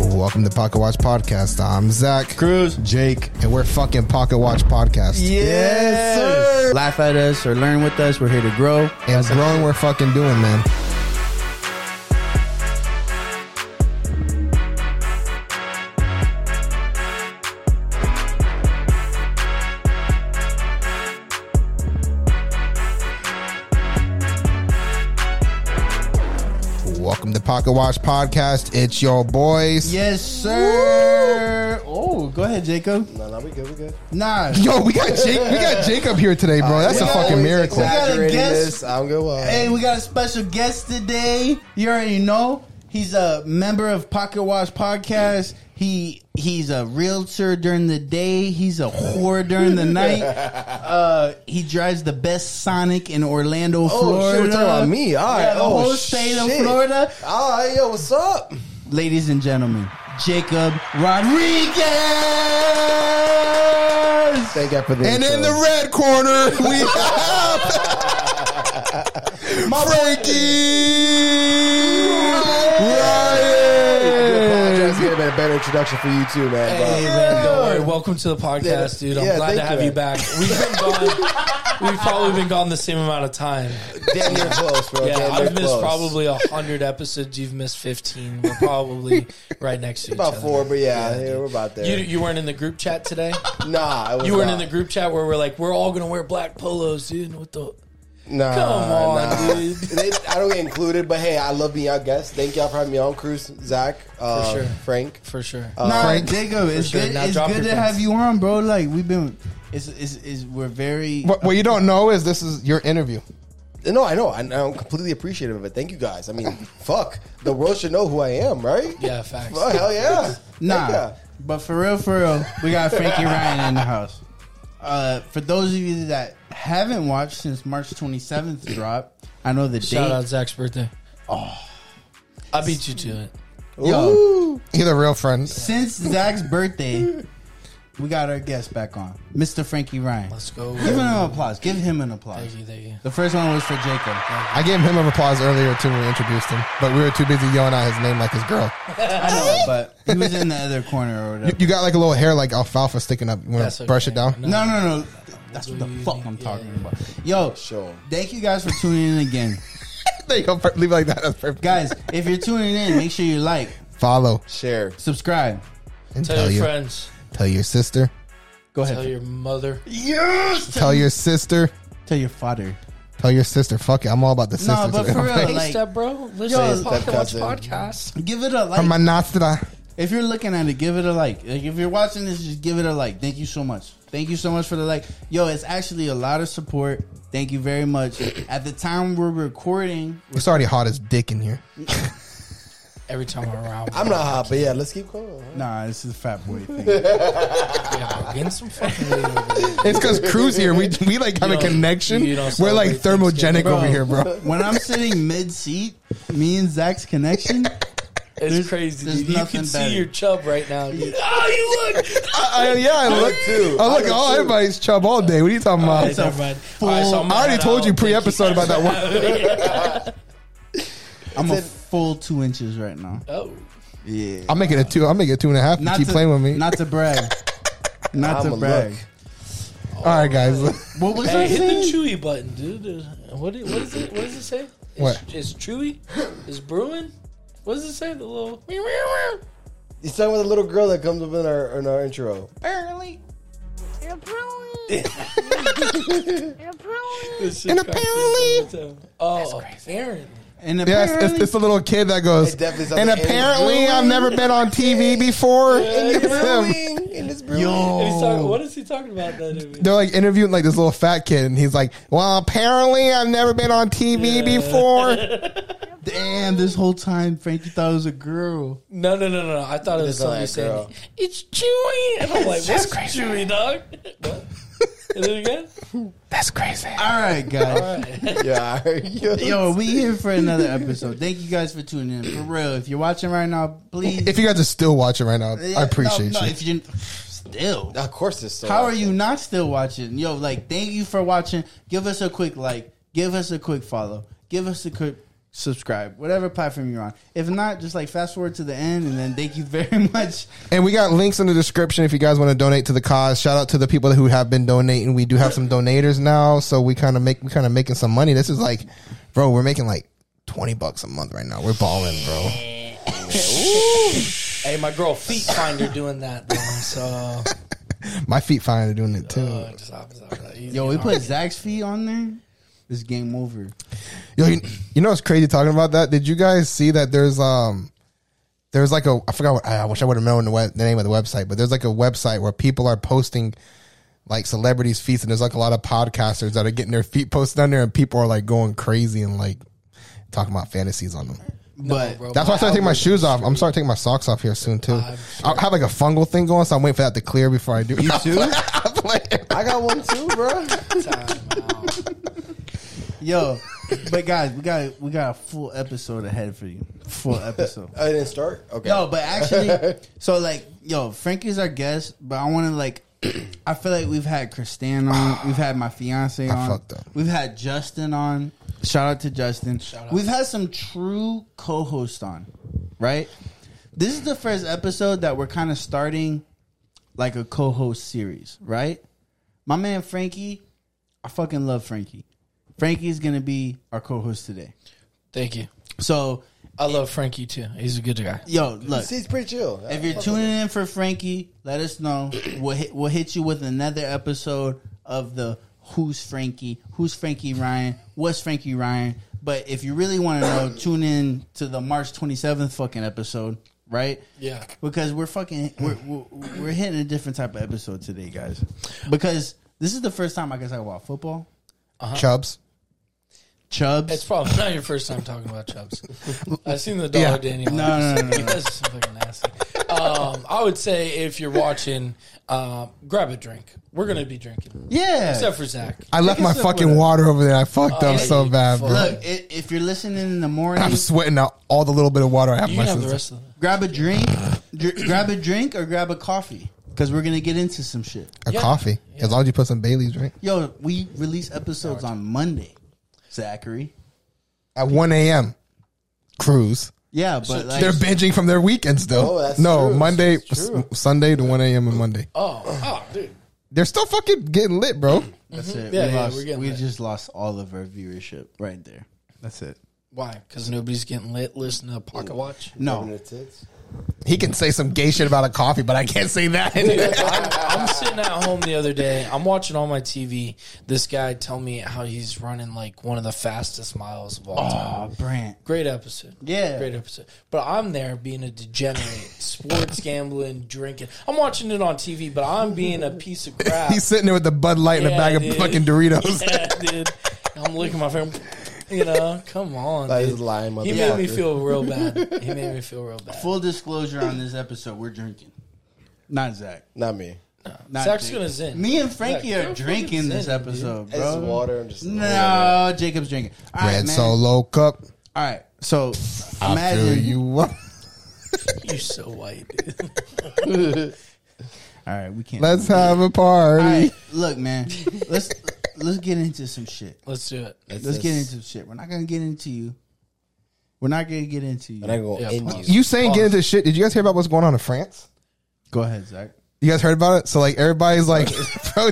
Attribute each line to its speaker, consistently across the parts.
Speaker 1: Welcome to Pocket Watch Podcast. I'm Zach,
Speaker 2: Cruz.
Speaker 3: Jake.
Speaker 1: and we're fucking Pocket Watch Podcast.
Speaker 3: Yes, sir.
Speaker 2: Laugh at us or learn with us. We're here to grow.
Speaker 1: And growing, we're fucking doing, man. Welcome to Pocket Watch Podcast. It's your boys.
Speaker 2: Yes, sir. Oh, go ahead, Jacob.
Speaker 3: No, no, we good, we good.
Speaker 2: Nah.
Speaker 1: Yo, we got Jake. We got Jacob here today, bro. That's a
Speaker 2: yeah.
Speaker 1: fucking miracle.
Speaker 2: We got a guest.
Speaker 3: This. I don't get why.
Speaker 2: Hey, we got a special guest today. You already know. He's a member of Pocket Watch Podcast. He he's a realtor during the day. He's a whore during the night. Uh, he drives the best Sonic in Orlando,
Speaker 3: oh,
Speaker 2: Florida.
Speaker 3: shit, we're talking about me. All right.
Speaker 2: Yeah, the
Speaker 3: oh,
Speaker 2: whole state of
Speaker 3: shit.
Speaker 2: Florida.
Speaker 3: All right, yo, what's up?
Speaker 2: ladies and gentlemen, Jacob Rodriguez.
Speaker 3: Thank God for the
Speaker 1: And
Speaker 3: intro.
Speaker 1: in the red corner, we have Frankie
Speaker 3: Podcast could have been a better introduction for you too, man. bro.
Speaker 4: Hey man, don't worry. Welcome to the podcast,
Speaker 3: Yeah,
Speaker 4: dude. I'm
Speaker 3: yeah,
Speaker 4: glad
Speaker 3: thank
Speaker 4: to have
Speaker 3: you,
Speaker 4: you,
Speaker 3: man.
Speaker 4: back. We've been gone. We've probably been gone the same amount of time.
Speaker 3: Damn near close, bro.
Speaker 4: yeah,
Speaker 3: Damn near
Speaker 4: I've missed
Speaker 3: close.
Speaker 4: probably a hundred episodes. You've missed fifteen. We're probably right next to each
Speaker 3: about
Speaker 4: other.
Speaker 3: four, but yeah, yeah, we're about there.
Speaker 4: You, you weren't in the group chat today.
Speaker 3: nah, I was
Speaker 4: You weren't
Speaker 3: not.
Speaker 4: in the group chat where we're like, we're all gonna wear black polos, dude. What the?
Speaker 3: Nah,
Speaker 4: Come on,
Speaker 3: nah.
Speaker 4: dude.
Speaker 3: They- I don't get included, but hey, I love being y'all guests. Thank y'all for having me on, Cruz, Zach, uh,
Speaker 4: sure.
Speaker 3: Frank.
Speaker 4: For sure.
Speaker 3: Uh,
Speaker 2: Nah,
Speaker 1: Frank.
Speaker 2: Jacob, it's
Speaker 4: sure.
Speaker 2: good.
Speaker 4: Now
Speaker 2: it's
Speaker 4: drop
Speaker 2: good
Speaker 4: your
Speaker 2: to
Speaker 4: pants.
Speaker 2: have you on, bro. Like we've been, it's, it's, it's we're very.
Speaker 1: What, what you don't know is this is your interview.
Speaker 3: No, I know. I, I'm completely appreciative of it. Thank you guys. I mean, fuck, the world should know who I am, right?
Speaker 4: Yeah, facts.
Speaker 3: Well, hell yeah.
Speaker 2: Nah,
Speaker 3: Heck yeah.
Speaker 2: but for real, for real, we got Frankie Ryan in the house. Uh, for those of you that haven't watched since March 27th drop, I know the
Speaker 4: Shout
Speaker 2: date.
Speaker 4: out Zach's birthday. Oh, I beat you to it.
Speaker 2: Yo.
Speaker 3: Ooh.
Speaker 1: He's a real friend.
Speaker 2: Since Zach's birthday, we got our guest back on, Mr. Frankie Ryan.
Speaker 4: Let's go.
Speaker 2: Give him an applause. Give him an applause.
Speaker 4: Thank you. Thank you.
Speaker 2: The first one was for Jacob.
Speaker 1: I gave him an applause earlier too when we introduced him, but we were too busy yelling out his name like his girl.
Speaker 2: I know, but he was in the other corner or
Speaker 1: You,
Speaker 2: whatever.
Speaker 1: you got like a little hair like alfalfa sticking up. You want
Speaker 4: That's
Speaker 1: to brush
Speaker 4: okay.
Speaker 1: it down?
Speaker 2: No, no, no. That's what the fuck I'm talking about. Yo,
Speaker 3: Show 'em.
Speaker 2: thank you guys for tuning in again.
Speaker 1: there you go. Per- Leave it like that. That's perfect.
Speaker 2: Guys, if you're tuning in, make sure you like,
Speaker 1: Follow
Speaker 3: Share.
Speaker 2: subscribe.
Speaker 1: and
Speaker 4: Tell,
Speaker 1: tell,
Speaker 4: your
Speaker 1: your
Speaker 4: friends.
Speaker 1: tell your sister.
Speaker 2: Go ahead.
Speaker 4: Tell your mother.
Speaker 2: yes!
Speaker 1: Tell your sister.
Speaker 2: Tell your father.
Speaker 1: Tell your sister. Fuck it. I'm all about the sister.
Speaker 2: No, but
Speaker 1: today.
Speaker 2: for real,
Speaker 4: Hey,
Speaker 2: like,
Speaker 4: step bro. Listen
Speaker 2: Yo,
Speaker 4: to the
Speaker 3: Step
Speaker 4: Pocket Watch
Speaker 3: Cousin.
Speaker 4: podcast.
Speaker 2: give it a like.
Speaker 1: From my nostra.
Speaker 2: If you're looking at it, give it a like. Like if you're watching this, just give it a like. Thank you so much. Thank you so much for the like. Yo, it's actually a lot of support. Thank you very much. At the time we're recording,
Speaker 1: It's already hot as dick in here.
Speaker 4: Every time I'm around,
Speaker 3: I'm not hot, but yeah, let's keep going.
Speaker 2: nah, this is a fat boy thing.
Speaker 4: yeah, bro, getting some fucking weed over there.
Speaker 1: It's because Cruz here. We we like have a
Speaker 4: You don't-
Speaker 1: connection.
Speaker 4: you don't
Speaker 1: We're like
Speaker 4: celebrate Thanksgiving.
Speaker 1: thermogenic over
Speaker 2: Bro.
Speaker 1: here, bro.
Speaker 2: when I'm sitting mid seat, me and Zach's connection.
Speaker 4: It's
Speaker 2: There's-
Speaker 4: crazy.
Speaker 2: there's
Speaker 4: dude. You
Speaker 2: nothing
Speaker 4: can see
Speaker 2: better.
Speaker 4: your chub right now. Dude. oh, you look.
Speaker 1: I, I- yeah, I look.
Speaker 3: too.
Speaker 1: I look.
Speaker 3: I do
Speaker 1: all
Speaker 3: too.
Speaker 1: everybody's chub all day. What are you talking about?
Speaker 2: It's a
Speaker 4: Never mind.
Speaker 2: full-
Speaker 4: All right, so I'm
Speaker 1: I already
Speaker 4: gonna
Speaker 1: told
Speaker 4: head
Speaker 1: you
Speaker 4: out.
Speaker 1: pre-episode about that one.
Speaker 2: I'm a full two inches right now.
Speaker 4: Oh,
Speaker 2: Yeah.
Speaker 1: I'm making a two. I'm making a two and a half. You
Speaker 2: Not
Speaker 1: keep
Speaker 2: to,
Speaker 1: playing with me.
Speaker 2: Not to brag. Not
Speaker 3: I'ma
Speaker 2: to brag.
Speaker 3: look.
Speaker 1: all right, guys.
Speaker 2: What was
Speaker 4: hey,
Speaker 2: I
Speaker 4: hit
Speaker 2: saying?
Speaker 4: the chewy button, dude. Uh, What it- what is it? What does it say? It's,
Speaker 1: What?
Speaker 4: It's chewy. It's brewing. What does it say? The little.
Speaker 3: You sang with a little girl that comes up in our in our intro.
Speaker 4: Barely.
Speaker 5: You're brewing. You're brewing.
Speaker 4: And apparently. Oh, apparently.
Speaker 2: And
Speaker 1: yes, it's,
Speaker 2: apparently-
Speaker 1: it's the little kid that goes.
Speaker 3: It definitely sounds
Speaker 1: And
Speaker 3: like-
Speaker 1: apparently, I've never been on TV before. It's him.
Speaker 3: In this brewing.
Speaker 4: And he's talking,
Speaker 2: yo.
Speaker 4: what is he talking about? That
Speaker 1: They're like interviewing like this little fat kid, and he's like, "Well, apparently, I've never been on TV before."
Speaker 2: Damn, this whole time Frankie thought it was a girl.
Speaker 4: No, no, no, no, no. I thought it was
Speaker 3: It's not
Speaker 4: somebody
Speaker 3: that
Speaker 4: saying,
Speaker 3: girl.
Speaker 4: "It's Chewy," and I'm like, "What's Chewy, dog?" What? Is it again?
Speaker 1: That's crazy.
Speaker 2: All right, guys.
Speaker 3: Yeah, yo.
Speaker 2: Yo, we here for another episode. Thank you guys for tuning in. For real, if you're watching right now, please.
Speaker 1: If you guys are still watching right now, I appreciate
Speaker 2: no, no,
Speaker 1: you.
Speaker 2: If you still,
Speaker 3: Of course, it's so.
Speaker 2: how are you not still watching? Yo, like, thank you for watching. Give us a quick like. Give us a quick follow. Give us a quick subscribe, whatever platform you're on. If not, just like fast forward to the end, and then thank you very much.
Speaker 1: And we got links in the description if you guys want to donate to the cause. Shout out to the people who have been donating. We do have some donators now, so we kind of make we kind of making some money. This is like, bro, we're making like twenty bucks a month right now. We're balling, bro.
Speaker 4: Hey, my girl Feet Finder doing that, though, so
Speaker 1: My feet finally doing it too.
Speaker 4: uh, just stop, stop, stop. Easy.
Speaker 2: Yo, we put Zach's feet on there. It's game over.
Speaker 1: Yo, you, you know what's crazy talking about that? Did you guys see that there's um there's like a I forgot what I wish I would have known the, web, the name of the website, but there's like a website where people are posting like celebrities' feet, and there's like a lot of podcasters that are getting their feet posted on there, and people are like going crazy and like talking about fantasies on them.
Speaker 2: But
Speaker 4: bro.
Speaker 1: That's why I started taking my
Speaker 4: algorithm's
Speaker 1: shoes off. I'm starting taking my socks off here soon too. I have like a fungal thing going, so I'm waiting for that to clear before I do. You
Speaker 3: too?
Speaker 1: I'm playing.
Speaker 3: I got one too, bro.
Speaker 2: yo, but guys, we got we got a full episode ahead for you. Full episode.
Speaker 3: I didn't start. Okay.
Speaker 2: No, but actually, so like, yo, Frankie's our guest, but I want to like, I feel like we've had Christine on, we've had my fiance on,
Speaker 1: fucked up.
Speaker 2: we've had Justin on. Shout out to Justin.
Speaker 4: out.
Speaker 2: We've had some true co-host on, right? This is the first episode that we're kind of starting like a co-host series, right? My man Frankie, I fucking love Frankie. Frankie's gonna be our co-host today.
Speaker 4: Thank you.
Speaker 2: So,
Speaker 4: I love Frankie too. He's a good guy.
Speaker 2: yo, look,
Speaker 3: See, it's pretty chill.
Speaker 2: if you're tuning in for Frankie, let us know. We'll hit, we'll hit you with another episode of the Who's Frankie? Who's Frankie Ryan? What's Frankie Ryan? But if you really want to know, tune in to the March 27th fucking episode, right?
Speaker 4: Yeah.
Speaker 2: Because we're fucking we're we're, we're hitting a different type of episode today, guys. Because this is the first time I can talk about football,
Speaker 1: Chubs.
Speaker 2: Chubbs.
Speaker 4: It's probably not your first time talking about Chubbs. I've seen the dog
Speaker 1: Yeah.
Speaker 4: Daniel.
Speaker 2: No, no, no, no, no.
Speaker 4: That's just fucking nasty. Um, I would say if you're watching, um, grab a drink. We're gonna be drinking,
Speaker 2: yeah.
Speaker 4: except for Zach.
Speaker 1: I left
Speaker 2: Take a
Speaker 1: my
Speaker 2: sip
Speaker 1: fucking
Speaker 2: with it.
Speaker 1: water over there. I fucked
Speaker 4: yeah,
Speaker 1: up so
Speaker 4: you
Speaker 1: bad,
Speaker 4: fuck.
Speaker 1: bro.
Speaker 2: Look, i- if you're listening in the morning,
Speaker 1: I'm sweating out all the little bit of water I have in
Speaker 4: You
Speaker 1: my
Speaker 4: can have the
Speaker 1: system.
Speaker 4: rest of them.
Speaker 2: grab a drink, dr- grab a drink, or grab a coffee because we're gonna get into some shit.
Speaker 1: A
Speaker 4: Yeah.
Speaker 1: coffee. As long as you put some Bailey's drink.
Speaker 2: Yo, we release episodes on Monday, Zachary.
Speaker 1: At 1 a.m. Cruise.
Speaker 2: Yeah, but like,
Speaker 1: They're binging from their weekend still.
Speaker 3: Oh, that's
Speaker 1: no,
Speaker 3: true.
Speaker 1: Monday,
Speaker 3: That's true.
Speaker 1: s- Sunday to 1 a.m. and Monday.
Speaker 4: Oh, oh, dude.
Speaker 1: They're still fucking getting lit, bro.
Speaker 2: that's it.
Speaker 4: Mm-hmm. Yeah,
Speaker 2: we
Speaker 4: yeah,
Speaker 2: lost,
Speaker 4: we're getting
Speaker 2: we
Speaker 4: that.
Speaker 2: just lost all of our viewership right there. That's it.
Speaker 4: Why? Because nobody's getting lit. Listen to Pocket Watch.
Speaker 2: No,
Speaker 1: He can say some gay shit about a coffee, but I can't say that.
Speaker 4: I'm, I'm sitting at home the other day. I'm watching on my TV. This guy tell me how he's running like one of the fastest miles of all time.
Speaker 2: oh, Brant.
Speaker 4: Great episode.
Speaker 2: Yeah.
Speaker 4: Great episode. But I'm there being a degenerate, sports gambling, drinking. I'm watching it on TV, but I'm being a piece of crap.
Speaker 1: He's sitting there with a Bud Light and a
Speaker 4: Yeah,
Speaker 1: bag of
Speaker 4: dude.
Speaker 1: fucking Doritos.
Speaker 4: yeah, dude. I'm licking my finger. You know, come on.
Speaker 3: That
Speaker 4: dude.
Speaker 3: is lying,
Speaker 4: He made me
Speaker 3: motherfucker.
Speaker 4: feel real bad. He made me feel real bad.
Speaker 2: Full disclosure on this episode, we're drinking. Not Zach.
Speaker 3: Not me.
Speaker 2: Not
Speaker 4: Zach's
Speaker 2: Jake.
Speaker 4: gonna zin.
Speaker 2: Me and Frankie
Speaker 4: Zach,
Speaker 2: are
Speaker 4: you're
Speaker 2: drinking
Speaker 4: fucking
Speaker 2: this
Speaker 4: zen,
Speaker 2: episode,
Speaker 3: It's
Speaker 2: bro.
Speaker 3: water. I'm just
Speaker 2: No, Jacob's drinking. All right,
Speaker 1: Red
Speaker 2: man.
Speaker 1: Solo cup.
Speaker 2: All right, so imagine
Speaker 1: Fill you up.
Speaker 4: You're so white, dude.
Speaker 2: All right, we can't.
Speaker 1: Let's have a party.
Speaker 2: All right, look, man. Let's let's get into some shit.
Speaker 4: Let's do it.
Speaker 2: Let's get into some shit. We're not gonna get into you. We're not gonna get into
Speaker 3: And I
Speaker 2: you.
Speaker 3: go
Speaker 4: Yeah,
Speaker 3: in
Speaker 4: fuck.
Speaker 3: you.
Speaker 1: You saying get into shit. Did you guys hear about what's going on in France?
Speaker 2: Go ahead, Zach.
Speaker 1: You guys heard about it? So like everybody's like pro-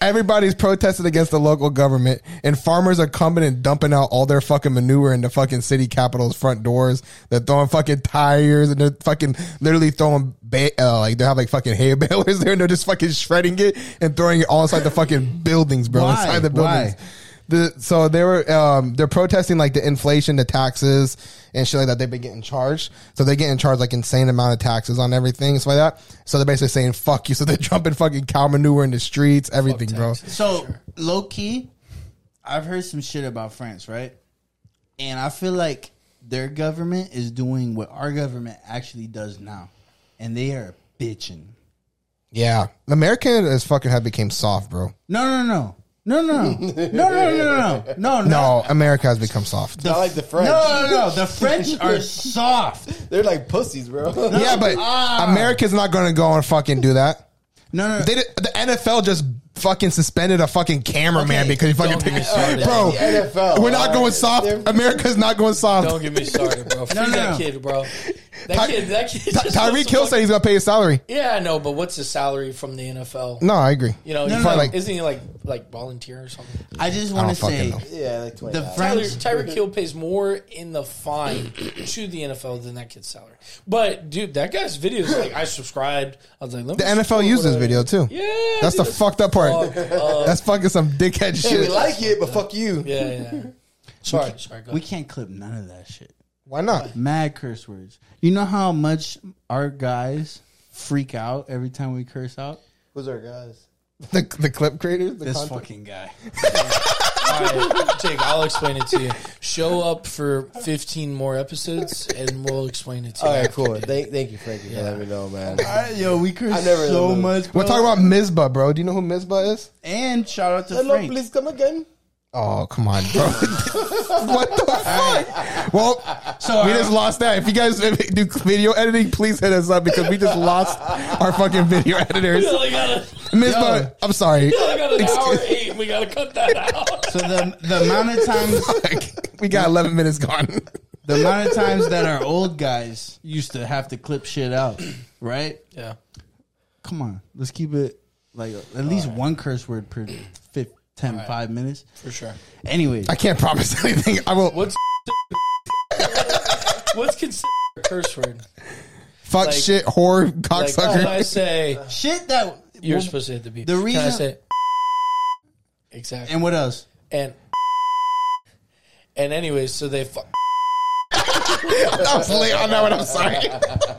Speaker 1: everybody's protesting against the local government and farmers are coming and dumping out all their fucking manure in the fucking city capital's front doors. They're throwing fucking tires and they're fucking literally throwing ba- uh, like they have like fucking hay balers there and they're just fucking shredding it and throwing it all inside the fucking buildings, bro.
Speaker 2: Why?
Speaker 1: Inside the buildings.
Speaker 2: Why?
Speaker 1: The, so they were um, they're protesting like the inflation, the taxes, and shit like that. They've been getting charged, so they're getting charged like insane amount of taxes on everything, stuff like that. So they're basically saying "fuck you." So they're dumping fucking cow manure in the streets, everything, bro.
Speaker 4: taxes.
Speaker 2: So low key, I've heard some shit about France, right? And I feel like their government is doing what our government actually does now, and they are bitching.
Speaker 1: Yeah, American as fucking have became soft, bro.
Speaker 2: No, no, no, no, no, no, no, no, no, no, no, no.
Speaker 1: No, America has become soft.
Speaker 3: Not like the French.
Speaker 2: No, no, no. The French are soft.
Speaker 3: They're like pussies, bro.
Speaker 4: Ah.
Speaker 1: Yeah, but America's not going to go and fucking do that.
Speaker 2: No, no, no.
Speaker 1: They did, the NFL just fucking suspended a fucking cameraman
Speaker 4: Okay,
Speaker 1: because he fucking
Speaker 4: don't
Speaker 1: took
Speaker 4: get
Speaker 1: a
Speaker 4: me started.
Speaker 1: Bro,
Speaker 3: The NFL,
Speaker 1: we're not
Speaker 3: all
Speaker 1: going
Speaker 3: right.
Speaker 1: soft.
Speaker 3: They're-
Speaker 1: America's not going soft.
Speaker 4: Don't get me started, bro. Free
Speaker 2: no, no.
Speaker 4: that kid, bro. That
Speaker 1: Ty-
Speaker 4: kid, that kid.
Speaker 1: Ty-
Speaker 4: just
Speaker 1: Tyreek
Speaker 4: wants to
Speaker 1: Hill
Speaker 4: fuck-
Speaker 1: said he's going to pay his salary.
Speaker 4: Yeah, I know, but what's his salary from the NFL?
Speaker 1: No, I agree.
Speaker 4: You know,
Speaker 2: No,
Speaker 4: he's
Speaker 2: no, no.
Speaker 4: like, isn't he like like volunteer or something?
Speaker 2: I just
Speaker 1: I
Speaker 2: want
Speaker 1: don't
Speaker 2: to
Speaker 1: fucking
Speaker 2: say
Speaker 1: know.
Speaker 3: Yeah, like twenty.
Speaker 2: the
Speaker 3: The
Speaker 4: Tyler,
Speaker 2: French.
Speaker 4: Tyreek Hill pays more in the fine to the NFL than that kid's salary. But dude, that guy's videos like I subscribed. I was like, Let
Speaker 1: The
Speaker 4: me scroll
Speaker 1: NFL used this
Speaker 4: over.
Speaker 1: video too.
Speaker 4: Yeah,
Speaker 1: That's
Speaker 4: dude,
Speaker 1: the fucked up part.
Speaker 4: fucked up.
Speaker 1: That's fucking some dickhead
Speaker 3: hey, we
Speaker 1: shit.
Speaker 3: like it, but fuck you.
Speaker 4: Yeah, yeah. yeah. Sorry, sorry. Go
Speaker 2: We
Speaker 4: ahead.
Speaker 2: can't clip none of that shit.
Speaker 1: Why not?
Speaker 2: Mad curse words. You know how much our guys freak out every time we curse out?
Speaker 3: Who's our guys?
Speaker 1: The, the clip creators? The
Speaker 2: This
Speaker 1: content-
Speaker 2: fucking guy.
Speaker 4: All right, Jake, I'll explain it to you. Show up for 15 more episodes, and we'll explain it to you.
Speaker 3: All right, cool. Thank, thank you, Frankie, for letting me know, man.
Speaker 2: yo, we curse
Speaker 3: I never
Speaker 2: so
Speaker 3: really-
Speaker 2: much.
Speaker 1: We're
Speaker 2: bro.
Speaker 1: talking about Mizbah, bro. Do you know who Mizbah is?
Speaker 2: and shout out to
Speaker 3: Hello,
Speaker 2: Frank.
Speaker 3: please come again.
Speaker 1: Oh, come on, bro. what the fuck? Well,
Speaker 2: So
Speaker 1: we
Speaker 2: our-
Speaker 1: just lost that. If you guys do video editing, please hit us up because we just lost our fucking video editors.
Speaker 4: We only got,
Speaker 1: Ms. Bud, I'm sorry.
Speaker 4: a, got an hour eight. We gotta cut that out.
Speaker 2: so the the amount of times
Speaker 1: we got 11 minutes gone.
Speaker 2: the amount of times that our old guys used to have to clip shit out, right?
Speaker 4: Yeah.
Speaker 2: Come on, let's keep it like at least one curse word per fif- 10, 5 minutes.
Speaker 4: For sure.
Speaker 2: Anyways,
Speaker 1: I can't promise anything. I will.
Speaker 4: What's what's considered a curse word?
Speaker 1: fuck
Speaker 4: like-
Speaker 1: shit, whore,
Speaker 4: Like when I
Speaker 1: cocksucker.
Speaker 4: say
Speaker 2: shit that
Speaker 4: you're
Speaker 2: well,
Speaker 4: supposed to hit the beat.
Speaker 2: the
Speaker 4: Can I
Speaker 2: reason-
Speaker 4: say exactly
Speaker 2: and what else?
Speaker 4: and and anyways, so they fu-
Speaker 1: I was late on that one. I'm sorry.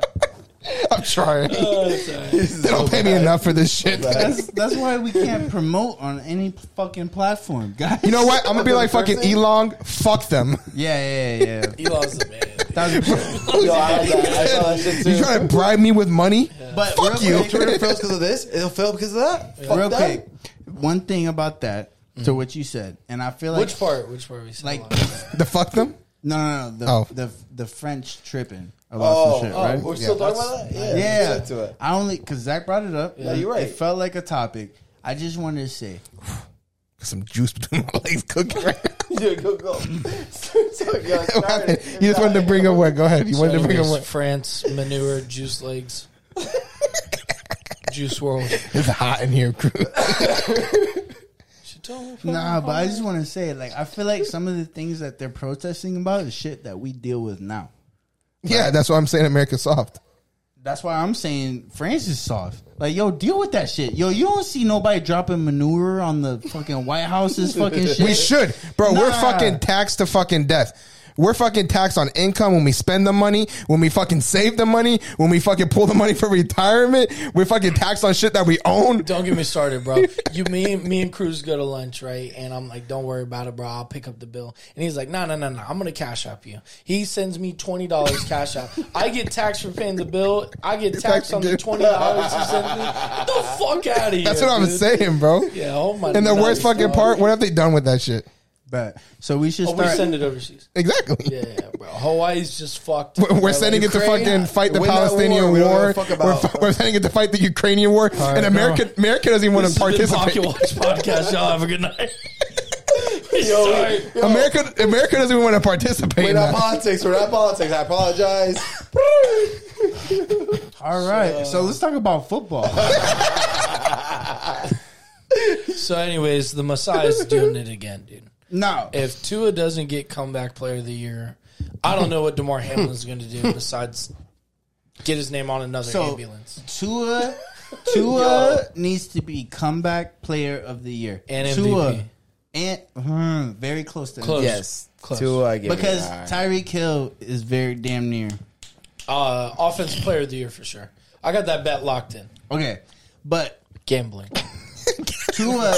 Speaker 1: I'm trying. they don't pay me enough for this shit.
Speaker 2: That's that's why we can't promote on any p- fucking platform, guys.
Speaker 1: You know what? I'm gonna be like fucking Elon. Fuck them.
Speaker 2: Yeah, yeah, yeah. yeah.
Speaker 4: Elon's the man.
Speaker 2: That was-
Speaker 3: Yo, I like that. I saw that shit too.
Speaker 1: You trying to bribe me with money?
Speaker 2: but
Speaker 1: Fuck
Speaker 2: real
Speaker 1: you.
Speaker 2: quick-
Speaker 3: Twitter fails because of this. It'll fail because of that. Fuck
Speaker 2: real
Speaker 3: that.
Speaker 2: quick, one thing about that to what you said, and I feel like
Speaker 4: Which part? Which part? Are we saying
Speaker 2: like
Speaker 4: Elon?
Speaker 1: The fuck them?
Speaker 2: no, no, no, the
Speaker 1: Oh.
Speaker 2: the the French tripping about
Speaker 3: Oh,
Speaker 2: some shit,
Speaker 3: oh,
Speaker 2: right?
Speaker 3: we're still talking about that. Yeah,
Speaker 2: yeah,
Speaker 3: let's get to it.
Speaker 2: I only because Zach brought it up.
Speaker 3: Yeah, you're right.
Speaker 2: It felt like a topic. I just wanted to say,
Speaker 1: Some juice between my legs cooking right now.
Speaker 3: Dude, go go. So- so, yo, it's started.
Speaker 1: you just wanted to bring up what? Go ahead. You wanted to bring up
Speaker 4: Anyways,
Speaker 1: what?
Speaker 4: France manure juice legs. Juice World.
Speaker 1: It's hot in here, crew.
Speaker 2: nah, but I just want to say, like, I feel like some of the things that they're protesting about is shit that we deal with now.
Speaker 1: yeah, that's why I'm saying America's soft.
Speaker 2: That's why I'm saying France is soft. Like, yo, deal with that shit. Yo, you don't see nobody dropping manure on the fucking White House's fucking shit.
Speaker 1: We should, bro. We're
Speaker 2: Nah.
Speaker 1: fucking taxed to fucking death. We're fucking taxed on income when we spend the money, when we fucking save the money, when we fucking pull the money for retirement. We're fucking taxed on shit that we own.
Speaker 4: Don't get me started, bro. You, me, me and Cruz go to lunch, right? And I'm like, "Don't worry about it, bro. I'll pick up the bill." And he's like, "No, no, no, no. I'm gonna cash app you." He sends me twenty dollars cash app. I get taxed for paying the bill. I get taxed on the
Speaker 1: taxed
Speaker 4: twenty dollars he sent me. Get the fuck out of here.
Speaker 1: That's what I'm
Speaker 4: dude.
Speaker 1: saying, bro.
Speaker 4: Yeah. Oh my.
Speaker 1: And the worst
Speaker 4: nuts,
Speaker 1: fucking
Speaker 4: dog.
Speaker 1: part, what have they done with that shit?
Speaker 2: But so we should
Speaker 4: Oh, we
Speaker 2: start.
Speaker 4: send it overseas.
Speaker 1: Exactly.
Speaker 4: Yeah, bro. Hawaii's just fucked.
Speaker 1: We're- We're sending it to
Speaker 3: Ukraine, uh,
Speaker 1: fucking fight the
Speaker 3: win that
Speaker 1: Palestinian
Speaker 3: war,
Speaker 1: war.
Speaker 3: we don't give a
Speaker 1: We're,
Speaker 3: fuck about-
Speaker 1: fu- we're sending it to fight the Ukrainian war, and America America doesn't even want to
Speaker 4: This has been
Speaker 1: participate.
Speaker 4: Pocket Watch podcast. Y'all have a good night. Sorry.
Speaker 1: America America doesn't even want to participate.
Speaker 3: We're
Speaker 1: in
Speaker 3: not
Speaker 1: that.
Speaker 3: politics. We're not politics. I apologize.
Speaker 2: All right, so let's talk about football.
Speaker 4: So, anyways, the Messiah's doing it again, dude.
Speaker 2: no,
Speaker 4: If Tua doesn't get comeback player of the year, I don't know what DeMar Hamlin's going to do besides get his name on another
Speaker 2: So-
Speaker 4: ambulance.
Speaker 2: Tua. Tua needs to be comeback player of the year
Speaker 4: And
Speaker 2: Tua,
Speaker 4: MVP.
Speaker 2: and hmm, very close to
Speaker 4: Close.
Speaker 3: Yes.
Speaker 4: Close.
Speaker 3: Two, I give it.
Speaker 2: because
Speaker 3: All right.
Speaker 2: Tyreek Hill is very damn near.
Speaker 4: Uh, offensive player of the year for sure. I got that bet locked in.
Speaker 2: Okay, but
Speaker 4: Gambling.
Speaker 2: Tua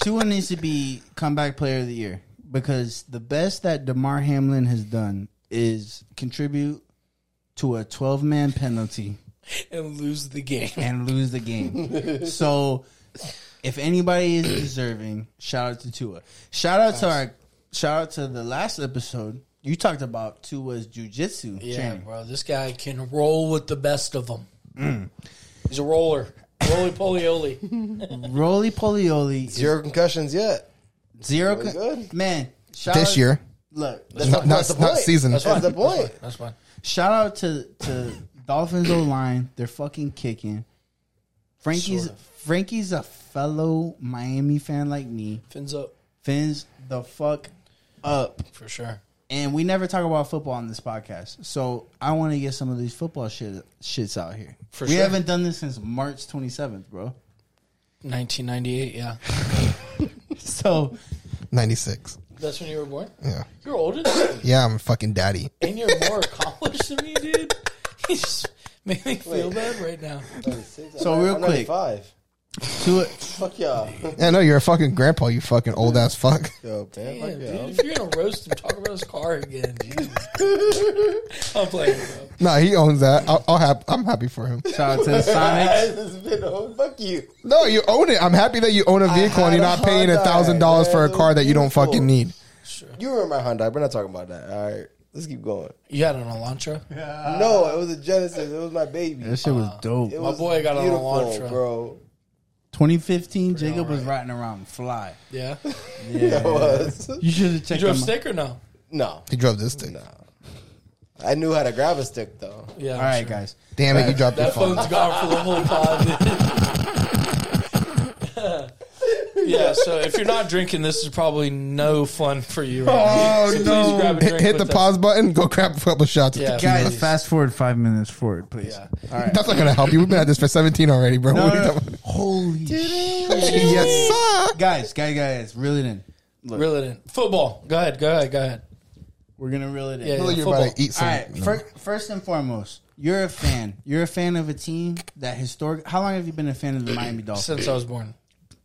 Speaker 2: Tua needs to be comeback player of the year because the best that DeMar Hamlin has done is contribute to a 12 man penalty
Speaker 4: and lose the game.
Speaker 2: and lose the game. so if anybody is deserving, shout out to Tua. Shout out to our shout out to the last episode. You talked about Tua's jujitsu
Speaker 4: Yeah,
Speaker 2: training.
Speaker 4: Mm. bro. This guy can roll with the best of them. He's a roller. Roly poly oly.
Speaker 2: Roly polioli. Zero.
Speaker 3: Zero concussions yet.
Speaker 2: zero
Speaker 3: Very
Speaker 2: co-
Speaker 3: good.
Speaker 2: man, shout
Speaker 1: This
Speaker 2: out-
Speaker 1: year.
Speaker 2: Look,
Speaker 3: That's
Speaker 1: Not- not-
Speaker 3: that's the
Speaker 1: not
Speaker 3: point.
Speaker 1: season.
Speaker 3: That's
Speaker 1: That's
Speaker 3: the point.
Speaker 4: That's fine.
Speaker 2: shout out to to Dolphins O line. They're fucking kicking. Frankie's
Speaker 4: Sort of.
Speaker 2: Frankie's a fellow Miami fan like me.
Speaker 4: Fins up
Speaker 2: Fins the fuck up.
Speaker 4: for sure.
Speaker 2: And we never talk about football on this podcast. So I want to get some of these football shit, shits out here.
Speaker 4: For
Speaker 2: we
Speaker 4: sure.
Speaker 2: haven't done this since March 27th, bro.
Speaker 4: 1998. Yeah,
Speaker 2: So
Speaker 1: 96.
Speaker 4: that's when you were born.
Speaker 1: Yeah.
Speaker 4: You're older than me,
Speaker 1: Yeah, I'm a fucking daddy.
Speaker 4: and you're more accomplished than me, dude. You just made me feel bad right now.
Speaker 2: So real quick.
Speaker 3: Five.
Speaker 2: to it,
Speaker 3: Fuck y'all.
Speaker 1: Yeah, no, you're a fucking grandpa, you fucking old ass fuck.
Speaker 3: Yo, man,
Speaker 4: Damn,
Speaker 3: fuck y'all.
Speaker 4: dude, if you're gonna roast him, talk about his car again. Jesus. I'm playing, bro.
Speaker 1: Nah, he owns that. I'll, I'll hap- I'm happy for him.
Speaker 2: shout out to the Sonics.
Speaker 3: This has been on. Fuck you.
Speaker 1: No, you own it. I'm happy that you own a vehicle and
Speaker 3: had
Speaker 1: you're
Speaker 3: a
Speaker 1: not paying a
Speaker 3: Hyundai,
Speaker 1: thousand dollars for a
Speaker 3: man.
Speaker 1: car that you don't
Speaker 3: Beautiful.
Speaker 1: fucking need.
Speaker 3: You remember my Hyundai? We're not talking about that. All right, let's keep going.
Speaker 4: You had an Elantra.
Speaker 3: no, it was a Genesis. It was my baby.
Speaker 2: That shit was
Speaker 4: Uh,
Speaker 2: dope.
Speaker 3: It
Speaker 4: My
Speaker 3: was
Speaker 4: boy got on a
Speaker 3: beautiful,
Speaker 4: launch, bro.
Speaker 3: bro.
Speaker 2: 2015, Jacob was
Speaker 4: alright.
Speaker 2: riding around fly.
Speaker 4: Yeah. You
Speaker 3: That was
Speaker 2: You should have checked
Speaker 4: drove
Speaker 2: him-
Speaker 4: stick or no?
Speaker 3: no.
Speaker 1: He drove this thing.
Speaker 3: I knew how to grab a stick though.
Speaker 4: Yeah.
Speaker 2: All right, guys.
Speaker 1: Damn it, you dropped your
Speaker 4: That
Speaker 1: phone.
Speaker 4: phone's gone for the whole pod. yeah, so if you're not drinking, this is probably no fun for you. Right now.
Speaker 1: Oh,
Speaker 4: So
Speaker 1: no.
Speaker 4: Please grab a
Speaker 1: Hit,
Speaker 4: drink
Speaker 1: hit the
Speaker 4: with us.
Speaker 1: pause button. Go grab a couple shots.
Speaker 4: Yeah.
Speaker 2: Guys,
Speaker 4: Please.
Speaker 2: fast forward five minutes forward, please.
Speaker 4: Yeah.
Speaker 1: That's not gonna help you. We've been at this for 17 already, bro.
Speaker 2: No,
Speaker 1: What are you
Speaker 2: no, no.
Speaker 1: talking about?
Speaker 2: Holy shit.
Speaker 1: Yes, sir.
Speaker 2: Guys, guys, guys, reel it in. Look,
Speaker 4: Reel it in. Football. Go ahead. Go ahead. Go ahead.
Speaker 2: we're going to reel it in.
Speaker 4: Yeah,
Speaker 1: Feel like you're
Speaker 4: Football.
Speaker 1: about to eat
Speaker 2: All
Speaker 1: some.
Speaker 2: right.
Speaker 1: no.
Speaker 2: Fir- first and foremost, you're a fan. You're a fan of a team that historic. How long have you been a fan of the Miami Dolphins?
Speaker 4: Since I was born,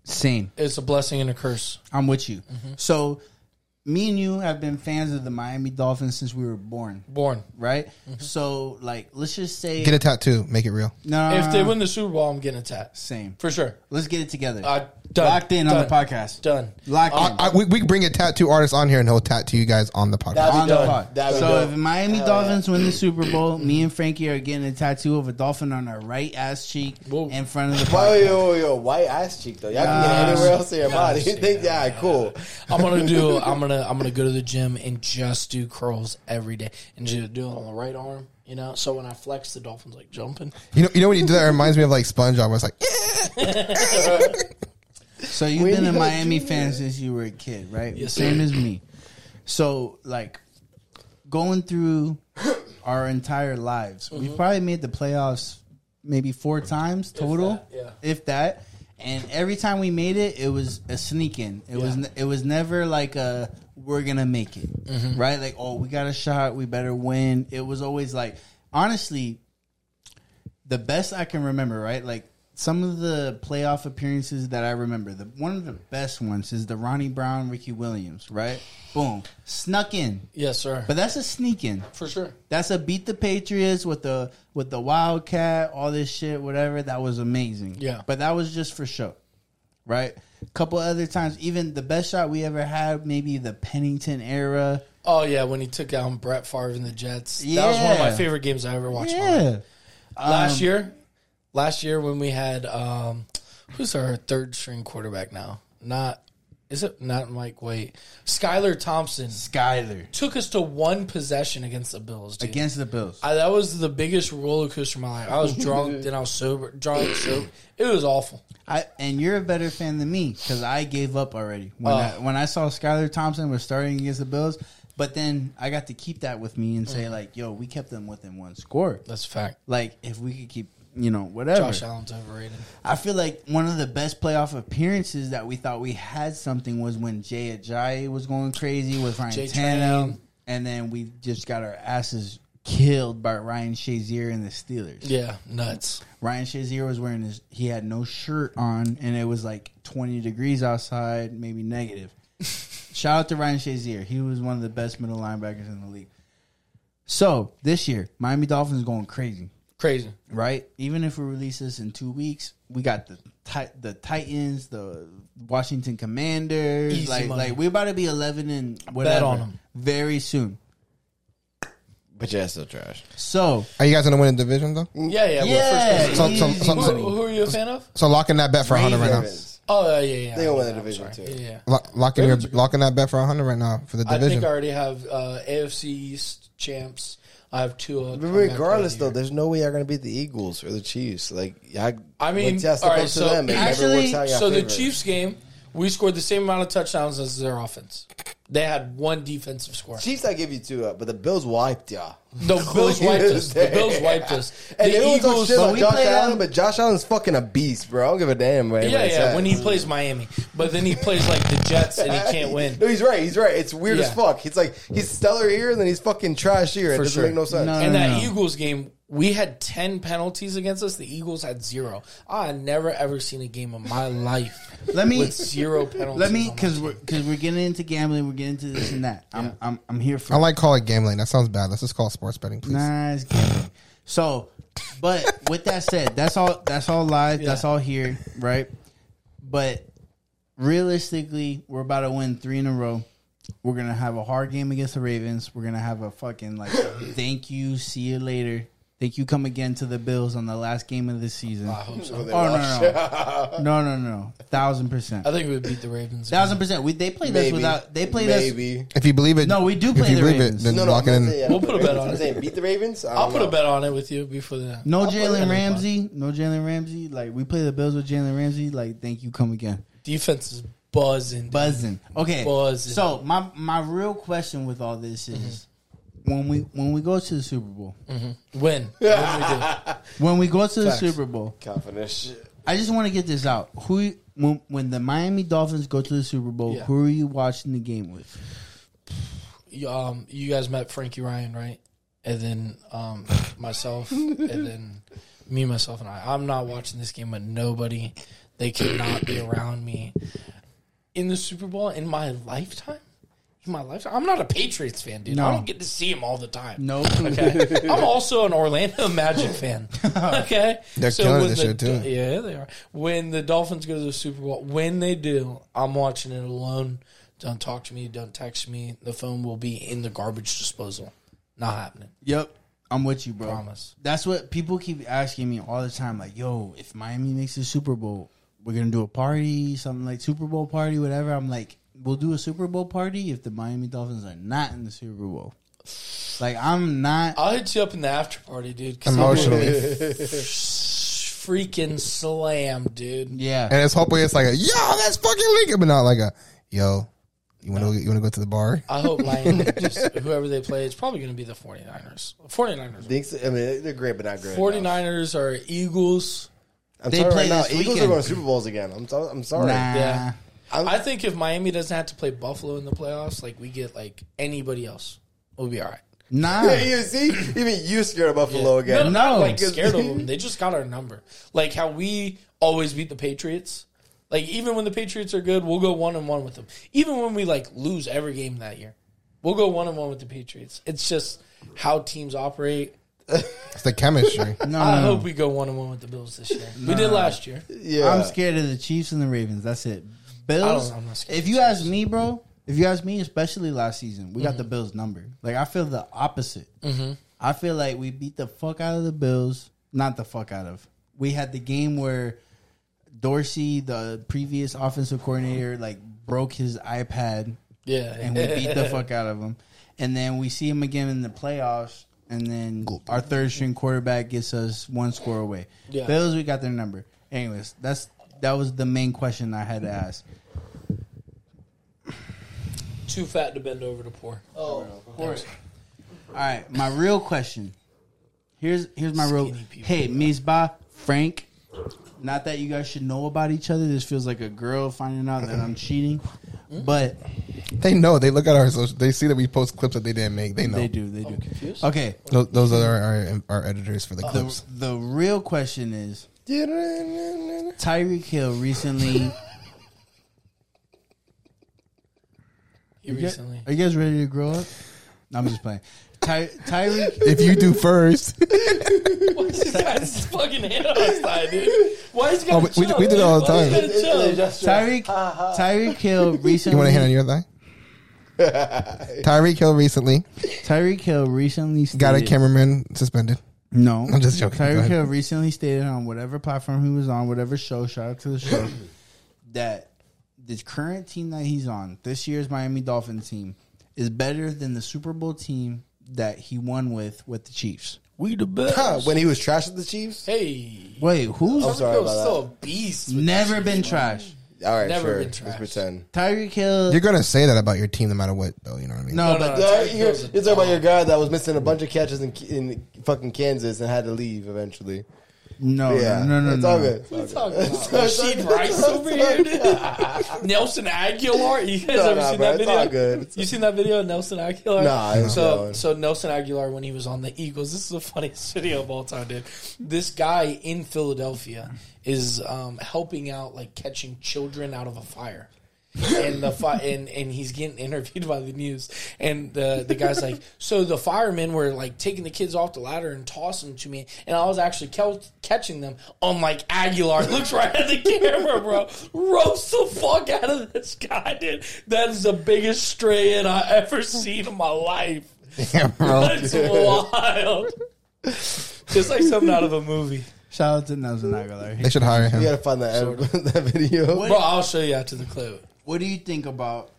Speaker 2: Same. Mm-hmm.
Speaker 4: it's a blessing and a curse.
Speaker 2: I'm with you. So, me and you have been fans of the Miami Dolphins since we were born,
Speaker 4: Born.
Speaker 2: right? So, like, let's just say
Speaker 1: Get a tattoo. Make it real.
Speaker 2: no.
Speaker 4: If they win the Super Bowl, I'm getting a tat
Speaker 2: same.
Speaker 4: for sure.
Speaker 2: Let's get it together.
Speaker 4: Uh, done.
Speaker 2: Locked in on the
Speaker 4: Done.
Speaker 2: podcast.
Speaker 4: Done.
Speaker 2: Locked in.
Speaker 1: I, we, we can bring a tattoo artist on here and he'll tattoo you guys on the podcast.
Speaker 3: That'd be
Speaker 2: on the
Speaker 3: dope.
Speaker 2: pod.
Speaker 3: That'd be
Speaker 2: So
Speaker 3: dope.
Speaker 2: if Miami
Speaker 3: Hell
Speaker 2: Dolphins win the Super Bowl, me and Frankie are getting a tattoo of a dolphin on our right ass cheek
Speaker 4: Whoa.
Speaker 2: in front of the
Speaker 3: Why,
Speaker 2: podcast.
Speaker 3: Oh, yo, yo, yo, white ass cheek though. Y'all can get it anywhere else in your body. You think, yeah, cool.
Speaker 4: I'm gonna do. I'm gonna. I'm gonna go to the gym and just do curls every day, and just do it on the right arm. You know, so when I flex, the dolphins like jumping.
Speaker 1: You know, you know when you do that, it reminds me of like SpongeBob. Where it's like, "Eh."
Speaker 2: So you've been a Miami fan since you were a kid, right?
Speaker 4: Yes,
Speaker 2: Same as me. So like going through our entire lives, we've probably made the playoffs maybe four times total,
Speaker 4: Mm-hmm. that, yeah.
Speaker 2: if that. And every time we made it, it was a sneak in. It was n- it was never like a we're gonna make it,
Speaker 4: Mm-hmm.
Speaker 2: right? Like oh, we got a shot, we better win. It was always like honestly, the best I can remember, right? Like some of the playoff appearances that I remember, the one of the best ones is the Ronnie Brown, Ricky Williams, right? Boom, snuck in,
Speaker 4: Yes, sir.
Speaker 2: but that's a sneak in.
Speaker 4: for sure.
Speaker 2: That's a beat the Patriots with the with the Wildcat, all this shit, whatever. That was amazing.
Speaker 4: Yeah.
Speaker 2: but that was just for show, right? Couple other times, even the best shot we ever had, maybe the Pennington era.
Speaker 4: Oh yeah, when he took out Brett Favre and the Jets, that was one of my
Speaker 2: Yeah.
Speaker 4: favorite games I ever watched.
Speaker 2: Yeah, Um,
Speaker 4: Last year, last year when we had um, who's our third string quarterback now? Not is it not Mike? Wait, Skylar Thompson
Speaker 2: Skyler
Speaker 4: took us to one possession against the Bills. Dude.
Speaker 2: against the Bills.
Speaker 4: I, that was the biggest roller coaster of my life. I was drunk, then I was sober, drunk, sober. It was awful.
Speaker 2: I and you're a better fan than me because I gave up already
Speaker 4: Oh.
Speaker 2: when I, when I saw Skylar Thompson was starting against the Bills. But then I got to keep that with me and say
Speaker 4: Mm.
Speaker 2: like, "Yo, we kept them within one score.
Speaker 4: That's a fact.
Speaker 2: Like, if we could keep, you know, whatever."
Speaker 4: Josh Allen's overrated.
Speaker 2: I feel like one of the best playoff appearances that we thought we had something was when Jay Ajayi was going crazy with Ryan
Speaker 4: Jay
Speaker 2: Tannehill,
Speaker 4: Train.
Speaker 2: and then we just got our asses killed by Ryan Shazier and the Steelers.
Speaker 4: Yeah, nuts.
Speaker 2: Ryan Shazier was wearing his he had no shirt on and it was like 20 degrees outside, maybe negative. Shout out to Ryan Shazier. He was one of the best middle linebackers in the league. So, this year, Miami Dolphins going crazy,
Speaker 4: Crazy.
Speaker 2: right? Even if we release this in 2 weeks, we got the Ti- the Titans, the Washington Commanders,
Speaker 4: Easy
Speaker 2: like
Speaker 4: money.
Speaker 2: like we about to be 11 and whatever
Speaker 4: on 'em.
Speaker 2: very soon.
Speaker 3: But yeah, it's still trash.
Speaker 2: So
Speaker 1: Are you guys gonna win a division though?
Speaker 3: Mm.
Speaker 4: Yeah, yeah.
Speaker 2: Yeah.
Speaker 4: We're first
Speaker 1: So, so,
Speaker 2: Easy.
Speaker 1: so,
Speaker 4: place.
Speaker 1: so,
Speaker 4: who, who are you a fan of?
Speaker 1: so lock in that bet for a hundred right now.
Speaker 3: Ravens.
Speaker 4: Oh yeah, yeah. yeah.
Speaker 3: They gonna win the
Speaker 4: Yeah, I'm
Speaker 3: division,
Speaker 4: sorry.
Speaker 3: too.
Speaker 4: Yeah, yeah.
Speaker 1: Lock, lock in your lock in that bet for a hundred right now for the
Speaker 4: I
Speaker 1: division.
Speaker 4: think I already have uh, AFC East champs. I have two. uh,
Speaker 3: But
Speaker 4: comeback
Speaker 3: regardless,
Speaker 4: player
Speaker 3: though,
Speaker 4: of the year.
Speaker 3: there's no way y'all gonna beat the Eagles or the Chiefs. Like, y'all,
Speaker 4: I mean,
Speaker 3: once y'all step
Speaker 4: all right,
Speaker 3: up to
Speaker 4: so
Speaker 3: them, it never
Speaker 2: actually-
Speaker 3: works out in y'all
Speaker 4: so the
Speaker 3: favor.
Speaker 4: Chiefs game, we scored the same amount of touchdowns as their offense. They had one defensive score.
Speaker 3: Chiefs, I give you two up, but the Bills wiped y'all.
Speaker 4: The Bills wiped us. The Bills wiped us.
Speaker 3: And
Speaker 4: the
Speaker 3: everyone talks
Speaker 4: Eagles.
Speaker 3: shit
Speaker 2: but
Speaker 3: on
Speaker 2: we
Speaker 3: Josh
Speaker 2: play
Speaker 3: Allen,
Speaker 2: them-
Speaker 3: but Josh Allen's fucking a beast, bro. I don't give a damn. What
Speaker 4: Yeah,
Speaker 3: anybody
Speaker 4: yeah.
Speaker 3: says.
Speaker 4: When he plays Miami, but then he plays like the Jets and he can't win.
Speaker 3: No, he's right. He's right. It's weird as
Speaker 4: Yeah.
Speaker 3: fuck. It's like he's stellar here and then he's fucking trash here. It
Speaker 4: For
Speaker 3: doesn't
Speaker 4: sure.
Speaker 3: make no sense.
Speaker 2: No.
Speaker 4: And that Eagles game, we had 10 penalties against us. The Eagles had zero. I had never, ever seen a game in my life
Speaker 2: let me
Speaker 4: with zero penalties.
Speaker 2: let me
Speaker 4: on my
Speaker 2: because
Speaker 4: team.
Speaker 2: we're because we're getting into gambling. We're getting into this and that. I'm I'm, I'm here for
Speaker 1: I like calling gambling. That sounds bad. Let's just call it sports betting, please.
Speaker 2: Nice game. So, but with that said, that's all. That's all live. That's
Speaker 4: Yeah.
Speaker 2: all here, right? But realistically, we're about to win three in a row. We're gonna have a hard game against the Ravens. We're gonna have a fucking like, thank you, see you later. Thank you, come again to the Bills on the last game of the season.
Speaker 4: I hope so.
Speaker 3: When they
Speaker 2: Oh no
Speaker 3: lost.
Speaker 2: no no no no no thousand percent
Speaker 4: I think we would beat the Ravens.
Speaker 2: thousand percent. We they played us
Speaker 3: Maybe.
Speaker 2: without they played us.
Speaker 3: Maybe.
Speaker 1: If you believe it,
Speaker 2: No, we do
Speaker 1: If
Speaker 2: play
Speaker 1: you
Speaker 2: the
Speaker 1: believe
Speaker 2: Ravens.
Speaker 1: it, then
Speaker 3: No, no,
Speaker 1: lock it
Speaker 3: I'm
Speaker 1: in.
Speaker 3: saying, yeah,
Speaker 4: We'll put a
Speaker 3: the
Speaker 4: bet
Speaker 3: Ravens.
Speaker 4: on
Speaker 3: I'm
Speaker 4: it.
Speaker 3: saying beat the Ravens. I
Speaker 4: I'll
Speaker 3: don't
Speaker 4: put a
Speaker 3: know.
Speaker 4: bet on it with you before the.
Speaker 2: No
Speaker 4: I'll put it in
Speaker 2: Jalen
Speaker 4: the
Speaker 2: Ramsey. No Jalen Ramsey. Like we play the Bills with Jalen Ramsey. Like thank you, come again.
Speaker 4: Defense is buzzing. dude.
Speaker 2: buzzing. Okay,
Speaker 4: Buzzing.
Speaker 2: so my my real question with all this is
Speaker 4: Mm-hmm.
Speaker 2: when we when we go to the Super Bowl,
Speaker 4: Win. When we do.
Speaker 2: when we go to the
Speaker 4: Facts.
Speaker 2: Super Bowl,
Speaker 3: Confident shit.
Speaker 2: I just want to get this out. Who when when the Miami Dolphins go to the Super Bowl,
Speaker 4: Yeah.
Speaker 2: who are you watching the game with?
Speaker 4: You, um, you guys met Frankie Ryan, right? And then um, myself, and then me, myself, and I. I'm not watching this game with nobody. They cannot be around me in the Super Bowl in my lifetime. In my lifetime, I'm not a Patriots fan, dude. I
Speaker 2: No.
Speaker 4: don't get to see him all the time.
Speaker 2: No,
Speaker 4: Okay. I'm also an Orlando Magic fan. Okay.
Speaker 1: They're killing
Speaker 4: when
Speaker 1: this
Speaker 4: the
Speaker 1: shit, too.
Speaker 4: Do- Yeah, they are. When the Dolphins go to the Super Bowl, when they do, I'm watching it alone. Don't talk to me. Don't text me. The phone will be in the garbage disposal. Not happening.
Speaker 2: Yep, I'm with you, bro.
Speaker 4: Promise.
Speaker 2: That's what people keep asking me all the time. Like, yo, if Miami makes the Super Bowl, we're gonna do a party, something like Super Bowl party, whatever. I'm like, we'll do a Super Bowl party if the Miami Dolphins are not in the Super Bowl. Like, I'm not.
Speaker 4: I'll hit you up in the after party, dude. 'cause I'm gonna be
Speaker 1: Emotionally,
Speaker 4: Freaking slam, dude.
Speaker 2: Yeah,
Speaker 1: and it's hopefully it's like a yo, that's fucking Lincoln, but not like a yo. You want to you want to go to the bar?
Speaker 4: I hope Miami, just, whoever they play, it's probably going to be the 49ers. 49ers.
Speaker 3: Thinks- I mean, they're great, but not great.
Speaker 4: 49ers are Eagles.
Speaker 3: I'm
Speaker 2: They
Speaker 3: sorry
Speaker 2: play
Speaker 3: right now.
Speaker 2: this
Speaker 3: Eagles are
Speaker 2: weekend.
Speaker 3: going to Super Bowls again. I'm, so, I'm sorry.
Speaker 2: nah.
Speaker 4: Yeah.
Speaker 3: I'm-
Speaker 4: I think if Miami doesn't have to play Buffalo in the playoffs, like we get like anybody else, we'll be all right.
Speaker 2: Nah.
Speaker 3: Yeah, you see, even you scared of Buffalo
Speaker 4: No,
Speaker 3: again.
Speaker 4: not,
Speaker 2: No.
Speaker 4: like scared of them. They just got our number. Like how we always beat the Patriots. Like even when the Patriots are good, we'll go one and one with them. Even when we like lose every game that year, we'll go one and one with the Patriots. It's just how teams operate.
Speaker 1: It's the chemistry.
Speaker 2: No,
Speaker 4: I
Speaker 2: no, no.
Speaker 4: hope we go one and one with the Bills this year. We did last year.
Speaker 3: Yeah.
Speaker 2: I'm scared of the Chiefs and the Ravens. That's it. Bills.
Speaker 4: I don't- I'm not scared
Speaker 2: If
Speaker 4: of
Speaker 2: you
Speaker 4: the Mm-hmm.
Speaker 2: ask me, bro, if you ask me, especially last season, we got the Bills number. Like I feel the opposite. I feel like we beat the fuck out of the Bills. Not the fuck out of. We had the game where Dorsey, the previous offensive coordinator, like broke his iPad
Speaker 4: Yeah,
Speaker 2: and we beat the fuck out of him. And then we see him again in the playoffs, and then our third string quarterback gets us one score away.
Speaker 4: Yeah.
Speaker 2: Bills, we got their number. Anyways, that's that was the main question I had to ask.
Speaker 4: Too fat to bend over to pour.
Speaker 2: Oh, of course. All right, my real question. Here's here's my real.
Speaker 4: Skinny people.
Speaker 2: Hey, Mizbah, Frank. Not that you guys should know about each other. This feels like a girl finding out that I'm cheating,
Speaker 4: Hmm?
Speaker 2: but
Speaker 1: they know. They look at our social. They see that we post clips that they didn't make. They know.
Speaker 2: they do. They do.
Speaker 4: Uh,
Speaker 2: Okay.
Speaker 1: Those, those are our, our editors for the
Speaker 2: The
Speaker 1: clips.
Speaker 2: the real question is. Tyreek Hill recently.
Speaker 4: You recently.
Speaker 2: Are you guys ready to grow up? No, I'm just playing. Ty- Tyreek.
Speaker 1: if you do first,
Speaker 4: What's this guy's fucking hand on his thigh, dude? Why is he
Speaker 1: Oh,
Speaker 4: got
Speaker 1: we- we- we did it all the time.
Speaker 3: It's- it's- it's just-
Speaker 2: Tyreek. Tyreek Hill recently.
Speaker 1: you want to hand on your thigh? Tyreek Hill recently
Speaker 2: Tyreek Hill recently stated,
Speaker 1: got a cameraman suspended.
Speaker 2: No,
Speaker 1: I'm just joking. Go
Speaker 2: Tyreek
Speaker 1: ahead.
Speaker 2: Hill recently stated on whatever platform he was on, whatever show. Shout out to the show that the current team that he's on, this year's Miami Dolphins team, is better than the Super Bowl team that he won with with the Chiefs.
Speaker 4: We the best.
Speaker 3: Huh, when he was trash at the Chiefs.
Speaker 4: hey,
Speaker 2: Wait, who's
Speaker 3: I'm sorry
Speaker 4: Tyreek Hill's
Speaker 3: about
Speaker 4: still a
Speaker 1: Mm.
Speaker 4: beast. with
Speaker 2: never
Speaker 4: the
Speaker 2: been
Speaker 4: Chiefs,
Speaker 2: trash?
Speaker 3: All right,
Speaker 4: Never
Speaker 3: sure.
Speaker 4: been
Speaker 3: Let's
Speaker 4: trash.
Speaker 3: pretend.
Speaker 2: Tyreek Hill.
Speaker 1: You're gonna say that about your team no matter what, though. You know what I mean?
Speaker 2: no,
Speaker 4: No, no,
Speaker 2: but
Speaker 4: no.
Speaker 3: Yeah,
Speaker 4: Tyreek
Speaker 3: you're,
Speaker 4: Hill's a
Speaker 3: you're talking about
Speaker 4: dog.
Speaker 3: your guy that was missing a bunch of catches in, in fucking Kansas and had to leave eventually.
Speaker 2: Oh, no,
Speaker 3: Yeah,
Speaker 2: no, no, no.
Speaker 3: it's
Speaker 2: no.
Speaker 3: all good. It's all
Speaker 4: What
Speaker 3: good.
Speaker 4: are you talking about? Rasheed Rice over here, dude. Nelson Aguilar. You guys
Speaker 3: No,
Speaker 4: ever
Speaker 3: no,
Speaker 4: seen
Speaker 3: bro,
Speaker 4: that
Speaker 3: it's
Speaker 4: video?
Speaker 3: all good. It's
Speaker 4: You seen that video of Nelson Aguilar?
Speaker 3: Nah, I haven't seen that
Speaker 4: so
Speaker 3: one.
Speaker 4: so Nelson Aguilar when he was on the Eagles. This is the funniest video of all time, dude. This guy in Philadelphia is um, helping out, like catching children out of a fire. and the fi- and and he's getting interviewed by the news, and the the guy's like, so the firemen were like taking the kids off the ladder and tossing them to me, and I was actually kel- catching them. Unlike Aguilar, looks right at the camera, bro, roast the fuck out of this guy, dude. That is the biggest stray in I ever seen in my life.
Speaker 1: Damn, bro.
Speaker 4: That's wild. Just like something out of a movie,
Speaker 2: Shout out to Nelson Aguilar.
Speaker 1: They should hire
Speaker 3: You
Speaker 1: him.
Speaker 3: gotta find that that video.
Speaker 4: bro. I'll show you after the clip.
Speaker 2: What do you think about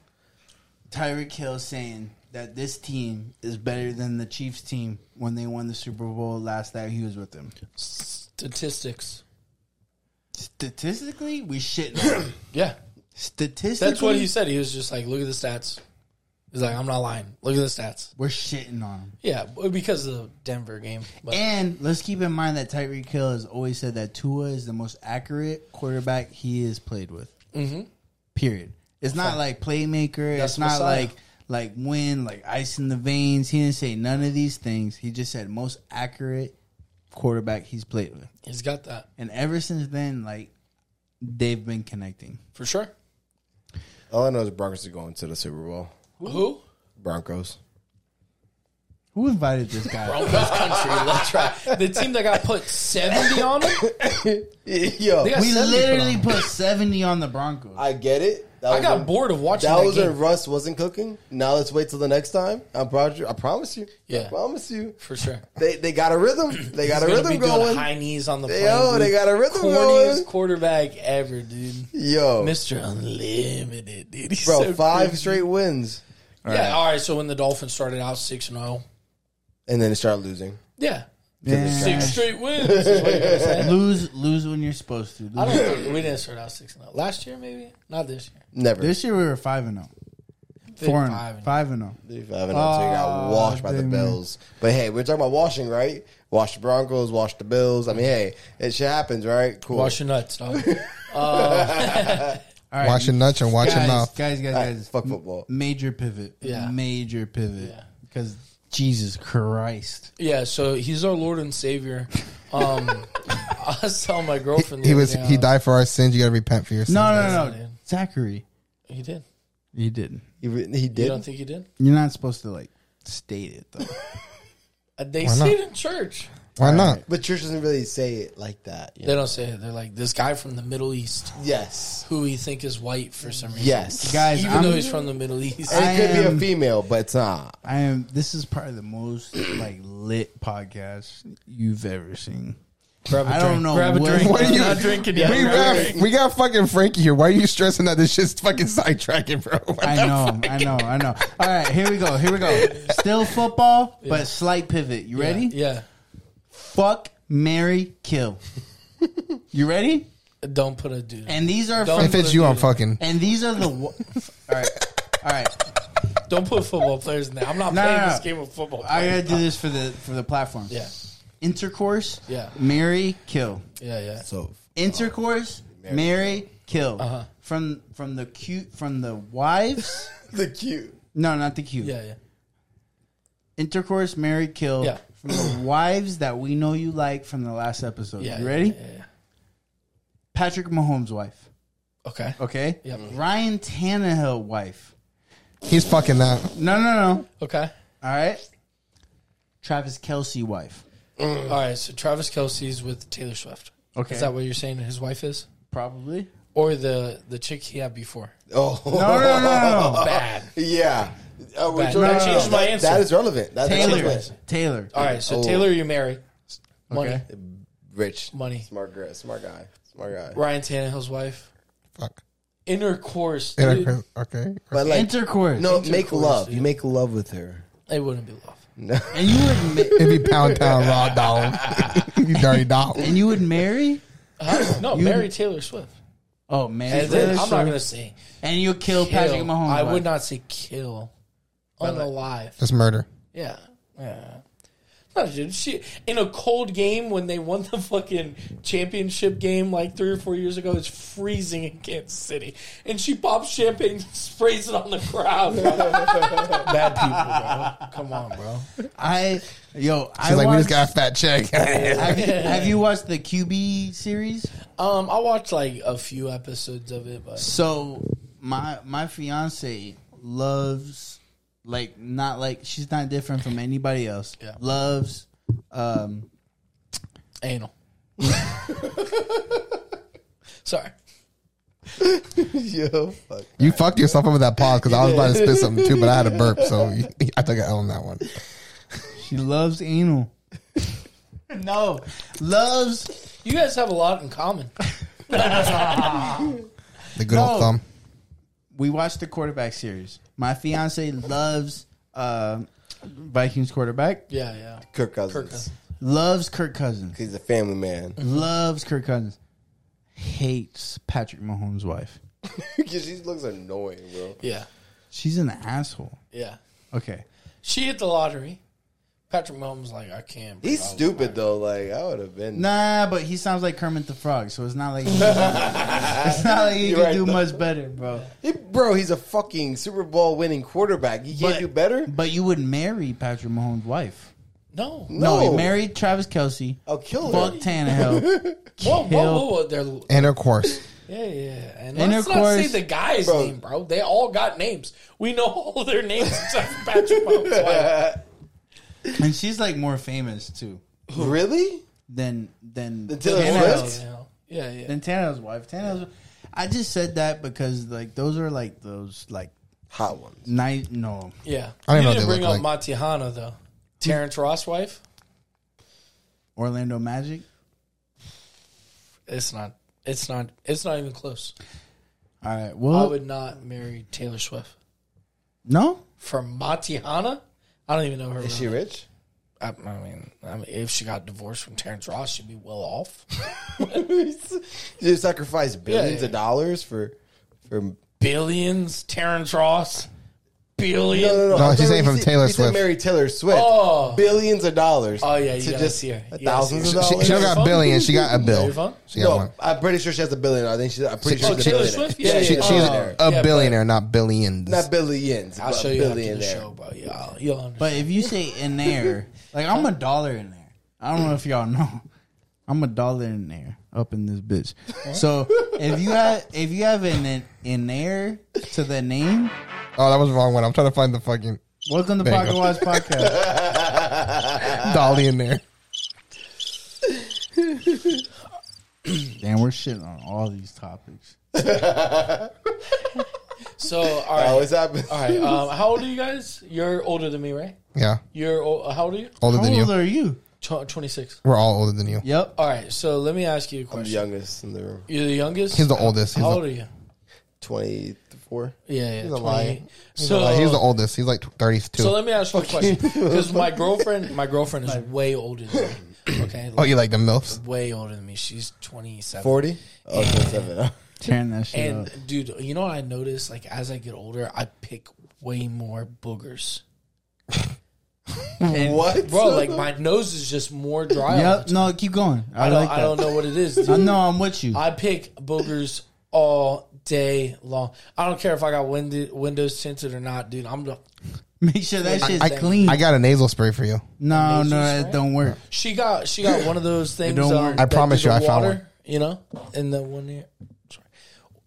Speaker 2: Tyreek Hill saying that this team is better than the Chiefs team when they won the Super Bowl last time he was with them?
Speaker 4: Statistics,
Speaker 2: Statistically, we shit. them.
Speaker 4: yeah.
Speaker 2: Statistically,
Speaker 4: That's what he said. He was just like, look at the stats. He's like, I'm not lying. Look at the stats.
Speaker 2: We're shitting on him.
Speaker 4: Yeah, because of the Denver game. But
Speaker 2: And let's keep in mind that Tyreek Hill has always said that Tua is the most accurate quarterback he has played with. Mm-hmm. Period. It's not like playmaker.
Speaker 4: That's
Speaker 2: it's not
Speaker 4: Messiah.
Speaker 2: like like win, like ice in the veins. He didn't say none of these things. He just said most accurate quarterback he's played with.
Speaker 4: he's got that
Speaker 2: And ever since then, like they've been connecting.
Speaker 4: for sure.
Speaker 3: All I know is Broncos are going to the Super Bowl.
Speaker 4: Who?
Speaker 3: Broncos.
Speaker 2: Who invited this guy?
Speaker 4: Broncos country. Let's try. The team that got put 70 on them.
Speaker 3: Yo,
Speaker 4: They got
Speaker 2: we
Speaker 4: 70 put on
Speaker 2: literally
Speaker 4: them.
Speaker 2: put seventy on the Broncos.
Speaker 3: I get it. That
Speaker 4: I
Speaker 3: was
Speaker 4: got
Speaker 3: when-
Speaker 4: bored of watching
Speaker 3: That,
Speaker 4: that
Speaker 3: was
Speaker 4: game.
Speaker 3: when Russ wasn't cooking. Now let's wait till the next time. I promise you. I promise you.
Speaker 4: Yeah.
Speaker 3: I promise you.
Speaker 4: for sure.
Speaker 3: They they got a rhythm. They got a
Speaker 4: He's gonna
Speaker 3: rhythm
Speaker 4: be doing
Speaker 3: going.
Speaker 4: high knees on the plane.
Speaker 3: Yo,
Speaker 4: dude.
Speaker 3: they got a rhythm
Speaker 4: Corniest
Speaker 3: going.
Speaker 4: quarterback ever, dude.
Speaker 3: Yo,
Speaker 4: Mr. Unlimited, dude. He's
Speaker 3: bro,
Speaker 4: so
Speaker 3: five
Speaker 4: good.
Speaker 3: straight wins,
Speaker 4: Yeah, all right. So when the Dolphins started out 6 and 0.
Speaker 3: and then they start losing.
Speaker 4: Yeah.
Speaker 2: Yeah.
Speaker 4: Six straight wins. is what you're saying.
Speaker 2: lose, lose when you're supposed to.
Speaker 4: I
Speaker 2: Lose.
Speaker 4: don't think we didn't start out six and zero last year. Maybe not this year.
Speaker 3: Never.
Speaker 2: This year we were five and oh. zero, four and five, five and zero.
Speaker 3: They five and oh, so you got
Speaker 2: Ah,
Speaker 3: washed by the
Speaker 2: damn.
Speaker 3: Bills. But hey, we're talking about washing, right? Wash the Broncos, wash the Bills. I mean, hey, it shit happens, right? Cool.
Speaker 4: Wash your nuts, dog.
Speaker 2: All right,
Speaker 1: Watch your nuts and watch your
Speaker 2: guys,
Speaker 1: mouth.
Speaker 2: guys, guys,
Speaker 3: All right,
Speaker 2: guys.
Speaker 3: fuck football.
Speaker 2: Major pivot.
Speaker 4: Yeah.
Speaker 2: Major pivot.
Speaker 4: Yeah.
Speaker 2: Because Jesus Christ.
Speaker 4: yeah, so he's our Lord and Savior. Um, I was telling my girlfriend the
Speaker 1: He
Speaker 4: other
Speaker 1: was
Speaker 4: day, uh, I
Speaker 1: he died for our sins. You gotta repent for your sins.
Speaker 2: No,
Speaker 1: guys.
Speaker 2: no, no,
Speaker 4: that's
Speaker 2: no.
Speaker 4: not it.
Speaker 2: Zachary,
Speaker 4: He did.
Speaker 2: you didn't.
Speaker 3: He, re- he
Speaker 4: You
Speaker 3: did.
Speaker 4: don't think he did?
Speaker 2: You're not supposed to like state it though.
Speaker 4: Uh, They
Speaker 1: Why
Speaker 4: say
Speaker 1: not?
Speaker 4: it in church.
Speaker 1: Why not?
Speaker 3: but church doesn't really say it like that. you
Speaker 4: They
Speaker 3: know?
Speaker 4: don't say it. They're like this guy from the Middle East
Speaker 3: Yes.
Speaker 4: who we think is white for some reason.
Speaker 3: Yes.
Speaker 2: Guys,
Speaker 4: even
Speaker 2: I'm-
Speaker 4: though he's from the Middle East.
Speaker 3: And it could
Speaker 2: I
Speaker 3: be a
Speaker 2: am-
Speaker 3: female, but it's not.
Speaker 2: I am. This is probably the most like lit podcast you've ever seen.
Speaker 4: grab
Speaker 2: I don't know
Speaker 4: Grab a
Speaker 2: what-
Speaker 4: drink.
Speaker 2: What
Speaker 1: are
Speaker 4: I'm
Speaker 1: you-
Speaker 4: not drinking yet?
Speaker 1: We
Speaker 4: Grab a
Speaker 1: got,
Speaker 4: drink.
Speaker 1: we got fucking Frankie here. Why are you stressing that this shit's fucking sidetracking, bro? What
Speaker 2: I
Speaker 1: the
Speaker 2: know, I know, I know. All right, here we go. Here we go. Still football, but slight pivot. You ready?
Speaker 4: Yeah.
Speaker 2: Fuck, Mary, kill. you ready?
Speaker 4: Don't put a dude.
Speaker 2: And these are
Speaker 4: Don't-
Speaker 2: from
Speaker 1: If it's you, I'm fucking.
Speaker 2: And these are the. All right. All right.
Speaker 4: Don't put football players in there. I'm not
Speaker 2: No,
Speaker 4: playing
Speaker 2: no, no.
Speaker 4: this game of football.
Speaker 2: I gotta do this for the for the platform.
Speaker 4: yeah.
Speaker 2: Intercourse.
Speaker 4: Yeah.
Speaker 2: Marry. Kill.
Speaker 4: Yeah. Yeah.
Speaker 3: So
Speaker 2: Intercourse. marry. Kill.
Speaker 4: Uh-huh.
Speaker 2: From from the cute from the wives.
Speaker 3: the cute.
Speaker 2: no, not the cute.
Speaker 4: Yeah. Yeah.
Speaker 2: Intercourse. Marry. Kill.
Speaker 4: Yeah.
Speaker 2: From the wives that we know you like from the last episode.
Speaker 4: Yeah.
Speaker 2: you ready?
Speaker 4: Yeah, yeah, yeah.
Speaker 2: Patrick Mahomes' wife.
Speaker 4: Okay.
Speaker 2: Okay.
Speaker 4: Yep.
Speaker 2: Ryan Tannehill wife.
Speaker 1: He's fucking that.
Speaker 2: No, no, no.
Speaker 4: Okay.
Speaker 2: All right. Travis Kelsey wife.
Speaker 4: All right. So Travis Kelsey's with Taylor Swift.
Speaker 2: Okay.
Speaker 4: Is that what you're saying? His wife is,
Speaker 2: Probably.
Speaker 4: or the the chick he had before?
Speaker 3: Oh Uh,
Speaker 2: No, no, no, no, no.
Speaker 4: Bad.
Speaker 3: yeah. Oh,
Speaker 4: Bad.
Speaker 3: Rachel,
Speaker 4: No,
Speaker 3: no,
Speaker 4: I
Speaker 3: no,
Speaker 4: changed
Speaker 3: no.
Speaker 4: my
Speaker 3: That-
Speaker 4: answer.
Speaker 3: That is relevant. That, that's
Speaker 2: Taylor.
Speaker 3: relevant.
Speaker 2: Taylor.
Speaker 4: All right, so
Speaker 3: Oh.
Speaker 4: Taylor, you marry money,
Speaker 2: Okay.
Speaker 3: Rich,
Speaker 4: money.
Speaker 3: smart girl, smart guy, smart guy.
Speaker 4: Ryan Tannehill's wife.
Speaker 1: Fuck.
Speaker 4: Intercourse.
Speaker 1: And I
Speaker 4: dude.
Speaker 1: press- Okay.
Speaker 3: But like,
Speaker 2: Intercourse.
Speaker 3: no, make
Speaker 4: intercourse,
Speaker 3: love.
Speaker 4: dude.
Speaker 3: You make love with her.
Speaker 4: It wouldn't be love.
Speaker 2: And you would ma-
Speaker 1: It'd be pound town raw dog. you dirty dog.
Speaker 2: and you would marry?
Speaker 4: Huh? No, marry Taylor Swift.
Speaker 2: Oh man.
Speaker 4: And then,
Speaker 2: Taylor
Speaker 4: I'm not
Speaker 2: Swift.
Speaker 4: gonna say
Speaker 2: And you'll kill
Speaker 4: kill.
Speaker 2: Patrick Mahomes.
Speaker 4: I
Speaker 2: like,
Speaker 4: would not say kill. Unalive.
Speaker 1: That's murder.
Speaker 4: Yeah. Yeah. No, dude, she, in a cold game when they won the fucking championship game like three or four years ago, it's freezing in Kansas City. And she pops champagne and sprays it on the crowd. bro. Bad people, bro. Come on, bro.
Speaker 2: I yo. I
Speaker 1: She's like, we
Speaker 2: watched,
Speaker 1: just got a fat check.
Speaker 2: have, you, have you watched the QB series?
Speaker 4: Um, I watched like a few episodes of it, but
Speaker 2: So my my fiance loves like not like she's not different from anybody else.
Speaker 4: Yeah.
Speaker 2: Loves um
Speaker 4: anal. Sorry.
Speaker 3: Yo, fuck.
Speaker 1: you fucked yourself up with that pause because I was about to spit something too, but I had a burp, so I took an L on that one.
Speaker 2: she loves anal. no. Loves
Speaker 4: You guys have a lot in common.
Speaker 1: The good
Speaker 2: No.
Speaker 1: old thumb.
Speaker 2: we watched the quarterback series. My fiance loves um Vikings quarterback.
Speaker 4: Yeah, yeah.
Speaker 3: Kirk Cousins.
Speaker 4: Kirk Cousins.
Speaker 2: Loves Kirk Cousins.
Speaker 3: He's a family man.
Speaker 2: Mm-hmm. Loves Kirk Cousins. Hates Patrick Mahomes' wife.
Speaker 3: Because she looks annoying, bro.
Speaker 4: Yeah,
Speaker 2: She's an asshole.
Speaker 4: yeah.
Speaker 2: Okay.
Speaker 4: She hit the lottery. Patrick Mahomes like, I can't. bro.
Speaker 3: He's stupid though. Like I would have been.
Speaker 2: Nah, but he sounds like Kermit the Frog, so it's not like it's not like he
Speaker 3: You're
Speaker 2: could
Speaker 3: right,
Speaker 2: do
Speaker 3: though.
Speaker 2: much better, bro.
Speaker 3: He- bro, he's a fucking Super Bowl winning quarterback. He can't
Speaker 2: But-
Speaker 3: do better.
Speaker 2: But you would marry Patrick Mahomes' wife.
Speaker 4: No.
Speaker 2: No,
Speaker 3: No.
Speaker 2: he married Travis Kelsey.
Speaker 3: I'll kill
Speaker 2: Fuck
Speaker 3: her.
Speaker 2: Tannehill.
Speaker 4: Whoa, whoa, whoa,
Speaker 2: Hill.
Speaker 4: whoa. They're,
Speaker 1: Intercourse.
Speaker 4: yeah, yeah. And let's not say
Speaker 2: Intercourse.
Speaker 4: the guy's
Speaker 3: Bro.
Speaker 4: name, bro. They all got names. We know all their names except for Patrick Mahomes. Why?
Speaker 3: Uh,
Speaker 2: And she's like more famous too
Speaker 3: Really?
Speaker 2: than than
Speaker 3: Than Taylor
Speaker 2: Tannehill's-
Speaker 3: Swift?
Speaker 4: Yeah, yeah.
Speaker 2: Than Tannehill's wife. Tannehill's. I just said that because like those are like those like
Speaker 3: Hot ones.
Speaker 2: night. No,
Speaker 4: Yeah.
Speaker 1: I don't
Speaker 4: you
Speaker 1: know what
Speaker 4: didn't
Speaker 1: they
Speaker 4: bring up
Speaker 1: look
Speaker 4: Matihana, though. Terrence Ross' wife?
Speaker 2: Orlando Magic.
Speaker 4: It's not. It's not. It's not even close.
Speaker 2: All right.
Speaker 4: I
Speaker 2: Well,
Speaker 4: would not marry Taylor Swift
Speaker 2: no.
Speaker 4: for Matihana. I don't even know her.
Speaker 3: Is she
Speaker 4: real-
Speaker 3: rich?
Speaker 4: I, I mean, I mean, if she got divorced from Terrence Ross, she'd be well off.
Speaker 3: She sacrificed billions
Speaker 4: yeah.
Speaker 3: of dollars for for. No,
Speaker 4: Billions, Terrence Ross, billions.
Speaker 3: no, no.
Speaker 1: No,
Speaker 3: I'm
Speaker 1: she's saying
Speaker 3: talking-
Speaker 1: from
Speaker 3: he said-
Speaker 1: Taylor
Speaker 3: he said
Speaker 1: Swift.
Speaker 3: Marry Taylor Swift.
Speaker 4: Oh.
Speaker 3: Billions of dollars.
Speaker 4: Oh, yeah, you
Speaker 3: to
Speaker 4: gotta
Speaker 3: just
Speaker 4: see her. You gotta
Speaker 3: thousands
Speaker 4: see
Speaker 3: of
Speaker 4: her.
Speaker 1: She,
Speaker 3: dollars.
Speaker 1: she don't got a billion. She got a bill.
Speaker 4: Your phone?
Speaker 1: She got
Speaker 3: no,
Speaker 1: one.
Speaker 3: I'm pretty sure she has a billion. I think she. I'm pretty
Speaker 4: Oh,
Speaker 3: sure she's a
Speaker 4: Taylor
Speaker 3: billionaire.
Speaker 4: Swift? Yeah,
Speaker 3: yeah,
Speaker 4: yeah,
Speaker 1: She,
Speaker 4: yeah.
Speaker 2: Uh,
Speaker 1: she's
Speaker 4: Oh.
Speaker 1: a, a
Speaker 4: Yeah, but-
Speaker 1: billionaire, not billions.
Speaker 3: not billions.
Speaker 4: I'll
Speaker 3: but
Speaker 4: show you after the
Speaker 3: billionaire.
Speaker 4: show, bro. Y'all, you'll understand.
Speaker 2: But if you say in there, like I'm a dollar in there. I don't know if y'all know. I'm a dollar in there up in this bitch. So if you have if you have an in there to the name,
Speaker 1: Oh, that was the wrong one. I'm trying to find the fucking
Speaker 2: welcome to
Speaker 1: There you
Speaker 2: Pocket
Speaker 1: go.
Speaker 2: Watch Podcast.
Speaker 1: dolly in there.
Speaker 2: Damn, we're shitting on all these topics.
Speaker 4: so, all
Speaker 3: Oh, That
Speaker 4: right,
Speaker 3: always happens.
Speaker 4: all right. Um, how old are you guys? You're older than me, right?
Speaker 1: Yeah,
Speaker 4: You're o- uh, how old are you?
Speaker 1: older
Speaker 2: How
Speaker 1: than
Speaker 2: old
Speaker 1: you.
Speaker 2: are you?
Speaker 4: Tw- Twenty six.
Speaker 1: We're all older than you.
Speaker 2: Yep.
Speaker 4: All right. So let me ask you a
Speaker 3: I'm the
Speaker 4: question.
Speaker 3: youngest in the room.
Speaker 4: You're the youngest.
Speaker 1: He's the oldest. He's
Speaker 4: how
Speaker 1: the-
Speaker 4: old are you?
Speaker 3: 24.
Speaker 4: Yeah, yeah.
Speaker 1: He's a
Speaker 4: 28.
Speaker 1: liar.
Speaker 4: So
Speaker 1: Like, he's the oldest. He's like thirty-two.
Speaker 4: So let me ask you a question because my girlfriend, my girlfriend is way older than me. Okay,
Speaker 1: oh,
Speaker 4: like,
Speaker 1: you like the milfs?
Speaker 4: way older than me. She's twenty seven.
Speaker 3: 40? Oh, 27.
Speaker 2: Tearing that shit
Speaker 4: And
Speaker 2: up.
Speaker 4: dude, you know what I noticed? Like as I get older, I pick way more boogers.
Speaker 2: And-
Speaker 3: What?
Speaker 4: Bro, like my nose is just more dry. all the
Speaker 2: Yep.
Speaker 4: time.
Speaker 2: No, keep going. I,
Speaker 4: I don't,
Speaker 2: like that.
Speaker 4: I don't know what it is.
Speaker 2: I
Speaker 4: Dude.
Speaker 2: know I'm with you.
Speaker 4: I pick boogers all day long. I don't care if I got wind- windows tinted or not, dude. I'm the.
Speaker 2: Make sure that shit's
Speaker 1: I,
Speaker 2: clean.
Speaker 1: I got a nasal spray for you.
Speaker 2: no,
Speaker 4: Amazing
Speaker 2: no, that
Speaker 4: spray.
Speaker 2: don't work.
Speaker 4: She got she got one of those things.
Speaker 2: don't
Speaker 4: um,
Speaker 2: work. I
Speaker 4: that do
Speaker 1: promise
Speaker 4: the
Speaker 1: you, I found
Speaker 4: water, You know, in the one ear, sorry,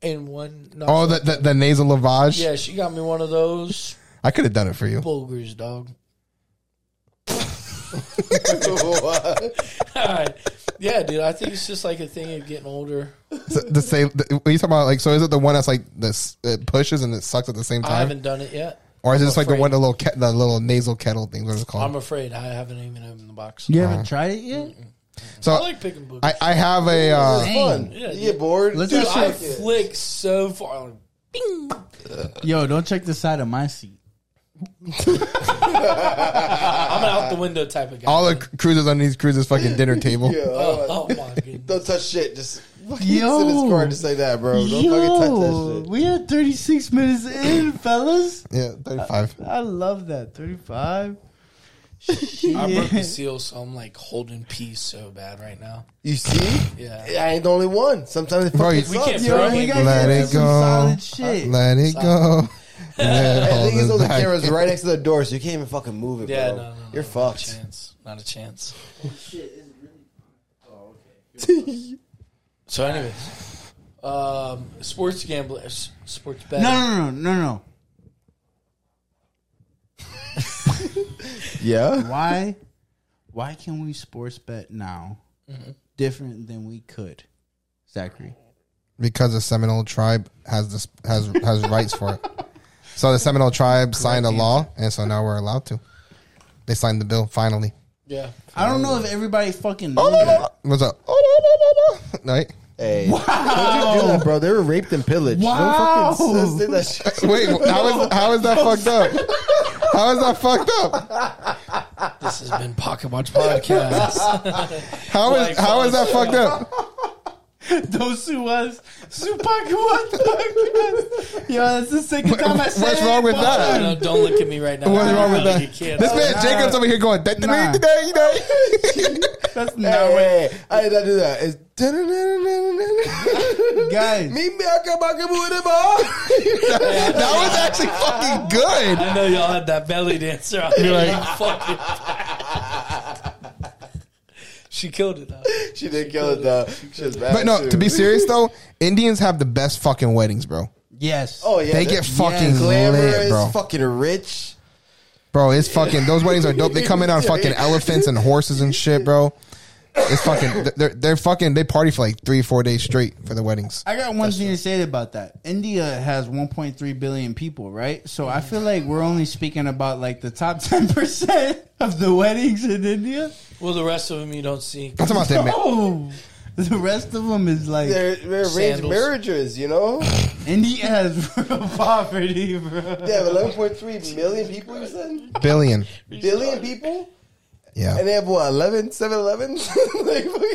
Speaker 4: in one. No,
Speaker 1: Oh, the the, the nasal lavage.
Speaker 4: yeah, she got me one of those
Speaker 1: I could have done it for you.
Speaker 4: boogers, dog.
Speaker 3: What?
Speaker 4: All right. Yeah, dude. I think it's just like a thing of getting older.
Speaker 1: So, the same. The, what you talking about? Like, so is it the one that's like this? It pushes and it sucks at the same
Speaker 4: I
Speaker 1: time.
Speaker 4: haven't done it yet.
Speaker 1: Or is it just like the
Speaker 4: afraid.
Speaker 1: one the little ke- the little nasal kettle thing? What is it called?
Speaker 4: I'm afraid I haven't even opened the box.
Speaker 2: You haven't tried it yet?
Speaker 1: so
Speaker 4: I like picking books.
Speaker 1: I, I have a uh,
Speaker 2: Dang.
Speaker 3: Fun.
Speaker 4: Yeah,
Speaker 3: you
Speaker 4: yeah.
Speaker 3: get bored.
Speaker 2: Let's
Speaker 3: Dude,
Speaker 2: just-
Speaker 4: I
Speaker 3: I-
Speaker 4: flick so far. Like,
Speaker 2: Yo, don't check the side of my seat.
Speaker 4: I'm an out the window type of guy.
Speaker 1: all the cr- cruises on these cruises fucking dinner table.
Speaker 3: Yeah, I don't like-
Speaker 4: oh, my goodness.
Speaker 3: Don't touch shit. Just fucking
Speaker 2: Yo.
Speaker 3: sit in his car and just like that, bro. Don't fucking touch that
Speaker 2: Yo,
Speaker 3: shit.
Speaker 2: we are 36 minutes in, fellas.
Speaker 1: Yeah, thirty five.
Speaker 3: Uh,
Speaker 2: I love that. 35.
Speaker 4: I broke the
Speaker 2: Shit.
Speaker 4: seal, so I'm like holding peace so bad right now.
Speaker 3: You see?
Speaker 4: Yeah.
Speaker 3: I ain't the only one. Sometimes it
Speaker 1: Bro,
Speaker 3: fucking
Speaker 1: you- We
Speaker 3: sucks.
Speaker 4: can't
Speaker 2: Yo, we gotta
Speaker 1: Let
Speaker 2: get
Speaker 1: it
Speaker 2: into some
Speaker 1: go.
Speaker 2: solid shit.
Speaker 1: Let it go. Let
Speaker 3: And the thing is,
Speaker 1: all the
Speaker 3: though, the
Speaker 1: back-
Speaker 3: camera's right next to the door, so you can't even fucking move it,
Speaker 4: Yeah,
Speaker 3: bro.
Speaker 4: no, no, no,
Speaker 3: You're
Speaker 4: Not a
Speaker 3: fucked.
Speaker 4: chance. Not a chance. So, anyways, um, sports gambling, s- sports betting.
Speaker 2: No, no, no, no, no.
Speaker 3: Yeah.
Speaker 2: Why? Why can we sports bet now different than we could, Zachary?
Speaker 1: because the Seminole tribe has this has has rights for it. So the Seminole tribe signed a law, and so now we're allowed to. They signed the bill finally.
Speaker 4: Yeah.
Speaker 2: I don't know if everybody fucking knows that.
Speaker 1: What's up? Oh, no, no, no, no. Right?
Speaker 3: Hey. Don't you do that, bro. They were raped and pillaged.
Speaker 2: Wow.
Speaker 3: Don't fucking say that shit.
Speaker 1: Wait, how is how is that fucked up? How is that fucked up?
Speaker 4: This has been Pocket Watch Podcast.
Speaker 1: How is how is that fucked up?
Speaker 2: Don't sue us. Sue Pocket Watch Podcast. Yo, that's the second time I said
Speaker 1: What's
Speaker 2: it,
Speaker 1: wrong with
Speaker 2: boy.
Speaker 4: no,
Speaker 1: that?
Speaker 4: no, don't look at me right now.
Speaker 1: What's wrong with
Speaker 4: Like
Speaker 1: that?
Speaker 4: a kid.
Speaker 1: This man Jacob's over here going that today, today, you know.
Speaker 2: That's
Speaker 3: Hey,
Speaker 2: not right.
Speaker 3: hey, hey, I did not do that. It's.
Speaker 2: Guys.
Speaker 3: Meet me at Kabaka Boulevard.
Speaker 1: That was actually fucking good.
Speaker 4: I know y'all had that belly dancer out there.
Speaker 1: like-
Speaker 4: You fucking. she killed it though.
Speaker 3: She did kill it though. She was bad.
Speaker 1: But no,
Speaker 3: too.
Speaker 1: to be serious though, Indians have the best fucking weddings, bro.
Speaker 2: Yes.
Speaker 3: oh yeah,
Speaker 1: They
Speaker 3: they're
Speaker 1: get fucking
Speaker 3: glamorous,
Speaker 1: lit, bro.
Speaker 3: fucking rich.
Speaker 1: Bro, it's fucking. Those weddings are dope. They come in on fucking elephants and horses and shit, bro. It's fucking. They're they're fucking. They party for like three, four days straight for the weddings.
Speaker 2: I got one thing to say about that. India has 1.3 billion people, right? So I feel like we're only speaking about like the top 10% of the weddings in India.
Speaker 4: Well, the rest of them you don't see.
Speaker 1: I'm talking about that. man.
Speaker 2: Oh, the rest of them is like
Speaker 3: They're, they're arranged
Speaker 4: Sandals.
Speaker 3: marriages, you know. yeah,
Speaker 2: India has real poverty, bro.
Speaker 3: but 11.3 million people. You said
Speaker 1: Billion.
Speaker 3: billion people, and
Speaker 1: Yeah.
Speaker 3: they have what 11, 7, 11. like, fucking-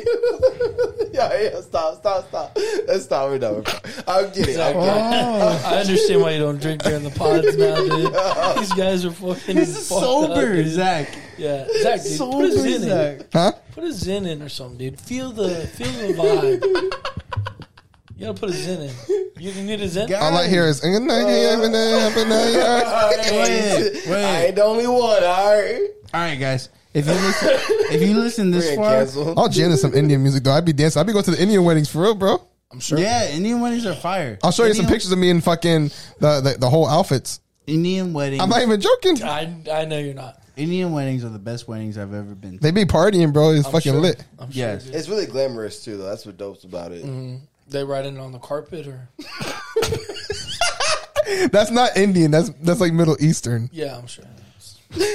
Speaker 3: yeah, yeah. Stop, stop, stop. Let's stop. We're done. I'm kidding. I'm kidding.
Speaker 2: Oh,
Speaker 4: I understand why you don't drink during the pods now, dude. These guys are fucking.
Speaker 2: he's
Speaker 4: fucked
Speaker 2: sober,
Speaker 4: up, dude.
Speaker 2: Zach.
Speaker 4: Yeah, Zach, dude. put
Speaker 2: Sober,
Speaker 4: a zen in.
Speaker 2: Zach.
Speaker 1: Huh?
Speaker 4: Put a zen in or something, dude. Feel the feel the vibe. You gotta put a zen in. You need a zen.
Speaker 1: All I hear is.
Speaker 2: Wait,
Speaker 3: I
Speaker 2: wait.
Speaker 3: ain't the only one. All right.
Speaker 2: All right, guys. If you listen, if you listen
Speaker 3: We're
Speaker 2: this
Speaker 3: getting
Speaker 2: far,
Speaker 3: canceled.
Speaker 1: I'll jam to some Indian music though. I'd be dancing. I'd be going to the Indian weddings for real, bro.
Speaker 2: yeah, Indian weddings are fire.
Speaker 1: I'll show you some
Speaker 2: Indian-
Speaker 1: pictures of me in fucking the the, the whole outfits.
Speaker 2: Indian weddings.
Speaker 1: I'm not even joking.
Speaker 4: I I know you're not.
Speaker 2: Indian weddings are the best weddings I've ever been. to.
Speaker 1: They be partying, bro. It's fucking
Speaker 4: sure.
Speaker 1: lit.
Speaker 4: I'm sure
Speaker 2: Yes.
Speaker 4: you do.
Speaker 3: It's really glamorous too, though. That's what dope's about it.
Speaker 4: They riding on the carpet or
Speaker 1: That's not Indian. That's that's like Middle Eastern.
Speaker 4: yeah, I'm sure.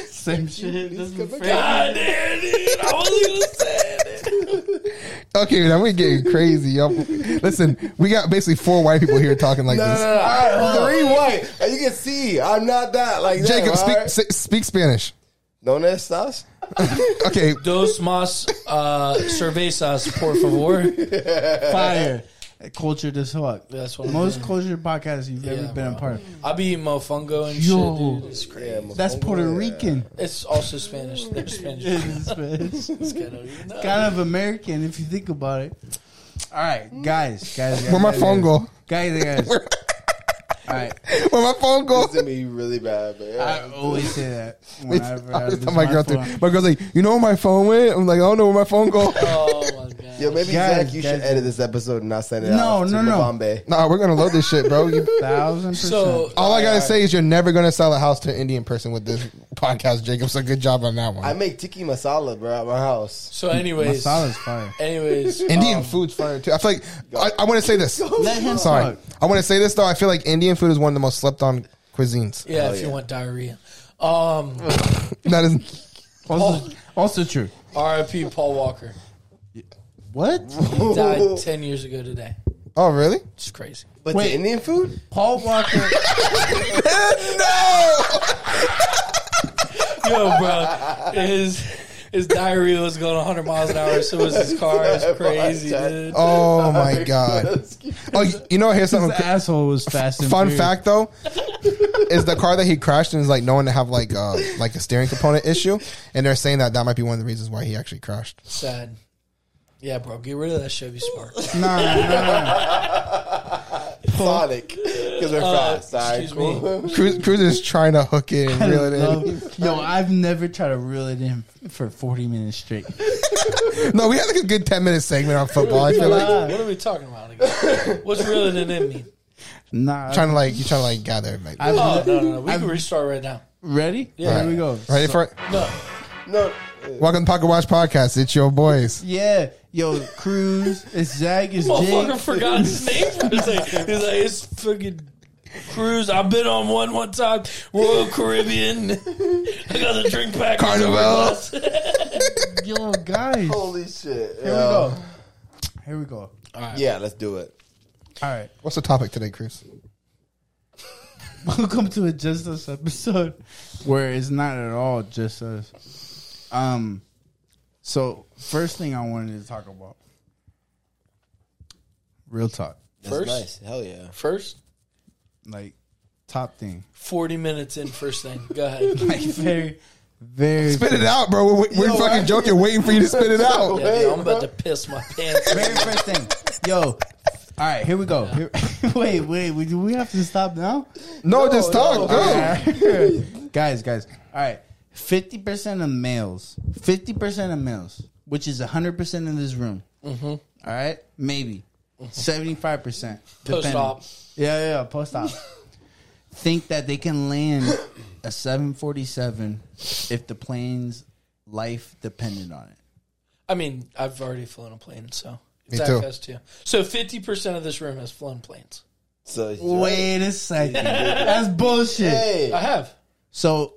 Speaker 2: Same shit. This is
Speaker 4: God damn it! I wasn't gonna say it.
Speaker 1: Okay, now we're getting crazy, y'all. Listen, we got basically four white people here talking like
Speaker 3: No, no,
Speaker 1: this.
Speaker 3: no, no. All right, three white. And You can see I'm not that like that,
Speaker 1: Jacob,
Speaker 3: all
Speaker 1: speak
Speaker 3: right?
Speaker 1: s- speak Spanish.
Speaker 3: No necesitas.
Speaker 1: Okay,
Speaker 4: Dos mas uh, cervezas, por favor.
Speaker 2: fire. Culture this hawk.
Speaker 4: That's what I'm
Speaker 2: Most
Speaker 4: doing.
Speaker 2: culture podcasts you've
Speaker 4: Yeah,
Speaker 2: ever been a
Speaker 4: bro.
Speaker 2: part of.
Speaker 4: I be eating mofongo and
Speaker 2: Yo.
Speaker 4: shit, dude. It's crazy.
Speaker 2: That's Puerto Rican.
Speaker 4: It's also Spanish. They're Spanish.
Speaker 2: it's
Speaker 4: It's kind of, you know.
Speaker 2: kind of American if you think about it. All right, guys, guys. guys
Speaker 1: where my
Speaker 2: guys,
Speaker 1: phone
Speaker 2: guys.
Speaker 1: go?
Speaker 2: Guys, guys. All
Speaker 1: Where,
Speaker 2: right.
Speaker 1: where my phone go?
Speaker 3: It's gonna be really bad, but yeah.
Speaker 2: I always say that
Speaker 1: I
Speaker 2: whenever I
Speaker 1: was
Speaker 2: lose
Speaker 1: telling my
Speaker 2: my
Speaker 1: girl, too.
Speaker 2: phone.
Speaker 1: my girl's like, you know where my phone went? I'm like, I don't know where my phone go.
Speaker 4: Oh my god.
Speaker 3: Yo, maybe
Speaker 2: Guys,
Speaker 3: Zach, you
Speaker 2: guys,
Speaker 3: should edit this episode and not send it
Speaker 2: No,
Speaker 3: out to
Speaker 2: no, no.
Speaker 3: Bombay.
Speaker 1: nah, we're gonna load this shit, bro. You,
Speaker 2: Thousand percent.
Speaker 4: So
Speaker 1: all I gotta say is you're never gonna sell a house to an Indian person with this podcast, Jacob. So good job on that one.
Speaker 3: I make tiki masala, bro, at my house.
Speaker 4: so anyways,
Speaker 2: Masala's fire.
Speaker 4: anyways,
Speaker 1: Indian
Speaker 4: um,
Speaker 1: food's fire too. I feel like I, I want to say this.
Speaker 2: Let him
Speaker 1: Sorry,
Speaker 2: talk.
Speaker 1: I want to say this though. I feel like Indian food is one of the most slept on cuisines.
Speaker 4: Yeah,
Speaker 3: Hell
Speaker 4: if you
Speaker 3: yeah.
Speaker 4: want diarrhea. Um,
Speaker 1: That is
Speaker 4: oh.
Speaker 2: Also, also true.
Speaker 4: R.I.P. Paul Walker.
Speaker 2: What?
Speaker 4: He died ten years ago today.
Speaker 1: Oh, really?
Speaker 4: It's crazy.
Speaker 3: But
Speaker 2: Wait.
Speaker 3: the Indian food?
Speaker 2: Paul Walker.
Speaker 4: Yo, bro, his his diarrhea was going 100 miles an hour. So was his car. It's crazy, dude.
Speaker 1: Oh my god. Oh, you- you know, here's something.
Speaker 2: This asshole was fast and
Speaker 1: Fun
Speaker 2: furious.
Speaker 1: fact though, is the car that he crashed in is like known to have like uh like a steering component issue, and they're saying that that might be one of the reasons why he actually crashed.
Speaker 4: Sad. Yeah, bro, get rid of that Chevy Spark.
Speaker 2: Nah, nah.
Speaker 3: Sonic. Because we're fast. All right,
Speaker 4: Uh, excuse me.
Speaker 3: cool.
Speaker 1: Cruz, Cruz is trying to hook it and reel it in.
Speaker 2: Love- Yo, I've never tried to reel it in for 40 minutes straight.
Speaker 1: No, we had like a good ten minute segment on football. I feel like
Speaker 4: What are we talking about again? What's really than in me?
Speaker 2: Nah.
Speaker 1: trying to like you trying to like gather everybody.
Speaker 2: I've
Speaker 4: Oh
Speaker 2: ne-
Speaker 4: no, no, no. We
Speaker 2: I've-
Speaker 4: can restart right now.
Speaker 2: Ready?
Speaker 4: Yeah.
Speaker 2: Here we go.
Speaker 1: Ready for it?
Speaker 4: No,
Speaker 3: No.
Speaker 1: Welcome to Pocket Watch Podcast. It's your boys.
Speaker 2: Yeah. Yo, Cruz. It's Zach. It's
Speaker 4: motherfucker
Speaker 2: Jake.
Speaker 4: forgot his name. For a second. He's like, it's fucking cruise. I've been on one one time. Royal Caribbean. I got the drink pack.
Speaker 1: Carnival.
Speaker 2: Yo, guys. Here
Speaker 3: Holy shit.
Speaker 2: we go. Here we go. All
Speaker 3: Yeah, let's do it.
Speaker 2: right.
Speaker 1: What's the topic today, Cruz?
Speaker 2: Welcome to a Just Us episode where it's not at all just us. Um, so first thing I wanted to talk about, real talk,
Speaker 3: That's
Speaker 4: First?
Speaker 3: nice. Hell yeah.
Speaker 4: First,
Speaker 2: like top thing,
Speaker 4: forty minutes in. First thing. Go ahead.
Speaker 2: like very, very,
Speaker 1: Spit it out, bro. We're, we're
Speaker 3: Yo,
Speaker 1: fucking
Speaker 3: I-
Speaker 1: joking, waiting for you to spit it out.
Speaker 4: Yeah, dude,
Speaker 3: Wait,
Speaker 4: I'm about to piss my pants.
Speaker 2: very first thing. Yo, all right, here we go. Here- wait, wait, we, do we have to stop now?
Speaker 1: No, just talk.
Speaker 3: no.
Speaker 1: Go.
Speaker 2: guys, guys. All right. 50% of males, 50% of males, which is 100% in this room. Mm-hmm. right. Maybe 75%. depending.
Speaker 4: op.
Speaker 2: Yeah, yeah, yeah, post op. think that they can land a 747 if the plane's life depended on it.
Speaker 4: I mean, I've already flown a plane, so
Speaker 1: Me
Speaker 4: Zach
Speaker 1: too.
Speaker 4: has too. So fifty percent of this room has flown planes.
Speaker 3: So, you're right.
Speaker 2: Wait a second. That's bullshit.
Speaker 4: I
Speaker 3: Hey.
Speaker 4: have.
Speaker 2: So,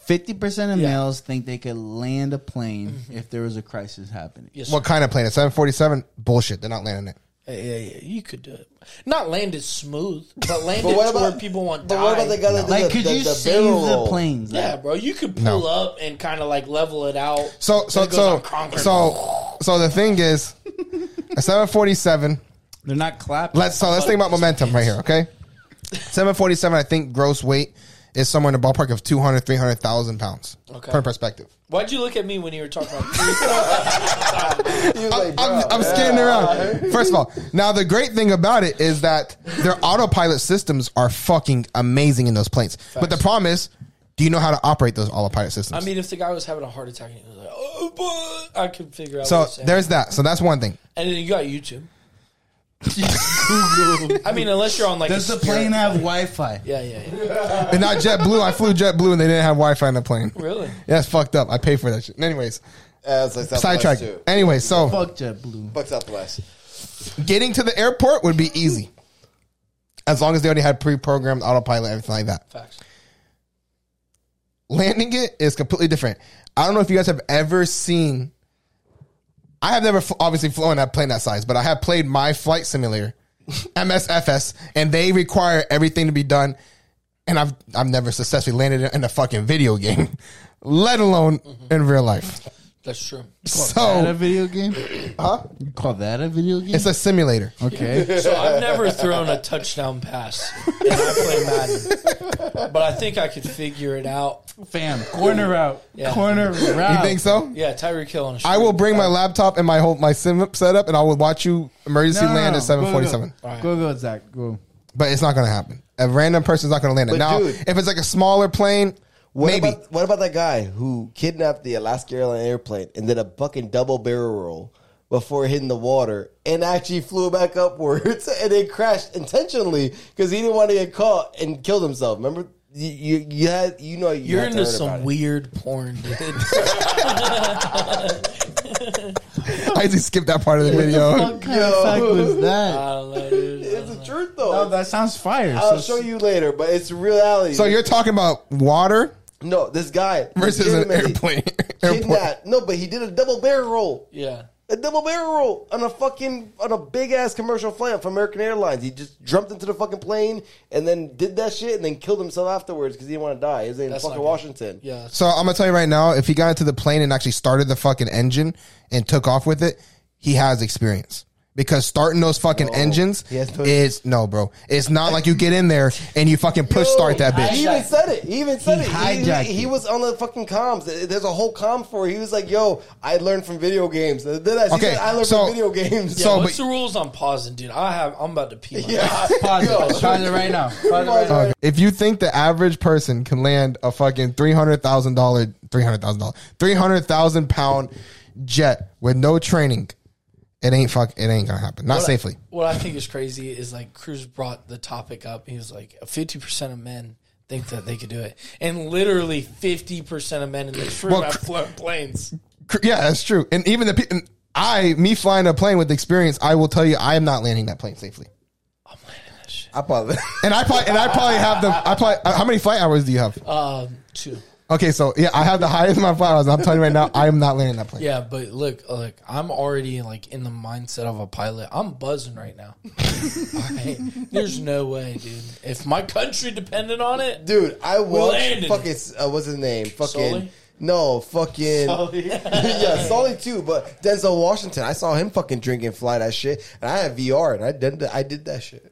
Speaker 2: fifty percent of
Speaker 4: Yeah.
Speaker 2: males think they could land a plane if there was a crisis happening.
Speaker 4: Yes.
Speaker 1: What kind of plane? A 747? Bullshit. They're not landing it.
Speaker 4: Yeah, yeah, yeah. You could do it. Not land it smooth, but land
Speaker 3: But
Speaker 4: it
Speaker 3: what
Speaker 4: to where
Speaker 3: about
Speaker 4: people want
Speaker 3: But what about the guy that did
Speaker 2: Like,
Speaker 3: the,
Speaker 2: could
Speaker 3: the,
Speaker 2: you
Speaker 3: the
Speaker 2: save
Speaker 3: barrel
Speaker 2: the
Speaker 3: roll?
Speaker 2: planes?
Speaker 4: Yeah,
Speaker 2: Like,
Speaker 4: bro. You could pull
Speaker 1: No.
Speaker 4: up and kind of like level it out.
Speaker 1: So so
Speaker 4: Then it goes
Speaker 1: so
Speaker 4: on Concord.
Speaker 1: so so the thing is, a seven forty seven.
Speaker 2: they're not clapping.
Speaker 1: Let's so let's think about momentum right here. Okay, seven forty seven. I think gross weight is somewhere in the ballpark of 200, 300,000 pounds
Speaker 4: Okay.
Speaker 1: per perspective.
Speaker 4: Why'd you look at me when you were talking about?
Speaker 3: He was like, bro,
Speaker 1: I'm, I'm
Speaker 3: yeah.
Speaker 1: skidding around. First of all, now the great thing about it is that their autopilot systems are fucking amazing in those planes. But the problem is, do you know how to operate those autopilot systems?
Speaker 4: I mean, if the guy was having a heart attack and he was like, "Oh, but I could figure out."
Speaker 1: so
Speaker 4: what you're saying.
Speaker 1: there's that. So that's one thing.
Speaker 4: and then you got YouTube. I mean, unless you're on like
Speaker 2: Does
Speaker 4: a
Speaker 2: the
Speaker 4: Spirit-
Speaker 2: plane have Wi-Fi?
Speaker 4: Yeah, yeah, yeah.
Speaker 1: And not JetBlue. I flew JetBlue and they didn't have Wi Fi in the plane.
Speaker 4: Really?
Speaker 1: Yeah, it's fucked up. I paid for that shit. Anyways,
Speaker 3: Yeah, it's like Southwest
Speaker 1: sidetrack.
Speaker 3: too.
Speaker 1: Anyway, so
Speaker 2: Fuck JetBlue.
Speaker 3: Fuck Southwest.
Speaker 1: getting to the airport would be easy. As long as they already had pre programmed autopilot, everything like that.
Speaker 4: Facts.
Speaker 1: Landing it is completely different. I don't know if you guys have ever seen. I have never fl- obviously flown that plane that size, but I have played my flight simulator, MSFS, and they require everything to be done. And I've I've never successfully landed in a fucking video game, let alone in real life.
Speaker 4: That's true.
Speaker 2: Is Mm-hmm. that a
Speaker 1: So
Speaker 2: video game? Huh? You call that a video game?
Speaker 1: Oh. it's a simulator.
Speaker 2: okay.
Speaker 4: So I've never thrown a touchdown pass, and I play Madden, but I think I could figure it out.
Speaker 2: Fam, corner out.
Speaker 4: Yeah.
Speaker 2: Corner route.
Speaker 1: You think so?
Speaker 4: Yeah, Tyreek Hill on a
Speaker 1: I
Speaker 4: streak.
Speaker 1: will bring my laptop and my whole my sim setup, and I will watch you emergency land at seven forty seven.
Speaker 2: Go,
Speaker 4: All right.
Speaker 2: go, go, Zach. Go.
Speaker 1: But it's not going to happen. A random person's not going to land it.
Speaker 3: But
Speaker 1: Now,
Speaker 3: dude-
Speaker 1: if it's like a smaller plane,
Speaker 3: What
Speaker 1: maybe.
Speaker 3: About, what about that guy who kidnapped the Alaska Airlines airplane and did a fucking double barrel roll before hitting the water and actually flew back upwards and then crashed intentionally because he didn't want to get caught and killed himself? Remember, you you, you had you know you
Speaker 4: You're
Speaker 3: had to
Speaker 4: into
Speaker 3: learn about
Speaker 4: some
Speaker 3: it.
Speaker 4: weird porn, dude.
Speaker 1: I just skipped that part of the video.
Speaker 2: What kind of fact was that?
Speaker 4: I don't know, dude.
Speaker 3: It's the truth though.
Speaker 2: No, that sounds fire.
Speaker 3: I'll
Speaker 2: So-
Speaker 3: show you later, but it's reality.
Speaker 1: So you're talking about water
Speaker 3: no, this guy
Speaker 1: versus an
Speaker 3: legitimately
Speaker 1: airplane. Airport.
Speaker 3: Kidnapped. No, but he did a double barrel roll.
Speaker 4: Yeah.
Speaker 3: A double barrel roll on a fucking on a big ass commercial flight from American Airlines. He just jumped into the fucking plane and then did that shit and then killed himself afterwards because he didn't want to die. He's in
Speaker 4: That's
Speaker 3: fucking
Speaker 4: not good.
Speaker 3: Washington.
Speaker 4: Yeah.
Speaker 1: So I'm gonna tell you right now, if he got into the plane and actually started the fucking engine and took off with it, he has experience. Because starting those fucking engines
Speaker 3: he has no-
Speaker 1: is no, bro. It's not like you get in there and you fucking push start that bitch.
Speaker 3: He even said it. He even said
Speaker 2: He
Speaker 3: it.
Speaker 2: hijacked
Speaker 3: He, he
Speaker 2: it.
Speaker 3: was on the fucking comms. There's a whole comm for it. He was like, "Yo, I learned from video games." Then I, he
Speaker 1: Okay,
Speaker 3: said, I learned
Speaker 1: so-
Speaker 3: from video games.
Speaker 1: so-
Speaker 4: What's
Speaker 1: but-
Speaker 4: the rules on pausing, dude? I have. I'm about to pee. my
Speaker 3: yeah.
Speaker 2: Pause
Speaker 3: Yo.
Speaker 2: it. Pause it right now. Pause it right now.
Speaker 1: Okay. If you think the average person can land a fucking three hundred thousand dollar, three hundred thousand dollar, three hundred thousand pound jet with no training, it ain't fuck. It ain't gonna happen. Not safely.
Speaker 4: What I think is crazy is like Cruz brought the topic up. He was like, 50% of men think that they could do it. And literally 50% of men in this room
Speaker 1: Well,
Speaker 4: have
Speaker 1: Cr-
Speaker 4: flown planes.
Speaker 1: Cr- Yeah, that's true. And even the pe- and I, me flying a plane with experience, I will tell you, I am not landing that plane safely.
Speaker 4: I'm landing that shit.
Speaker 3: I probably.
Speaker 1: And I probably, and I probably have the. I probably. uh, How many flight hours do you have?
Speaker 4: Um, two.
Speaker 1: Okay, so yeah, I have the highest amount of flight hours. I'm telling you right now, I am not landing that plane.
Speaker 4: Yeah, but look, look, I'm already like in the mindset of a pilot. I'm buzzing right now. I- there's no way, dude. If my country depended on it,
Speaker 3: Dude, I watched
Speaker 4: landed.
Speaker 3: fucking uh, what's his name? Fucking
Speaker 4: Sully?
Speaker 3: no, fucking yeah, Sully too. But Denzel Washington, I saw him fucking drink and fly that shit, and I had VR, and I did I did that shit.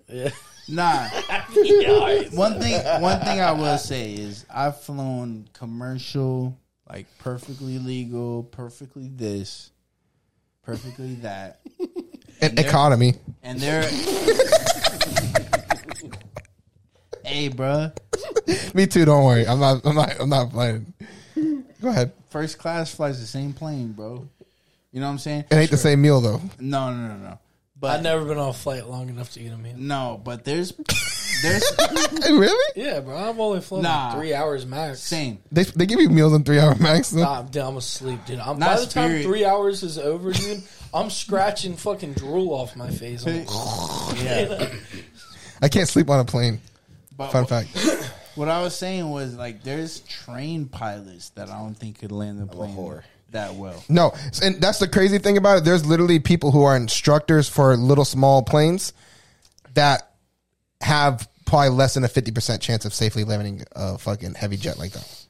Speaker 2: Nah.
Speaker 4: yeah,
Speaker 2: One thing. One thing I will say is I've flown commercial, like perfectly legal, perfectly this, perfectly that,
Speaker 1: And economy.
Speaker 2: and they're. hey, bruh.
Speaker 1: Me too. Don't worry. I'm not. I'm not. I'm not flying. Go ahead.
Speaker 2: First class flies the same plane, bro. You know what I'm saying?
Speaker 1: It ain't the same meal though.
Speaker 2: No, no, no, no. But
Speaker 4: I've never been on a flight long enough to get a meal.
Speaker 2: no, but there's there's
Speaker 1: really?
Speaker 4: Yeah, bro. I've only flown
Speaker 2: Nah.
Speaker 4: like three hours max.
Speaker 2: same.
Speaker 1: They, they give you meals in three hour max. though.
Speaker 4: Nah, I'm, dude, I'm asleep, dude. I'm,
Speaker 2: Not
Speaker 4: by the time
Speaker 2: spirit.
Speaker 4: three hours is over, dude, I'm scratching fucking drool off my face. I'm
Speaker 2: Yeah.
Speaker 1: I can't sleep on a plane.
Speaker 2: But
Speaker 1: Fun fact.
Speaker 2: What I was saying was like there's train pilots that I don't think could land the plane
Speaker 3: whore.
Speaker 2: that well.
Speaker 1: No, and that's the crazy thing about it. There's literally people who are instructors for little small planes that have probably less than a fifty percent chance of safely landing a fucking heavy jet like that.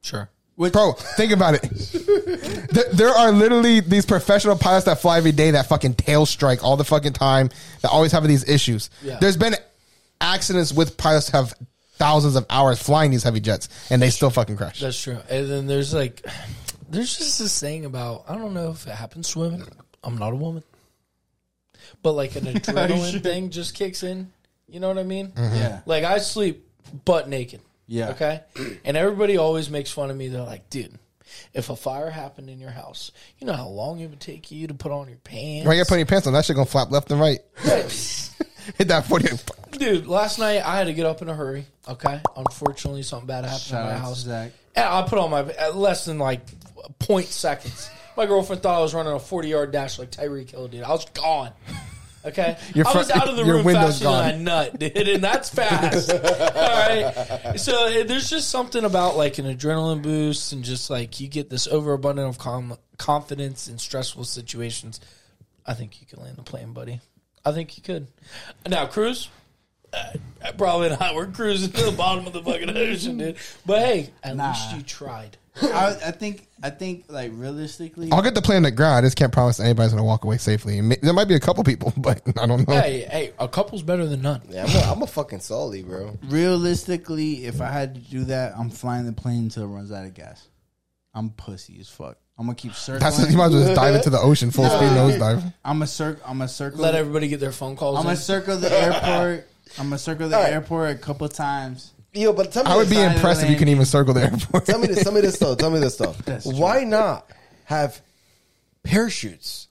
Speaker 4: sure.
Speaker 1: Bro, think about it. there, there are literally these professional pilots that fly every day that fucking tail strike all the fucking time that always have these issues.
Speaker 4: Yeah.
Speaker 1: There's been accidents with pilots who have thousands of hours flying these heavy jets and they still fucking crash.
Speaker 4: That's true. And then there's like, there's just this thing about I don't know if it happens to women. I'm not a woman, but like an adrenaline thing just kicks in. You know what I mean?
Speaker 2: Mm-hmm. Yeah.
Speaker 4: Like I sleep butt naked.
Speaker 2: Yeah.
Speaker 4: Okay. And everybody always makes fun of me. They're like, dude. If a fire happened in your house, you know how long it would take you to put on your pants.
Speaker 1: Right, you're putting your pants on. That shit gonna flap left and right. Hit that 40.
Speaker 4: Dude, last night I had to get up in a hurry. Okay, unfortunately, something bad happened
Speaker 2: Shout
Speaker 4: in my
Speaker 2: out to
Speaker 4: house.
Speaker 2: Zach.
Speaker 4: And I put on my at less than like point seconds. My girlfriend thought I was running a forty yard dash like Tyreek Hill did. I was gone. Okay,
Speaker 1: Your
Speaker 4: I was
Speaker 1: front-
Speaker 4: out of the
Speaker 1: your
Speaker 4: room
Speaker 1: window's
Speaker 4: faster than I nut, dude, and that's fast. All right, so eh, there's just something about like an adrenaline boost and just like you get this overabundant of com- confidence in stressful situations. I think you could land the plane, buddy. I think you could. Now, Cruz, uh, probably not. We're cruising to the bottom of the fucking ocean, dude. But hey, at
Speaker 2: Nah.
Speaker 4: least you tried.
Speaker 2: I, I think I think like realistically
Speaker 1: I'll get the plane on the ground. I just can't promise anybody's gonna walk away safely. May- There might be a couple people, but I don't know.
Speaker 4: Hey, hey, a couple's better than none.
Speaker 3: Yeah, I'm a, I'm a fucking Sully, bro.
Speaker 2: realistically if I had to do that, I'm flying the plane until it runs out of gas. I'm pussy as fuck. I'm gonna keep circling.
Speaker 1: That's you might as well just dive into the ocean full speed nosedive.
Speaker 2: I'm a circ I'm a circle
Speaker 4: Let everybody get their phone calls.
Speaker 2: I'm
Speaker 4: in.
Speaker 2: gonna circle the airport. I'm gonna circle the
Speaker 3: All right.
Speaker 2: airport a couple times.
Speaker 3: Yo, but tell me,
Speaker 1: I would be
Speaker 2: Side of the
Speaker 1: impressed if you can
Speaker 2: landing.
Speaker 1: even circle the airport.
Speaker 3: tell me this, tell me this though, tell me this though.
Speaker 2: That's true.
Speaker 3: Why not have parachutes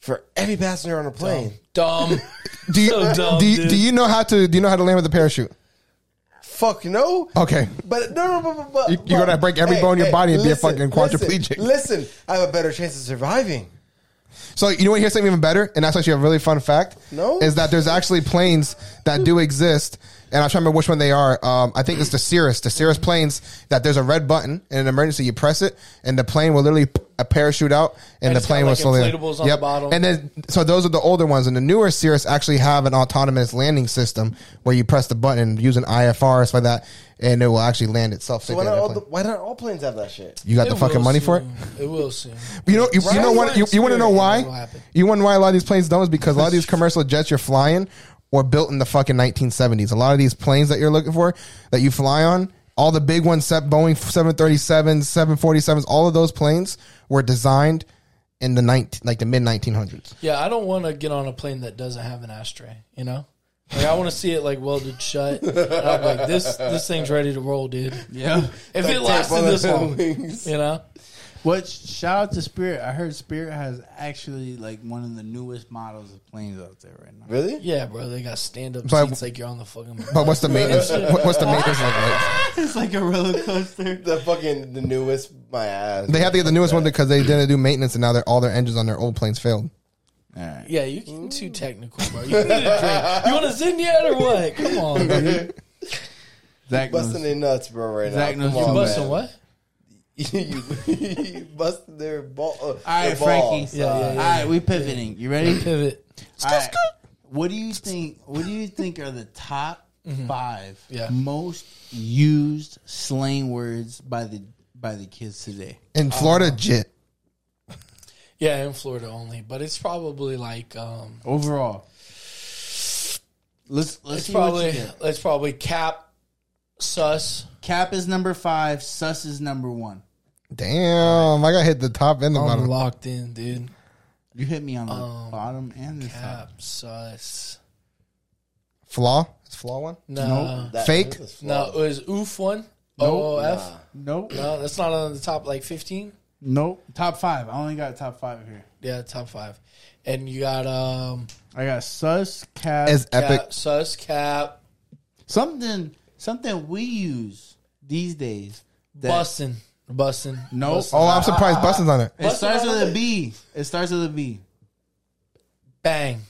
Speaker 3: for every passenger on a plane?
Speaker 4: dumb.
Speaker 1: Do you, uh,
Speaker 4: So dumb,
Speaker 1: do, you,
Speaker 4: dude.
Speaker 1: do you know how to do you know how to land with a parachute?
Speaker 3: Fuck no.
Speaker 1: Okay.
Speaker 3: But no, no, but, but, but
Speaker 1: You- you're gonna break every bone in your body and be a fucking quadriplegic.
Speaker 3: Listen, listen, I have a better chance of surviving.
Speaker 1: So you know what? Here's something even better, and that's actually a really fun fact.
Speaker 3: No?
Speaker 1: is that there's actually planes that do exist, and I'm trying to remember which one they are. Um, I think it's the Cirrus, the Cirrus planes. That there's a red button in an emergency, you press it, and the plane will literally p- a parachute out, and
Speaker 4: And
Speaker 1: the
Speaker 4: it's
Speaker 1: plane
Speaker 4: got,
Speaker 1: will slowly
Speaker 4: like, inflatables on the bottom.
Speaker 1: And then so those are the older ones, and the newer Cirrus actually have an autonomous landing system where you press the button and use an IFR for that, and it will actually land itself.
Speaker 3: So
Speaker 1: safely
Speaker 3: why,
Speaker 1: on
Speaker 3: not
Speaker 1: that
Speaker 3: all
Speaker 1: plane.
Speaker 3: the, why not all planes have that shit?
Speaker 1: you got the fucking
Speaker 4: will
Speaker 1: money for it.
Speaker 4: soon. It will soon.
Speaker 1: You know, you, you know what? You, you want to know
Speaker 4: It'll
Speaker 1: why?
Speaker 4: happen.
Speaker 1: You want to know why a lot of these planes don't is because a lot of these commercial jets you're flying were built in the fucking 1970s. A lot of these planes that you're looking for that you fly on, all the big ones, set Boeing 737s, 747s, all of those planes were designed in the 19, like the mid 1900s.
Speaker 4: Yeah, I don't want to get on a plane that doesn't have an ashtray. You know, like I want to see it like welded shut. And I'm like this, this thing's ready to roll, dude.
Speaker 2: Yeah.
Speaker 4: If it lasted this long,
Speaker 3: Wings.
Speaker 4: you know.
Speaker 2: What? Shout out to Spirit. I heard Spirit has actually like one of the newest models of planes out there right now.
Speaker 3: Really?
Speaker 4: Yeah, bro, they got stand up
Speaker 1: So I-
Speaker 4: seats like you're on the fucking.
Speaker 1: But what's the maintenance? what- what's the maintenance like? right?
Speaker 2: it's like a roller coaster.
Speaker 3: The fucking the newest my ass.
Speaker 1: They have to get the newest one because they didn't do maintenance and now they're, all their engines on their old planes failed.
Speaker 2: All right.
Speaker 4: Yeah, you getting
Speaker 2: Mm.
Speaker 4: too technical, bro. You need a drink. You want a zin yet or what? Come on, dude.
Speaker 2: Zach knows.
Speaker 3: busting their nuts, bro. Right
Speaker 2: Zach
Speaker 3: now,
Speaker 2: knows
Speaker 3: Come
Speaker 2: you
Speaker 3: on,
Speaker 4: Busting
Speaker 3: man.
Speaker 4: what?
Speaker 3: you, you busting their ball. Uh, All
Speaker 2: All
Speaker 3: right,
Speaker 2: right,
Speaker 3: ball,
Speaker 2: Frankie.
Speaker 3: so-
Speaker 4: Yeah,
Speaker 2: All
Speaker 4: yeah, yeah.
Speaker 2: right, we pivoting. You ready?
Speaker 4: Pivot.
Speaker 2: All right. What do you think? What do you think are the top five
Speaker 4: Mm-hmm. Yeah.
Speaker 2: most used slang words by the by the kids today?
Speaker 1: In Florida, jit.
Speaker 4: Yeah, in Florida only, but it's probably like um,
Speaker 2: Overall, let's let's
Speaker 4: it's
Speaker 2: see
Speaker 4: probably
Speaker 2: what you get.
Speaker 4: it's probably cap, sus.
Speaker 2: Cap is number five. Sus is number one.
Speaker 1: Damn, I got hit the top and the
Speaker 4: I'm
Speaker 1: bottom.
Speaker 4: locked in, dude.
Speaker 2: You hit me on the bottom and the top.
Speaker 4: Um, Cap, sus.
Speaker 1: Flaw? Is flaw one?
Speaker 4: No,
Speaker 3: That-
Speaker 1: Fake?
Speaker 3: this is
Speaker 4: no,
Speaker 3: flawed.
Speaker 4: it was oof one. OOF.
Speaker 2: Nope.
Speaker 4: No, that's not on the top like fifteen.
Speaker 2: Nope. Top five. I only got top five here.
Speaker 4: Yeah, top five. And you got um
Speaker 2: I got sus, cap,
Speaker 1: Is epic.
Speaker 4: cap, sus, cap,
Speaker 2: something something we use these days. That,
Speaker 4: bussin, bussin.
Speaker 2: Nope.
Speaker 1: Oh, I'm surprised Bustin's on it.
Speaker 2: It starts with a B. It starts with a B.
Speaker 4: bang,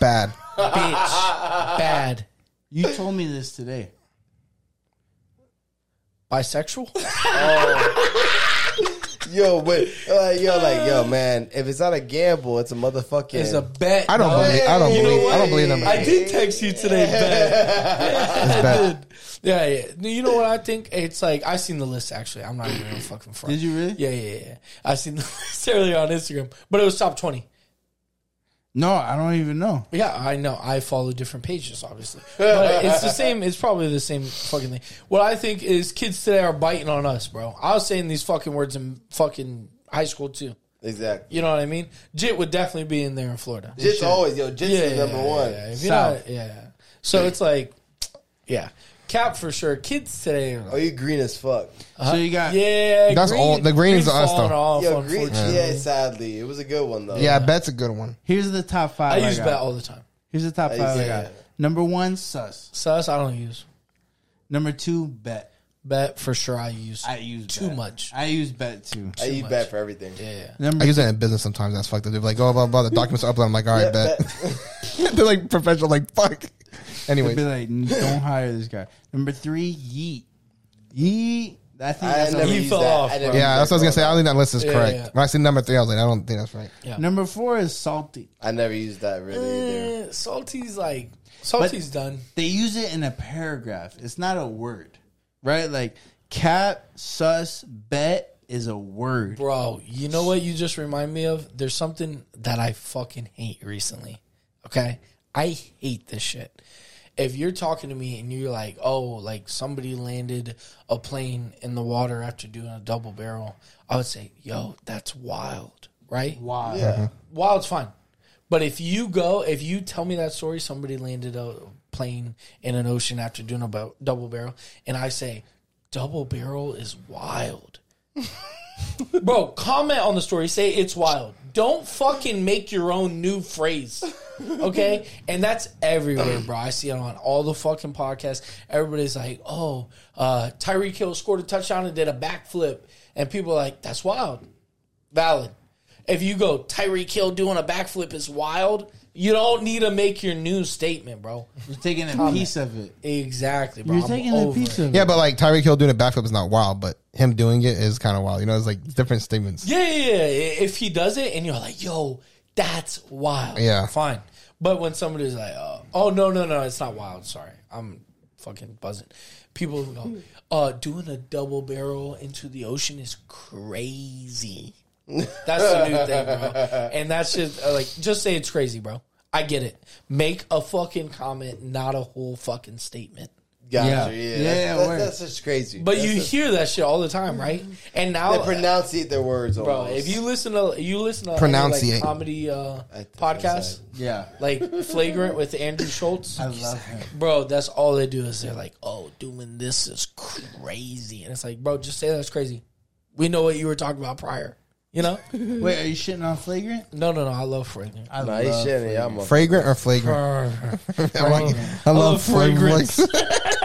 Speaker 1: Bad.
Speaker 4: bitch, bad,
Speaker 2: You told me this today.
Speaker 4: bisexual.
Speaker 3: Yo, wait. Uh, yo, like, yo, man. If it's not a gamble, it's a motherfucking.
Speaker 4: It's a bet.
Speaker 1: I don't
Speaker 4: dog.
Speaker 1: believe. I don't
Speaker 4: You know
Speaker 1: believe. I
Speaker 4: what?
Speaker 1: don't believe them.
Speaker 4: I did text you today, Ben.
Speaker 1: bad.
Speaker 4: Yeah, yeah. No, You know what I think? It's like I seen the list actually. I'm not even gonna fucking front.
Speaker 2: Did you really?
Speaker 4: Yeah, yeah, yeah. I seen the list earlier on Instagram, but it was top twenty.
Speaker 2: No, I don't even know.
Speaker 4: Yeah, I know. I follow different pages, obviously, but it's the same. It's probably the same fucking thing. What I think is kids today are biting on us, bro. I was saying these fucking words in fucking high school too.
Speaker 3: exactly.
Speaker 4: You know what I mean? Jit would definitely be in there in Florida.
Speaker 3: Jits always, yo. Jits is number one.
Speaker 4: Yeah, if you're
Speaker 2: South.
Speaker 4: not- yeah. So it's like, yeah, cap for sure. Kids today, are
Speaker 3: Oh,
Speaker 4: like,
Speaker 3: you green as fuck.
Speaker 2: So you got
Speaker 4: yeah,
Speaker 1: That's all- the green's
Speaker 4: green's
Speaker 1: us,
Speaker 4: falling
Speaker 1: though.
Speaker 4: off,
Speaker 3: Yo, green.
Speaker 4: unfortunately.
Speaker 3: Yeah, sadly, it was a good one though.
Speaker 1: Yeah, bet's a good one.
Speaker 2: here's the top
Speaker 4: I
Speaker 2: five.
Speaker 4: use
Speaker 2: got.
Speaker 4: bet all the time.
Speaker 2: Here's the top
Speaker 3: I
Speaker 2: five. I
Speaker 3: see.
Speaker 2: got number one sus.
Speaker 4: Sus, I don't use
Speaker 2: Number two bet.
Speaker 4: bet for sure. I use
Speaker 2: I use
Speaker 4: too
Speaker 2: bet.
Speaker 4: much.
Speaker 2: I use bet too.
Speaker 3: I eat
Speaker 4: much.
Speaker 3: bad for everything.
Speaker 4: yeah,
Speaker 1: I
Speaker 2: Number
Speaker 1: use it in business sometimes. That's fucked up. They're like, oh, blah, blah, the documents are uploaded. I'm like, all right, bet. They're like professional, like, fuck.
Speaker 2: be
Speaker 1: Anyways,
Speaker 2: like, don't hire this guy. Number three yeet. Yeet. I think
Speaker 3: I
Speaker 2: that's
Speaker 3: never
Speaker 4: You
Speaker 3: used
Speaker 4: fell
Speaker 3: that.
Speaker 4: off,
Speaker 3: I never
Speaker 4: bro.
Speaker 3: used
Speaker 1: yeah, that's what I was
Speaker 3: that
Speaker 1: going to say. I
Speaker 3: growing
Speaker 1: don't
Speaker 3: up.
Speaker 1: think that list is
Speaker 4: Yeah,
Speaker 1: correct.
Speaker 4: yeah.
Speaker 1: When I see number three, I was like, I don't think that's right.
Speaker 4: yeah.
Speaker 2: number four is salty.
Speaker 3: I never used that really either.
Speaker 4: Eh, salty's like salty's done.
Speaker 2: They use it in a paragraph. It's not a word, right? Like cap, sus, bet is a word.
Speaker 4: Bro, you know what you just remind me of? There's something that I fucking hate recently. Okay? I hate this shit. If you're talking to me and you're like, oh, like somebody landed a plane in the water after doing a double barrel, I would say, yo, that's wild, right?
Speaker 2: Wow.
Speaker 4: Wild's fine. But if you go, if you tell me that story, somebody landed a plane in an ocean after doing a bo- double barrel, and I say, double barrel is wild. Bro, comment on the story. Say it's wild. Don't fucking make your own new phrase. Okay? And that's everywhere, bro. I see it on all the fucking podcasts. Everybody's like, oh, uh, Tyreek Hill scored a touchdown and did a backflip. And people are like, that's wild. Valid. if you go Tyreek Hill doing a backflip is wild, you don't need to make your news statement, bro.
Speaker 2: You're taking a piece of it.
Speaker 4: Exactly, bro.
Speaker 2: You're
Speaker 4: I'm
Speaker 2: taking a
Speaker 4: over
Speaker 2: piece
Speaker 4: it.
Speaker 2: of it.
Speaker 1: Yeah, but like Tyreek Hill doing a backflip is not wild, but him doing it is kind of wild. You know, it's like different statements.
Speaker 4: Yeah, yeah, yeah. I- If he does it, and you're like, "Yo, that's wild."
Speaker 1: Yeah.
Speaker 4: fine. But when somebody's like, uh, "Oh no, no, no, it's not wild." Sorry, I'm fucking buzzing. People who go, uh, "Doing a double barrel into the ocean is crazy." That's the new thing, bro. And that's just uh, like, just say it's crazy, bro. I get it. Make a fucking comment, not a whole fucking statement.
Speaker 3: Gotcha.
Speaker 2: Yeah.
Speaker 3: Yeah, yeah,
Speaker 2: Yeah,
Speaker 3: that's, that's-
Speaker 2: word.
Speaker 3: that's just crazy.
Speaker 4: But
Speaker 3: That's
Speaker 4: you
Speaker 3: just-
Speaker 4: hear that shit all the time, right? And
Speaker 3: they
Speaker 4: now
Speaker 3: pronunciate their words,
Speaker 4: Bro,
Speaker 3: almost.
Speaker 4: if you listen to you listen to any,
Speaker 1: Pronunciate.
Speaker 4: like, comedy uh,
Speaker 3: I think
Speaker 4: podcasts
Speaker 2: Yeah.
Speaker 4: like Flagrant with Andrew Schultz,
Speaker 2: I love him.
Speaker 4: bro, that's all they do is they're like, "Oh, doing this is crazy," and it's like, bro, just say that's crazy. We know what you were talking about prior, you know? no,
Speaker 2: Wait, are you shitting on flagrant?
Speaker 4: no, no. I love Flagrant.
Speaker 2: I
Speaker 3: Nah, he's shitty. I'm a-
Speaker 1: Fragrant or flagrant?
Speaker 4: Brr.
Speaker 1: I, like, I love
Speaker 4: fragrance.
Speaker 1: fragrance.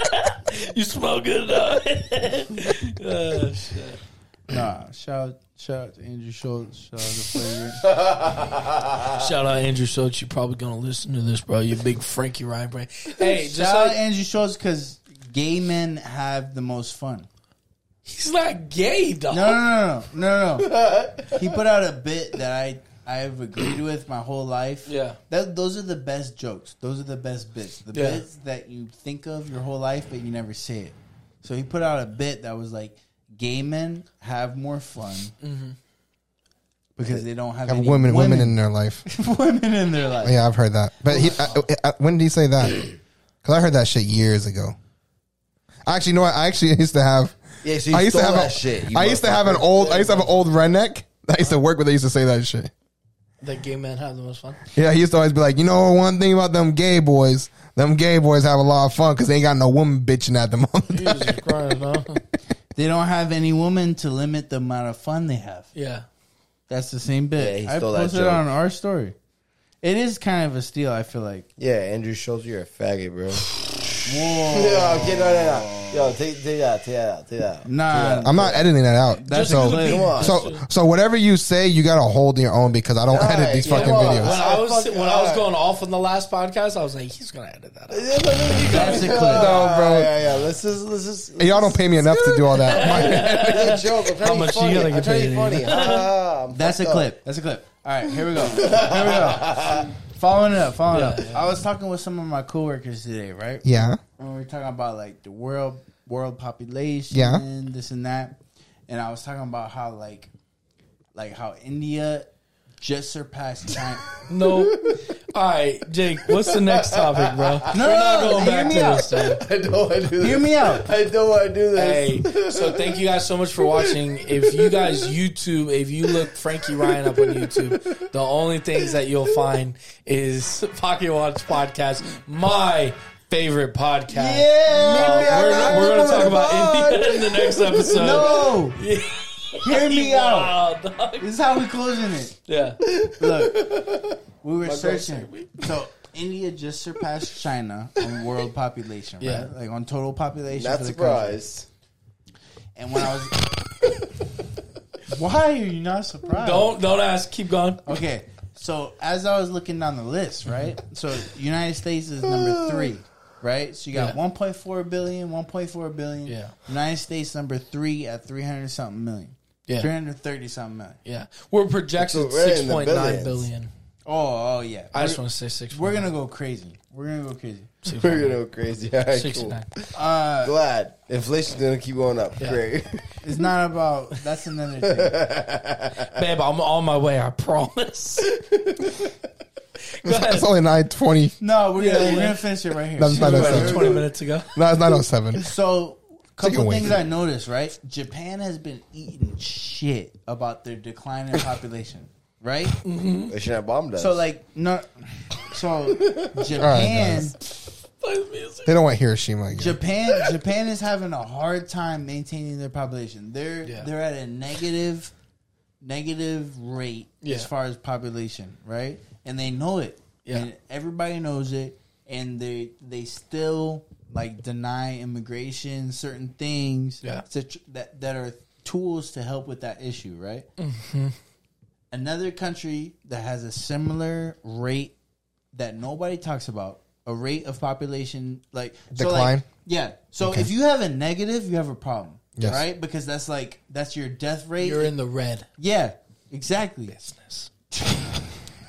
Speaker 4: you smell good though. Uh, shit.
Speaker 2: Nah, shout out, shout out to Andrew Schultz. Shout out to Flagrant.
Speaker 4: Uh, Shout out Andrew Schultz. You're probably gonna listen to this, bro. You big Frankie Ryan brand. Hey, just
Speaker 2: shout out
Speaker 4: like,
Speaker 2: Andrew Schultz because gay men have the most fun.
Speaker 4: he's not gay, dog.
Speaker 2: No, no, no, no, no, no. he put out a bit that I I've agreed with my whole life.
Speaker 4: Yeah.
Speaker 2: that those are the best jokes. Those are the best bits. The
Speaker 4: Yeah.
Speaker 2: bits that you think of your whole life, but you never say it. So he put out a bit that was like, "Gay men have more fun
Speaker 3: Mm-hmm.
Speaker 2: because they don't have,
Speaker 1: Have
Speaker 2: any
Speaker 1: women, women in their life.
Speaker 2: women in their life."
Speaker 1: Yeah, I've heard that. But he, I, I, when did he say that? Because I heard that shit years ago. Actually, you know what? I actually used to have.
Speaker 3: Yeah, so you
Speaker 1: I used to
Speaker 3: stole
Speaker 1: have
Speaker 3: that
Speaker 1: a,
Speaker 3: shit, you
Speaker 1: I used to have an
Speaker 3: motherfucker.
Speaker 1: old. I used to have an old redneck. that I used to work with. They used to say that shit.
Speaker 4: That gay men have the most fun.
Speaker 1: Yeah, he used to always be like, you know, one thing about them gay boys, them gay boys have a lot of fun because they ain't got no woman bitching at them. all the time."
Speaker 4: Jesus Christ, huh?
Speaker 2: They don't have any women to limit the amount of fun they have.
Speaker 4: Yeah.
Speaker 2: That's the same
Speaker 3: Yeah,
Speaker 2: bit.
Speaker 3: he
Speaker 2: I
Speaker 3: stole that
Speaker 2: posted it
Speaker 3: joke.
Speaker 2: on our story. It is kind of a steal. I feel like.
Speaker 3: Yeah, Andrew Schultz, you're a faggot, bro.
Speaker 2: Whoa.
Speaker 3: Yo, I'm kidding. No, no, no. Yo, take, take that, take that out, take that out.
Speaker 2: Nah.
Speaker 1: I'm not editing that out.
Speaker 2: That's
Speaker 1: so,
Speaker 2: good.
Speaker 3: Come on.
Speaker 1: so, so whatever you say, you got to hold your own because I don't edit these
Speaker 3: yeah,
Speaker 1: fucking
Speaker 3: come on.
Speaker 1: videos.
Speaker 4: When I was
Speaker 3: Fuck,
Speaker 4: when I was
Speaker 3: uh,
Speaker 4: going off on the last podcast, I was like, he's gonna edit that. Out.
Speaker 2: That's a clip.
Speaker 1: No, bro.
Speaker 3: Yeah, yeah. Let's just, let's just.
Speaker 1: Y'all don't pay me enough to do all that. My-
Speaker 3: It's a joke. I'm trying to be
Speaker 4: much you
Speaker 3: funny.
Speaker 4: gotta
Speaker 3: I'm
Speaker 4: get
Speaker 3: trying to
Speaker 4: paid?
Speaker 3: be funny. Ah, I'm
Speaker 2: That's a
Speaker 3: fucked up.
Speaker 2: clip. That's a clip. All right, here we go. Here we go. Following it up, following it up. I was talking with some of my coworkers today, right?
Speaker 1: yeah,
Speaker 2: And we were talking about like the world world population,
Speaker 1: Yeah.
Speaker 2: this and that. And I was talking about how like like how India just surpassed China.
Speaker 4: No. All right, Jake. What's the next topic, bro?
Speaker 2: No,
Speaker 4: We're
Speaker 2: no,
Speaker 4: not
Speaker 2: no,
Speaker 4: going
Speaker 2: hear
Speaker 4: back
Speaker 2: me
Speaker 4: to
Speaker 2: out.
Speaker 4: this. Stuff.
Speaker 3: I don't want to do this.
Speaker 2: Hear me out.
Speaker 3: I don't want to do this.
Speaker 4: Hey, so thank you guys so much for watching. If you guys YouTube, if you look Frankie Ryan up on YouTube, the only things that you'll find is Pocket Watch Podcast, my favorite podcast.
Speaker 2: Yeah,
Speaker 4: Uh, we're
Speaker 2: I
Speaker 4: we're going to
Speaker 2: remember
Speaker 4: talk
Speaker 2: the
Speaker 4: about India in the next episode.
Speaker 2: No. Hear me out.
Speaker 4: Wow, dog.
Speaker 2: This is how we closing it.
Speaker 4: Yeah.
Speaker 2: Look, we were searching. So India just surpassed China on world population, right?
Speaker 4: Yeah.
Speaker 2: Like on total population.
Speaker 3: Not
Speaker 2: for the country.
Speaker 3: surprised.
Speaker 2: And when I was, why are you not surprised?
Speaker 4: Don't don't ask. Keep going.
Speaker 2: Okay, so as I was looking down the list, right? So United States is number three, right? So you got
Speaker 4: Yeah.
Speaker 2: 1.4 billion, 1.4 billion.
Speaker 4: Yeah.
Speaker 2: United States number three at 300 something million.
Speaker 4: Yeah.
Speaker 2: 330 something million.
Speaker 4: Yeah, we're projected
Speaker 3: So we're
Speaker 4: six
Speaker 3: in the
Speaker 4: point nine
Speaker 3: billions.
Speaker 4: billion.
Speaker 2: Oh, oh yeah.
Speaker 4: I just
Speaker 2: We're-
Speaker 4: want to say six.
Speaker 2: we're gonna go crazy. We're gonna go crazy.
Speaker 3: We're gonna go crazy. All right,
Speaker 4: six
Speaker 3: cool.
Speaker 4: nine.
Speaker 2: Uh,
Speaker 3: Glad inflation didn't keep going up.
Speaker 4: Yeah.
Speaker 3: Great.
Speaker 2: It's not about. That's another thing.
Speaker 4: Babe, I'm on my way. I promise. go ahead.
Speaker 1: it's only nine twenty.
Speaker 2: No, we're gonna,
Speaker 4: Yeah.
Speaker 2: we're gonna finish it right here.
Speaker 1: That's not
Speaker 4: About
Speaker 1: Listen.
Speaker 4: Twenty minutes ago.
Speaker 1: No, it's nine oh seven.
Speaker 2: So, couple
Speaker 1: Chicken wing.
Speaker 2: things I noticed. Right, Japan has been eating shit about their declining population. Right.
Speaker 4: Hmm?
Speaker 3: They should have bombed us.
Speaker 2: So like no. So Japan,
Speaker 1: They don't want Hiroshima again.
Speaker 2: Japan, Japan is having a hard time maintaining their population. They're
Speaker 4: Yeah.
Speaker 2: they're at a negative, negative rate
Speaker 4: Yeah.
Speaker 2: as far as population, right? And they know it.
Speaker 4: Yeah.
Speaker 2: And everybody knows it, and they they still like deny immigration, certain things
Speaker 4: Yeah. Mm-hmm.
Speaker 2: to tr- that that are tools to help with that issue, right? another country that has a similar rate that nobody talks about, a rate of population like so, like,
Speaker 1: Decline?
Speaker 2: yeah. So if you have a negative, you have a problem,
Speaker 1: Yes.
Speaker 2: right? Because that's like that's your death rate.
Speaker 4: You're in the red
Speaker 2: yeah, exactly.
Speaker 4: business.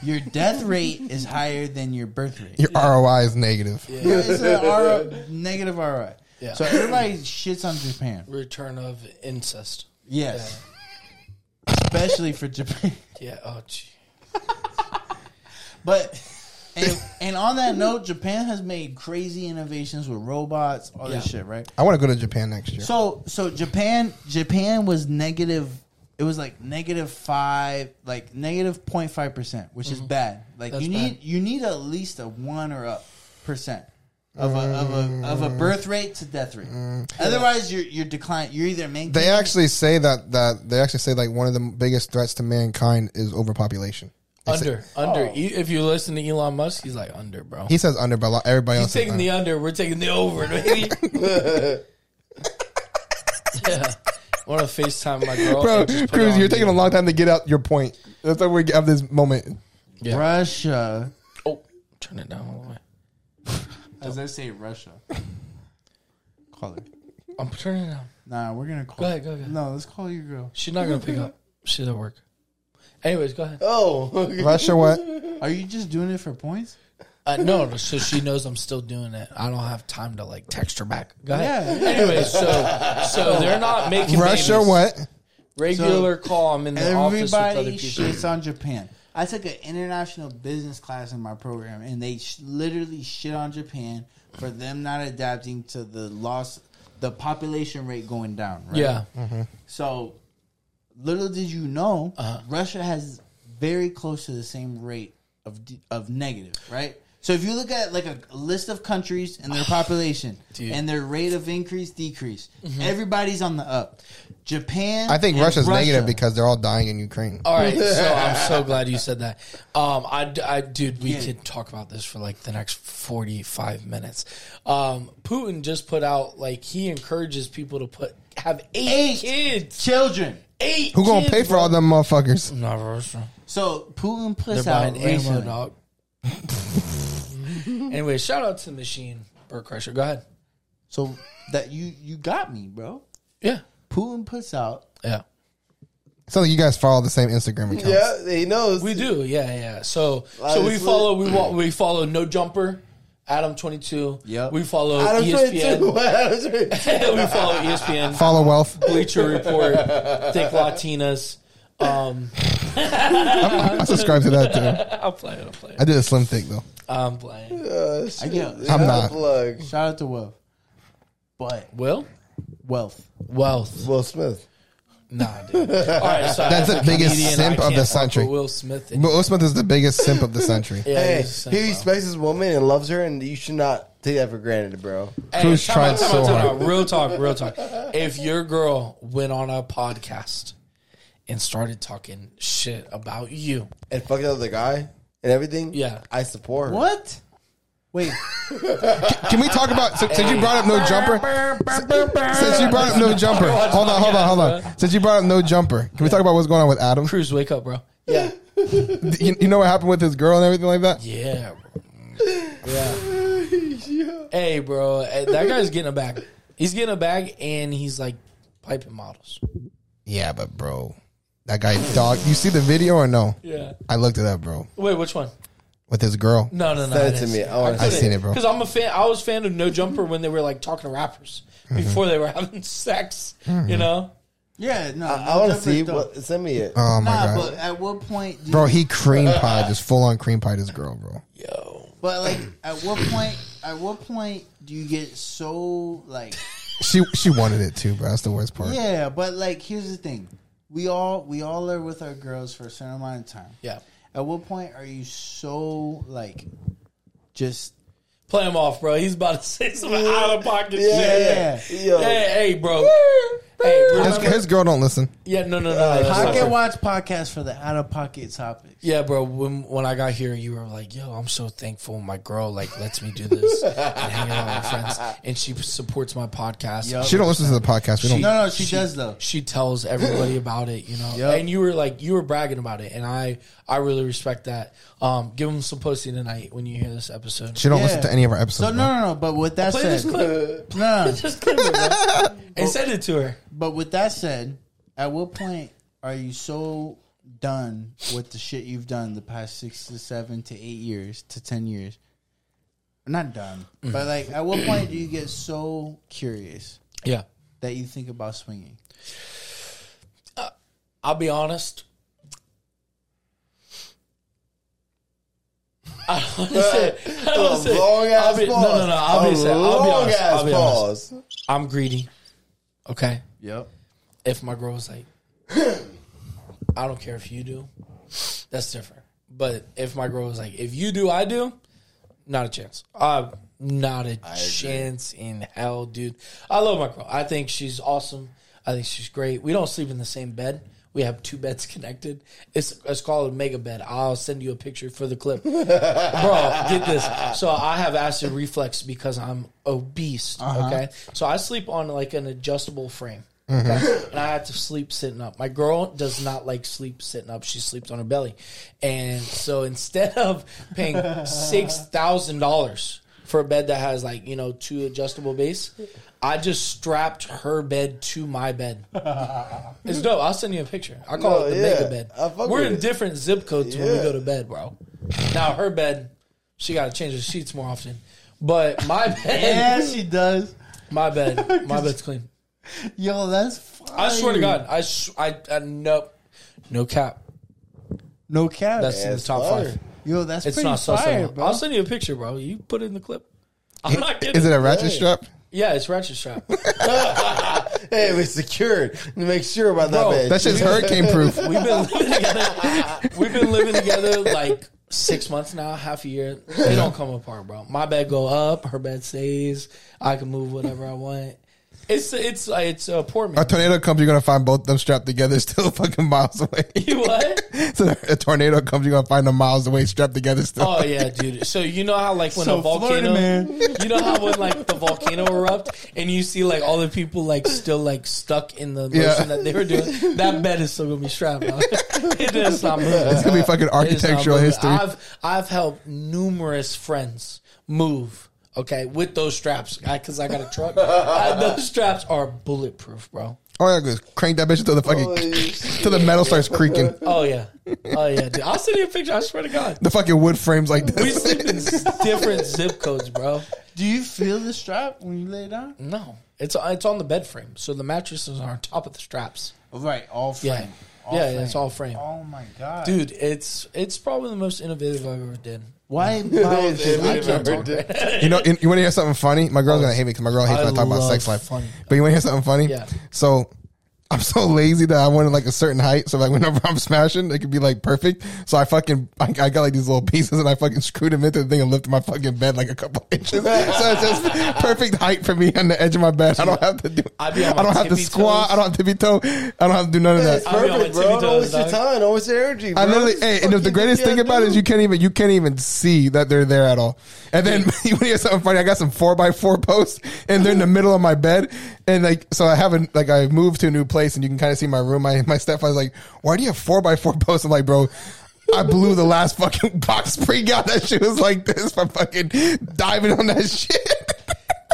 Speaker 2: Your death rate is higher than your birth rate.
Speaker 1: Your ROI is negative.
Speaker 2: it's a R- negative ROI.
Speaker 4: Yeah.
Speaker 2: So everybody shits on Japan.
Speaker 4: Return of incest.
Speaker 2: Yes. Especially for Japan.
Speaker 4: Yeah. Oh, gee.
Speaker 2: But and, and on that note, Japan has made crazy innovations with robots, all this
Speaker 4: Yeah.
Speaker 2: shit, right?
Speaker 1: I want to go to Japan next year.
Speaker 2: So so Japan Japan was negative it was like negative five like negative 05 percent, which is bad. Like
Speaker 4: Mm-hmm. That's
Speaker 2: you
Speaker 4: bad.
Speaker 2: need you need at least a one or up percent. Of a, of a of a
Speaker 4: Mm.
Speaker 2: birth rate to death rate. Otherwise, you're you're decline. You're either making
Speaker 1: They actually say that that they actually say like one of the biggest threats to mankind is overpopulation. They say-
Speaker 4: Under, under. E- If you listen to Elon Musk, he's like under, bro.
Speaker 1: oh. He says under, but a lot- everybody
Speaker 4: He's
Speaker 1: else says
Speaker 4: taking the
Speaker 1: under.
Speaker 4: under. We're taking the over. baby. yeah. Want to FaceTime my girl?
Speaker 1: Bro,
Speaker 4: and just put it
Speaker 1: Cruz,
Speaker 4: on
Speaker 1: you're taking a
Speaker 4: mute.
Speaker 1: long time to get out your point. That's why we have this moment.
Speaker 4: Yeah.
Speaker 2: Russia.
Speaker 4: Oh, turn it down all the way.
Speaker 2: As I say, Russia. call her.
Speaker 4: I'm turning it down.
Speaker 2: Nah, we're gonna call.
Speaker 4: Go ahead, go ahead.
Speaker 2: No, let's call your girl.
Speaker 4: She's not gonna pick up. She's at work. Anyways, go ahead.
Speaker 3: Oh,
Speaker 1: Russia, what?
Speaker 2: Are you just doing it for points?
Speaker 4: Uh, no, no, so she knows I'm still doing it. I don't have time to like text her back. Go ahead. Anyways, so so they're not making
Speaker 1: Russia,
Speaker 4: babies.
Speaker 1: what?
Speaker 4: regular call. I'm in the office with other
Speaker 2: Everybody
Speaker 4: people.
Speaker 2: shits on Japan. I took an international business class in my program, and they sh- literally shit on Japan for them not adapting to the loss, the population rate going down. Right?
Speaker 4: Yeah,
Speaker 2: So, little did you know,
Speaker 4: Uh-huh.
Speaker 2: Russia has very close to the same rate of de- of negative, right? So if you look at like a list of countries and their population
Speaker 4: Dude. Mm-hmm.
Speaker 2: and their rate of increase decrease, everybody's on the up. Japan,
Speaker 1: I think
Speaker 2: and
Speaker 1: Russia's
Speaker 2: Russia-
Speaker 1: negative because they're all dying in Ukraine.
Speaker 4: All right, so I'm so glad you said that. Um, I, I dude, we
Speaker 2: Yeah.
Speaker 4: could talk about this for like the next 45 minutes. Um, Putin just put out like he encourages people to put have eight,
Speaker 2: Eight.
Speaker 4: kids.
Speaker 2: children.
Speaker 4: Eight.
Speaker 1: Who gonna
Speaker 4: kids,
Speaker 1: pay for
Speaker 4: bro.
Speaker 1: all them motherfuckers?
Speaker 4: Not Russia.
Speaker 2: So Putin
Speaker 4: They're
Speaker 2: puts out
Speaker 4: buying ammo,
Speaker 2: recently.
Speaker 4: dog. anyway, shout out to the machine, Bird Crusher. Go ahead.
Speaker 2: So that you you got me, bro.
Speaker 4: Yeah,
Speaker 2: Putin puts out
Speaker 4: yeah.
Speaker 1: Sounds like you guys follow the same Instagram account.
Speaker 3: yeah, he knows.
Speaker 4: We do, yeah, yeah. So,
Speaker 3: Wow,
Speaker 4: so we
Speaker 3: this is-
Speaker 4: follow, we wa- we follow no jumper, Adam twenty two.
Speaker 2: Yep.
Speaker 4: we follow E
Speaker 3: Adam
Speaker 4: ESPN.
Speaker 3: 22. Adam 22.
Speaker 4: we follow E ESPN,
Speaker 1: Follow wealth.
Speaker 4: Bleacher Report, Thick Latinas. Um,
Speaker 1: I subscribe to that too.
Speaker 4: I'll play it. I'll play
Speaker 1: I
Speaker 4: it.
Speaker 1: did a slim thing though.
Speaker 4: I'm playing.
Speaker 3: Uh, shit.
Speaker 2: I get it.
Speaker 1: I'm not.
Speaker 3: Plug.
Speaker 2: shout out to wealth, but
Speaker 4: Will
Speaker 2: wealth.
Speaker 4: wealth?
Speaker 3: Will Smith.
Speaker 4: Nah, dude. All right, so
Speaker 1: That's
Speaker 4: as
Speaker 1: the
Speaker 4: a
Speaker 1: biggest
Speaker 4: comedian,
Speaker 1: simp
Speaker 4: I
Speaker 1: of the
Speaker 4: can't fuck
Speaker 1: century.
Speaker 4: with Will Smith.
Speaker 1: But Will Smith is the biggest simp of the century.
Speaker 4: Yeah,
Speaker 3: Hey,
Speaker 4: he's a simp,
Speaker 3: he
Speaker 4: bro.
Speaker 3: respects his woman and loves her, and you should not take that for granted, bro.
Speaker 1: Cruz
Speaker 4: time
Speaker 1: tried
Speaker 4: out, time
Speaker 1: so
Speaker 4: out, time
Speaker 1: hard.
Speaker 4: out. Real talk, real talk. If your girl went on a podcast and started talking shit about you,
Speaker 3: And fuck the other guy and everything.
Speaker 4: Yeah.
Speaker 3: I support her.
Speaker 2: What? Wait,
Speaker 1: Can we talk about since since you brought up no jumper? Since you brought up no jumper, hold on, hold on, hold on. Since you brought up no jumper, can we talk about what's going on with Adam?
Speaker 4: Cruz, wake up, bro.
Speaker 3: Yeah,
Speaker 1: You, you know what happened with his girl and everything like that?
Speaker 4: Yeah, bro. yeah. Hey, bro, eh, that guy's getting a bag. He's getting a bag, and he's like piping models.
Speaker 1: Yeah, but bro, that guy dog. You see the video or no?
Speaker 4: Yeah.
Speaker 1: I looked at that, bro,
Speaker 4: Wait, which one?
Speaker 1: with his girl.
Speaker 4: No, no, no.
Speaker 3: Send it to me. I wanna
Speaker 1: I seen it, bro.
Speaker 4: Because I'm a fan. I was a fan of No Jumper when they were like talking to rappers
Speaker 3: Mm-hmm.
Speaker 4: before they were having sex. You know.
Speaker 2: yeah, no.
Speaker 3: I want to see.
Speaker 2: What,
Speaker 3: What, send me it.
Speaker 1: Oh my
Speaker 2: nah,
Speaker 1: god,
Speaker 2: but at what point? Do
Speaker 1: bro, he cream pie, just full on cream pie, his girl, bro.
Speaker 4: Yo.
Speaker 2: but like, at what point? At what point do you get so like?
Speaker 1: She she wanted it too, bro. That's the worst part.
Speaker 2: Yeah, but like, here's the thing: we all we all are with our girls for a certain amount of time.
Speaker 4: Yeah.
Speaker 2: At what point are you so like, just
Speaker 4: Play him off, bro. He's about to say some out of pocket
Speaker 3: Yeah,
Speaker 4: shit.
Speaker 3: yeah. Yo.
Speaker 4: Hey, hey, bro. Hey,
Speaker 1: His,
Speaker 4: remember,
Speaker 1: his girl don't listen.
Speaker 4: yeah, no, no, no.
Speaker 3: Uh,
Speaker 4: no, no, no.
Speaker 2: Pocket Watch podcast for the out of pocket topics.
Speaker 4: Yeah, bro. When when I got here, you were like, "Yo, I'm so thankful my girl like lets me do this and hang out with my friends, and she supports my podcast.
Speaker 2: Yup.
Speaker 1: She don't listen to the podcast. We
Speaker 4: She-
Speaker 1: don't.
Speaker 2: No, no, she, does though.
Speaker 4: She tells everybody about it, you know.
Speaker 2: Yup.
Speaker 4: And you were like, you were bragging about it, and I I really respect that. Um, give them some pussy tonight when you hear this episode.
Speaker 1: She don't
Speaker 2: Yeah.
Speaker 1: listen to any of our episodes.
Speaker 2: So no, no, no. But with that
Speaker 4: Play
Speaker 2: said,
Speaker 4: this clip.
Speaker 2: no, no.
Speaker 4: Just clip it, bro. and send it to her.
Speaker 2: But with that said, at what point are you so done with the shit you've done the past six to seven to eight years to ten years? Not done, but like, at what point do you get so curious
Speaker 4: Yeah,
Speaker 2: that you think about swinging?
Speaker 4: I'll be honest. I don't wanna say- I don't wanna say-
Speaker 3: long
Speaker 4: I'll
Speaker 3: ass
Speaker 4: be-
Speaker 3: pause.
Speaker 4: no, no, no. I'll
Speaker 3: A
Speaker 4: be, sad. I'll
Speaker 3: long
Speaker 4: be honest.
Speaker 3: ass
Speaker 4: I'll be honest.
Speaker 3: pause.
Speaker 4: I'm greedy. Okay.
Speaker 2: Yep.
Speaker 4: If my girl was like, I don't care if you do, that's different. But if my girl was like, if you do, I do, not a chance. Uh, not a chance in hell, dude. I love my girl. I think she's awesome. I think she's great. We don't sleep in the same bed. We have two beds connected. It's it's called a mega bed. I'll send you a picture for the clip, bro. Get this. So I have acid reflux because I'm obese.
Speaker 3: Uh-huh.
Speaker 4: Okay, so I sleep on like an adjustable frame.
Speaker 3: Mm-hmm.
Speaker 4: Okay? And I have to sleep sitting up. My girl does not like sleep sitting up. She sleeps on her belly. And so instead of paying $6,000 for a bed that has like, you know, two adjustable base, I just strapped her bed to my bed. It's dope. I'll send you a picture. I call
Speaker 3: No,
Speaker 4: it the
Speaker 3: yeah.
Speaker 4: mega bed.
Speaker 3: I fuck
Speaker 4: We're
Speaker 3: with
Speaker 4: in
Speaker 3: it.
Speaker 4: different zip codes when we
Speaker 3: Yeah.
Speaker 4: go to bed, bro. Now her bed, she got to change her sheets more often. But my bed,
Speaker 2: Yeah, she does.
Speaker 4: my bed, my bed's clean.
Speaker 2: Yo, that's. Fire.
Speaker 4: I swear to God, I s- I, I no, no cap.
Speaker 2: no cap.
Speaker 4: That's in the
Speaker 3: it's
Speaker 4: top
Speaker 3: fire.
Speaker 4: five.
Speaker 2: Yo, that's
Speaker 4: It's
Speaker 2: pretty
Speaker 4: not so
Speaker 2: fire,
Speaker 4: so.
Speaker 2: bro.
Speaker 4: I'll send you a picture, bro. You put it in the clip. I'm not kidding.
Speaker 1: Is it a ratchet strap?
Speaker 4: yeah, it's ratchet strap.
Speaker 3: Hey, we secured. Make sure about
Speaker 4: Bro,
Speaker 3: that.
Speaker 1: That
Speaker 3: Bitch.
Speaker 1: shit's hurricane proof.
Speaker 4: We've been living together. We've been living together like six months now, half a year. They don't come apart, bro. My bed go up, her bed stays. I can move whatever I want. It's it's it's a poor
Speaker 1: A
Speaker 4: man.
Speaker 1: tornado comes, you're gonna find both of them strapped together, still fucking miles away.
Speaker 4: You what?
Speaker 1: so a tornado comes, you're gonna find them miles away, strapped together, still.
Speaker 4: Oh yeah, dude. So you know how like when
Speaker 2: So
Speaker 4: a volcano,
Speaker 2: Florida man.
Speaker 4: you know how when like the volcano erupt and you see like all the people like still like stuck in the motion
Speaker 1: Yeah.
Speaker 4: that they were doing. That bed is still gonna be strapped. Bro. it is not moving.
Speaker 1: It's gonna be fucking
Speaker 4: It is not
Speaker 1: architectural
Speaker 4: moving.
Speaker 1: history.
Speaker 4: I've I've helped numerous friends move. Okay, with those straps, because I, got a truck. I- those straps are bulletproof, bro.
Speaker 1: Oh yeah, goes crank that bitch until the fucking till the metal starts creaking.
Speaker 4: Oh yeah, oh yeah, dude. I'll send you a picture. I swear to God,
Speaker 1: The fucking wood frames like
Speaker 4: we
Speaker 1: this.
Speaker 4: sleep in different zip codes, bro.
Speaker 2: Do you feel the strap when you lay down?
Speaker 4: No, it's it's on the bed frame, so the mattresses are on top of the straps.
Speaker 2: Right, all frame.
Speaker 4: Yeah,
Speaker 2: All
Speaker 4: yeah,
Speaker 2: frame.
Speaker 4: it's all frame,
Speaker 2: Oh my god,
Speaker 4: dude. It's it's probably the most innovative I've ever did.
Speaker 2: Why? why
Speaker 4: I can't talk right now.
Speaker 1: You know, you, want to hear something funny? My girl's gonna hate me because my girl hates
Speaker 4: Oh, I
Speaker 1: when I talk about
Speaker 4: love
Speaker 1: sex life.
Speaker 4: funny.
Speaker 1: But you want to hear something funny?
Speaker 4: Yeah.
Speaker 1: So I'm so lazy that I wanted like a certain height. So like whenever I'm smashing, it could be like perfect. So I fucking I, I got like these little pieces and I fucking screwed them into the thing and lifted my fucking bed like a couple inches. so it's just perfect height for me on the edge of my bed. I don't have to do. I,
Speaker 4: I be on my
Speaker 1: don't have to
Speaker 4: tippy
Speaker 1: squat.
Speaker 4: toes.
Speaker 1: I don't have to be toe. I don't have to do none of
Speaker 3: That's
Speaker 1: that.
Speaker 4: I'll be on my
Speaker 3: perfect,
Speaker 4: tippy
Speaker 3: bro. Don't
Speaker 4: toes,
Speaker 3: waste your
Speaker 4: dog.
Speaker 3: time. Don't waste your energy. Bro.
Speaker 1: I literally, hey, and the greatest thing about it is you can't even you can't even see that they're there at all. And then you hear something funny. I got some four by four posts, and they're in the middle of my bed. And like, so I haven't like I moved to a new place, and you can kind of see my room. My my stepfather's like, "Why do you have four by four posts?" I'm like, "Bro." I blew the last fucking box spring out. That shit was like this from fucking diving on that shit.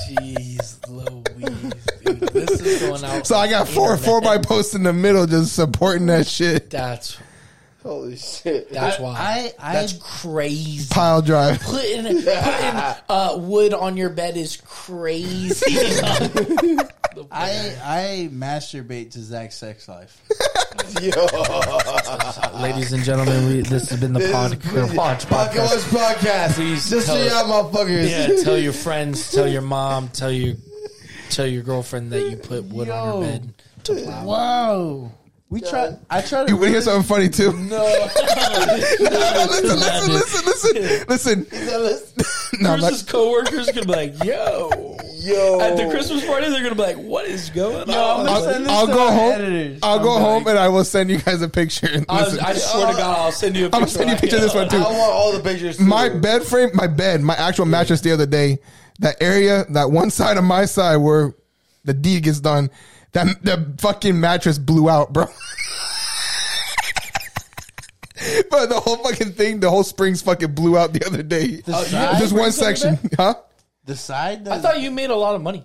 Speaker 4: Jeez, Louise, dude, this is going out.
Speaker 1: So I got four four by posts in the middle, just supporting that shit.
Speaker 4: That's
Speaker 3: Holy shit.
Speaker 4: that's why.
Speaker 2: I- I-
Speaker 4: that's crazy.
Speaker 1: Pile drive.
Speaker 4: Putting putting uh, wood on your bed is crazy.
Speaker 2: I I masturbate to Zach's sex life.
Speaker 3: Yo.
Speaker 4: Ladies and gentlemen, we, this has been the pod, Watch
Speaker 3: Pocket Watch Podcast.
Speaker 4: Please
Speaker 3: Just
Speaker 4: tell
Speaker 3: see
Speaker 4: us.
Speaker 3: y'all motherfuckers.
Speaker 4: Yeah, tell your friends, tell your mom, tell your tell your girlfriend that you put wood on her
Speaker 2: Yo.
Speaker 4: bed to plow.
Speaker 2: Whoa. We try. I try to.
Speaker 1: You want to hear something funny too?
Speaker 4: No,
Speaker 1: listen, listen, listen, listen, listen. No, I'm
Speaker 4: Chris's
Speaker 1: not,
Speaker 4: coworkers gonna be like, "Yo,
Speaker 3: Yo.
Speaker 4: At the Christmas party, they're gonna be like, "What is
Speaker 2: I'm
Speaker 4: going on?"
Speaker 2: gonna
Speaker 1: I'll,
Speaker 2: send this
Speaker 1: I'll
Speaker 2: to
Speaker 1: go
Speaker 2: our
Speaker 1: home.
Speaker 2: editors.
Speaker 1: I'll go
Speaker 2: I'm
Speaker 1: home and I will send you guys a picture. And
Speaker 4: I,
Speaker 1: listen,
Speaker 4: I swear to God, I'll send you a picture.
Speaker 1: I'm gonna send you a picture of this one
Speaker 3: I
Speaker 1: too.
Speaker 3: want all the pictures.
Speaker 1: my
Speaker 3: too.
Speaker 1: bed frame, my bed, my actual mattress the other day, that area, that one side of my side where the D gets done, that the fucking mattress blew out, bro. but the whole fucking thing, the whole springs fucking blew out the other day. Uh,
Speaker 2: The side?
Speaker 1: Just one
Speaker 4: Springs on your
Speaker 1: section, huh?
Speaker 2: The side.
Speaker 4: I thought you made a lot of money.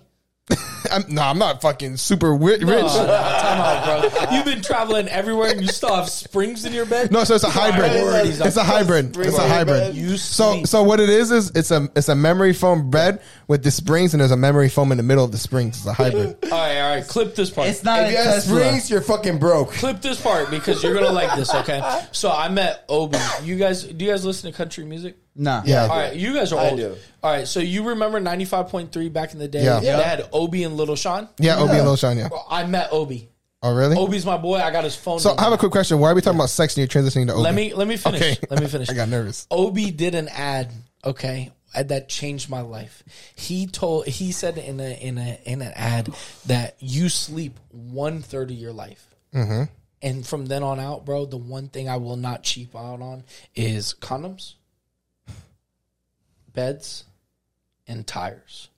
Speaker 1: I'm, no, I'm not fucking super wi-
Speaker 4: No,
Speaker 1: rich.
Speaker 4: no, no, time out, bro. You've been traveling everywhere, and you still have springs in your bed.
Speaker 1: No, so it's a hybrid.
Speaker 4: Priorities
Speaker 1: It's a
Speaker 4: are-
Speaker 1: hybrid. It's a hybrid.
Speaker 4: You
Speaker 1: So,
Speaker 4: sleep.
Speaker 1: so what it is is it's a it's a memory foam bed with the springs, and there's a memory foam in the middle of the springs. It's a hybrid.
Speaker 4: all right, all right. Clip this part.
Speaker 2: It's not
Speaker 3: If
Speaker 2: a
Speaker 3: you have
Speaker 2: Tesla.
Speaker 3: springs, you're fucking broke.
Speaker 4: Clip this part because you're gonna like this. Okay. So I met Obi. You guys, do you guys listen to country music?
Speaker 2: Nah.
Speaker 1: Yeah.
Speaker 4: All right, you guys are
Speaker 3: I
Speaker 4: old.
Speaker 3: do.
Speaker 4: All right, so you remember 95.3 back in the day?
Speaker 1: Yeah.
Speaker 4: They had Obi and Little Sean.
Speaker 1: Yeah, Obi and Lil Sean, yeah.
Speaker 4: Well, I met Obi.
Speaker 1: Oh, really?
Speaker 4: Obi's my boy. I got his phone.
Speaker 1: so I
Speaker 4: number.
Speaker 1: have a quick question. Why are we talking about sex and you're transitioning to Obi?
Speaker 4: Let me let me finish.
Speaker 1: Okay.
Speaker 4: Let me finish.
Speaker 1: I got nervous.
Speaker 4: Obi did an ad, okay, ad that changed my life. He told he said in a in a in an ad that you sleep one third of your life.
Speaker 1: Mm-hmm.
Speaker 4: And from then on out, bro, the one thing I will not cheap out on is condoms, beds, and tires.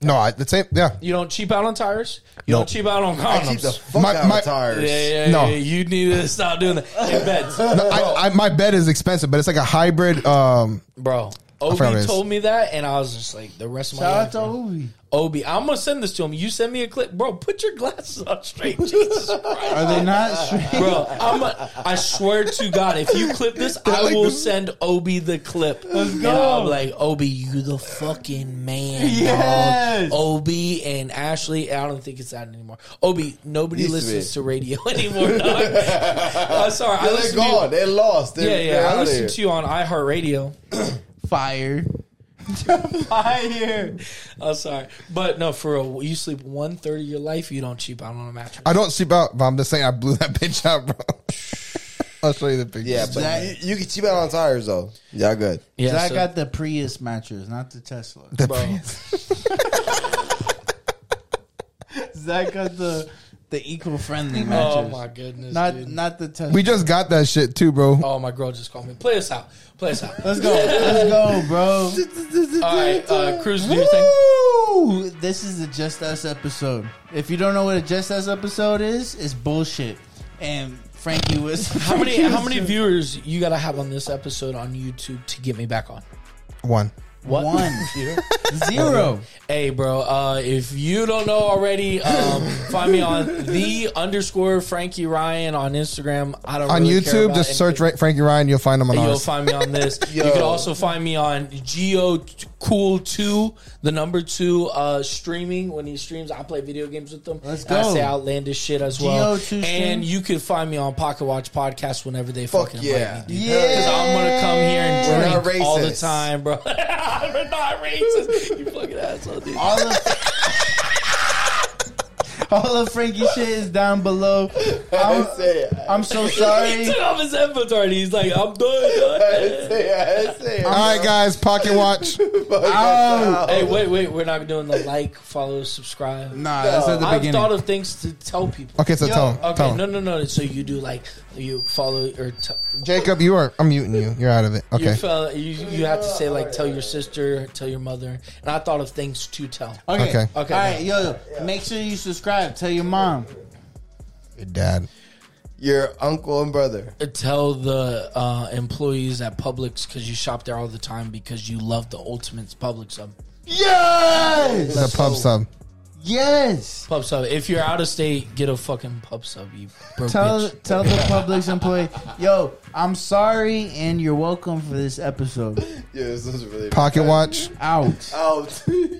Speaker 1: No, I, the same. Yeah.
Speaker 4: You don't cheap out on tires. You
Speaker 1: Nope.
Speaker 4: don't cheap out on
Speaker 3: I keep the
Speaker 4: condoms.
Speaker 3: fuck
Speaker 1: My-
Speaker 3: out
Speaker 1: my-
Speaker 3: of tires.
Speaker 4: Yeah, yeah, yeah,
Speaker 1: No.
Speaker 4: yeah. You need to stop doing that. And beds.
Speaker 1: I, I, my bed is expensive, but it's like a hybrid. Um,
Speaker 4: Bro,
Speaker 1: forgot
Speaker 4: Obi
Speaker 1: his-
Speaker 4: told me that, and I was just like, the rest of my
Speaker 2: Shout
Speaker 4: life.
Speaker 2: out to
Speaker 4: bro.
Speaker 2: Obi.
Speaker 4: Obi, I'm gonna send this to him. You send me a clip, bro. Put your glasses on straight, Jesus Christ,
Speaker 2: Are they not straight?
Speaker 4: bro. I'm a, I swear to God, if you clip this, I
Speaker 1: like
Speaker 4: will
Speaker 1: this-
Speaker 4: send Obi the clip. Let's go. And I'm like, Obi, you the fucking man,
Speaker 2: Yes.
Speaker 4: dog. Obi and Ashley. I don't think it's out anymore. Obi, nobody
Speaker 3: Used to
Speaker 4: listens
Speaker 3: be.
Speaker 4: to radio anymore. Dog. I'm sorry, I
Speaker 3: They're
Speaker 4: listen
Speaker 3: gone.
Speaker 4: To
Speaker 3: They're lost.
Speaker 4: you,
Speaker 3: They're,
Speaker 4: yeah,
Speaker 3: they're
Speaker 4: yeah.
Speaker 3: out
Speaker 4: I
Speaker 3: of
Speaker 4: listen
Speaker 3: here.
Speaker 4: to you on iHeartRadio.
Speaker 2: Fire.
Speaker 4: fire. I'm Oh, sorry, but no, for real, you sleep one third of your life. You don't cheap out on a mattress.
Speaker 1: I don't sleep out, but I'm just saying I blew that bitch out, bro. I'll show you the picture.
Speaker 3: Yeah, but
Speaker 2: That-
Speaker 3: you, you can cheap out on tires though. Y'all good.
Speaker 4: yeah,
Speaker 2: I
Speaker 4: so-
Speaker 2: got the Prius mattress, not the Tesla.
Speaker 1: The
Speaker 4: bro.
Speaker 2: Zach got the the eco friendly mattress.
Speaker 4: oh my goodness,
Speaker 2: Not
Speaker 4: dude.
Speaker 2: not the Tesla.
Speaker 1: We just got that shit too, bro.
Speaker 4: Oh my girl just called me. Play us out. Play us out.
Speaker 2: Let's go. Let's go, bro.
Speaker 4: All right, uh, Cruz, do your thing.
Speaker 2: Woo! This is the Just Us episode. If you don't know what a Just Us episode is, it's bullshit. And Frankie was
Speaker 4: How many how many viewers you gotta have on this episode on YouTube to get me back on?
Speaker 1: One.
Speaker 4: What?
Speaker 2: One. Zero.
Speaker 4: Hey, bro. Uh, if you don't know already, um, find me on the underscore Frankie Ryan on Instagram. I don't
Speaker 1: On
Speaker 4: really care
Speaker 1: YouTube,
Speaker 4: about
Speaker 1: just search
Speaker 4: anything.
Speaker 1: Ra- Frankie Ryan. You'll find him on
Speaker 4: You'll
Speaker 1: ours.
Speaker 4: find me on this. you
Speaker 3: Yo.
Speaker 4: can also find me on Geo Cool Two, the number two uh, streaming. When he streams, I play video games with him.
Speaker 2: Let's
Speaker 4: And I
Speaker 2: go.
Speaker 4: say outlandish shit as well.
Speaker 2: Geo2 stream.
Speaker 4: and you can find me on Pocket Watch Podcast whenever they fucking
Speaker 3: yeah.
Speaker 4: invite me.
Speaker 2: Yeah.
Speaker 4: Because I'm gonna come here
Speaker 3: We're
Speaker 4: and
Speaker 3: not
Speaker 4: drink all the
Speaker 3: racist.
Speaker 4: time, bro. We're not racist. You fucking asshole, dude.
Speaker 2: All of all of Frankie shit is down below.
Speaker 3: I
Speaker 2: I'm,
Speaker 3: didn't say it.
Speaker 2: I'm so
Speaker 4: He
Speaker 2: sorry.
Speaker 4: took off his headphones already. He's like, I'm done.
Speaker 3: I didn't say it. I didn't say it.
Speaker 1: All right, guys, pocket watch.
Speaker 3: Fuck, that's
Speaker 2: Ow.
Speaker 3: out.
Speaker 4: Hey, wait, wait. We're not doing the like, follow, subscribe.
Speaker 2: Nah, that's at the
Speaker 4: I've
Speaker 2: beginning.
Speaker 4: thought of things to tell people.
Speaker 1: Okay, so
Speaker 2: Yo,
Speaker 1: tell him. tell
Speaker 4: Okay,
Speaker 1: him.
Speaker 4: no, no, no. So you do like you follow or t-
Speaker 1: Jacob, you are. I'm muting you. You're out of it.
Speaker 4: you,
Speaker 1: Okay.
Speaker 4: follow, you you have to say like tell your sister, tell your mother, and I thought of things to tell.
Speaker 2: okay.
Speaker 1: Okay.
Speaker 2: Okay.
Speaker 4: Okay.
Speaker 2: All right, yo, make sure you subscribe. Tell your mom.
Speaker 1: Your dad.
Speaker 3: Your uncle and brother.
Speaker 4: Tell the uh, employees at Publix because you shop there all the time because you love the Ultimates Public Sub.
Speaker 2: Yes.
Speaker 1: The pub sub.
Speaker 2: Yes.
Speaker 4: Pub Sub. If you're out of state, get a fucking Pub Sub. You broke
Speaker 2: Tell
Speaker 4: bitch.
Speaker 2: tell the Publix employee, yo, I'm sorry and you're welcome for this episode.
Speaker 4: Uh,
Speaker 3: Yeah, this is really
Speaker 1: Pocket watch.
Speaker 2: Out.
Speaker 3: out.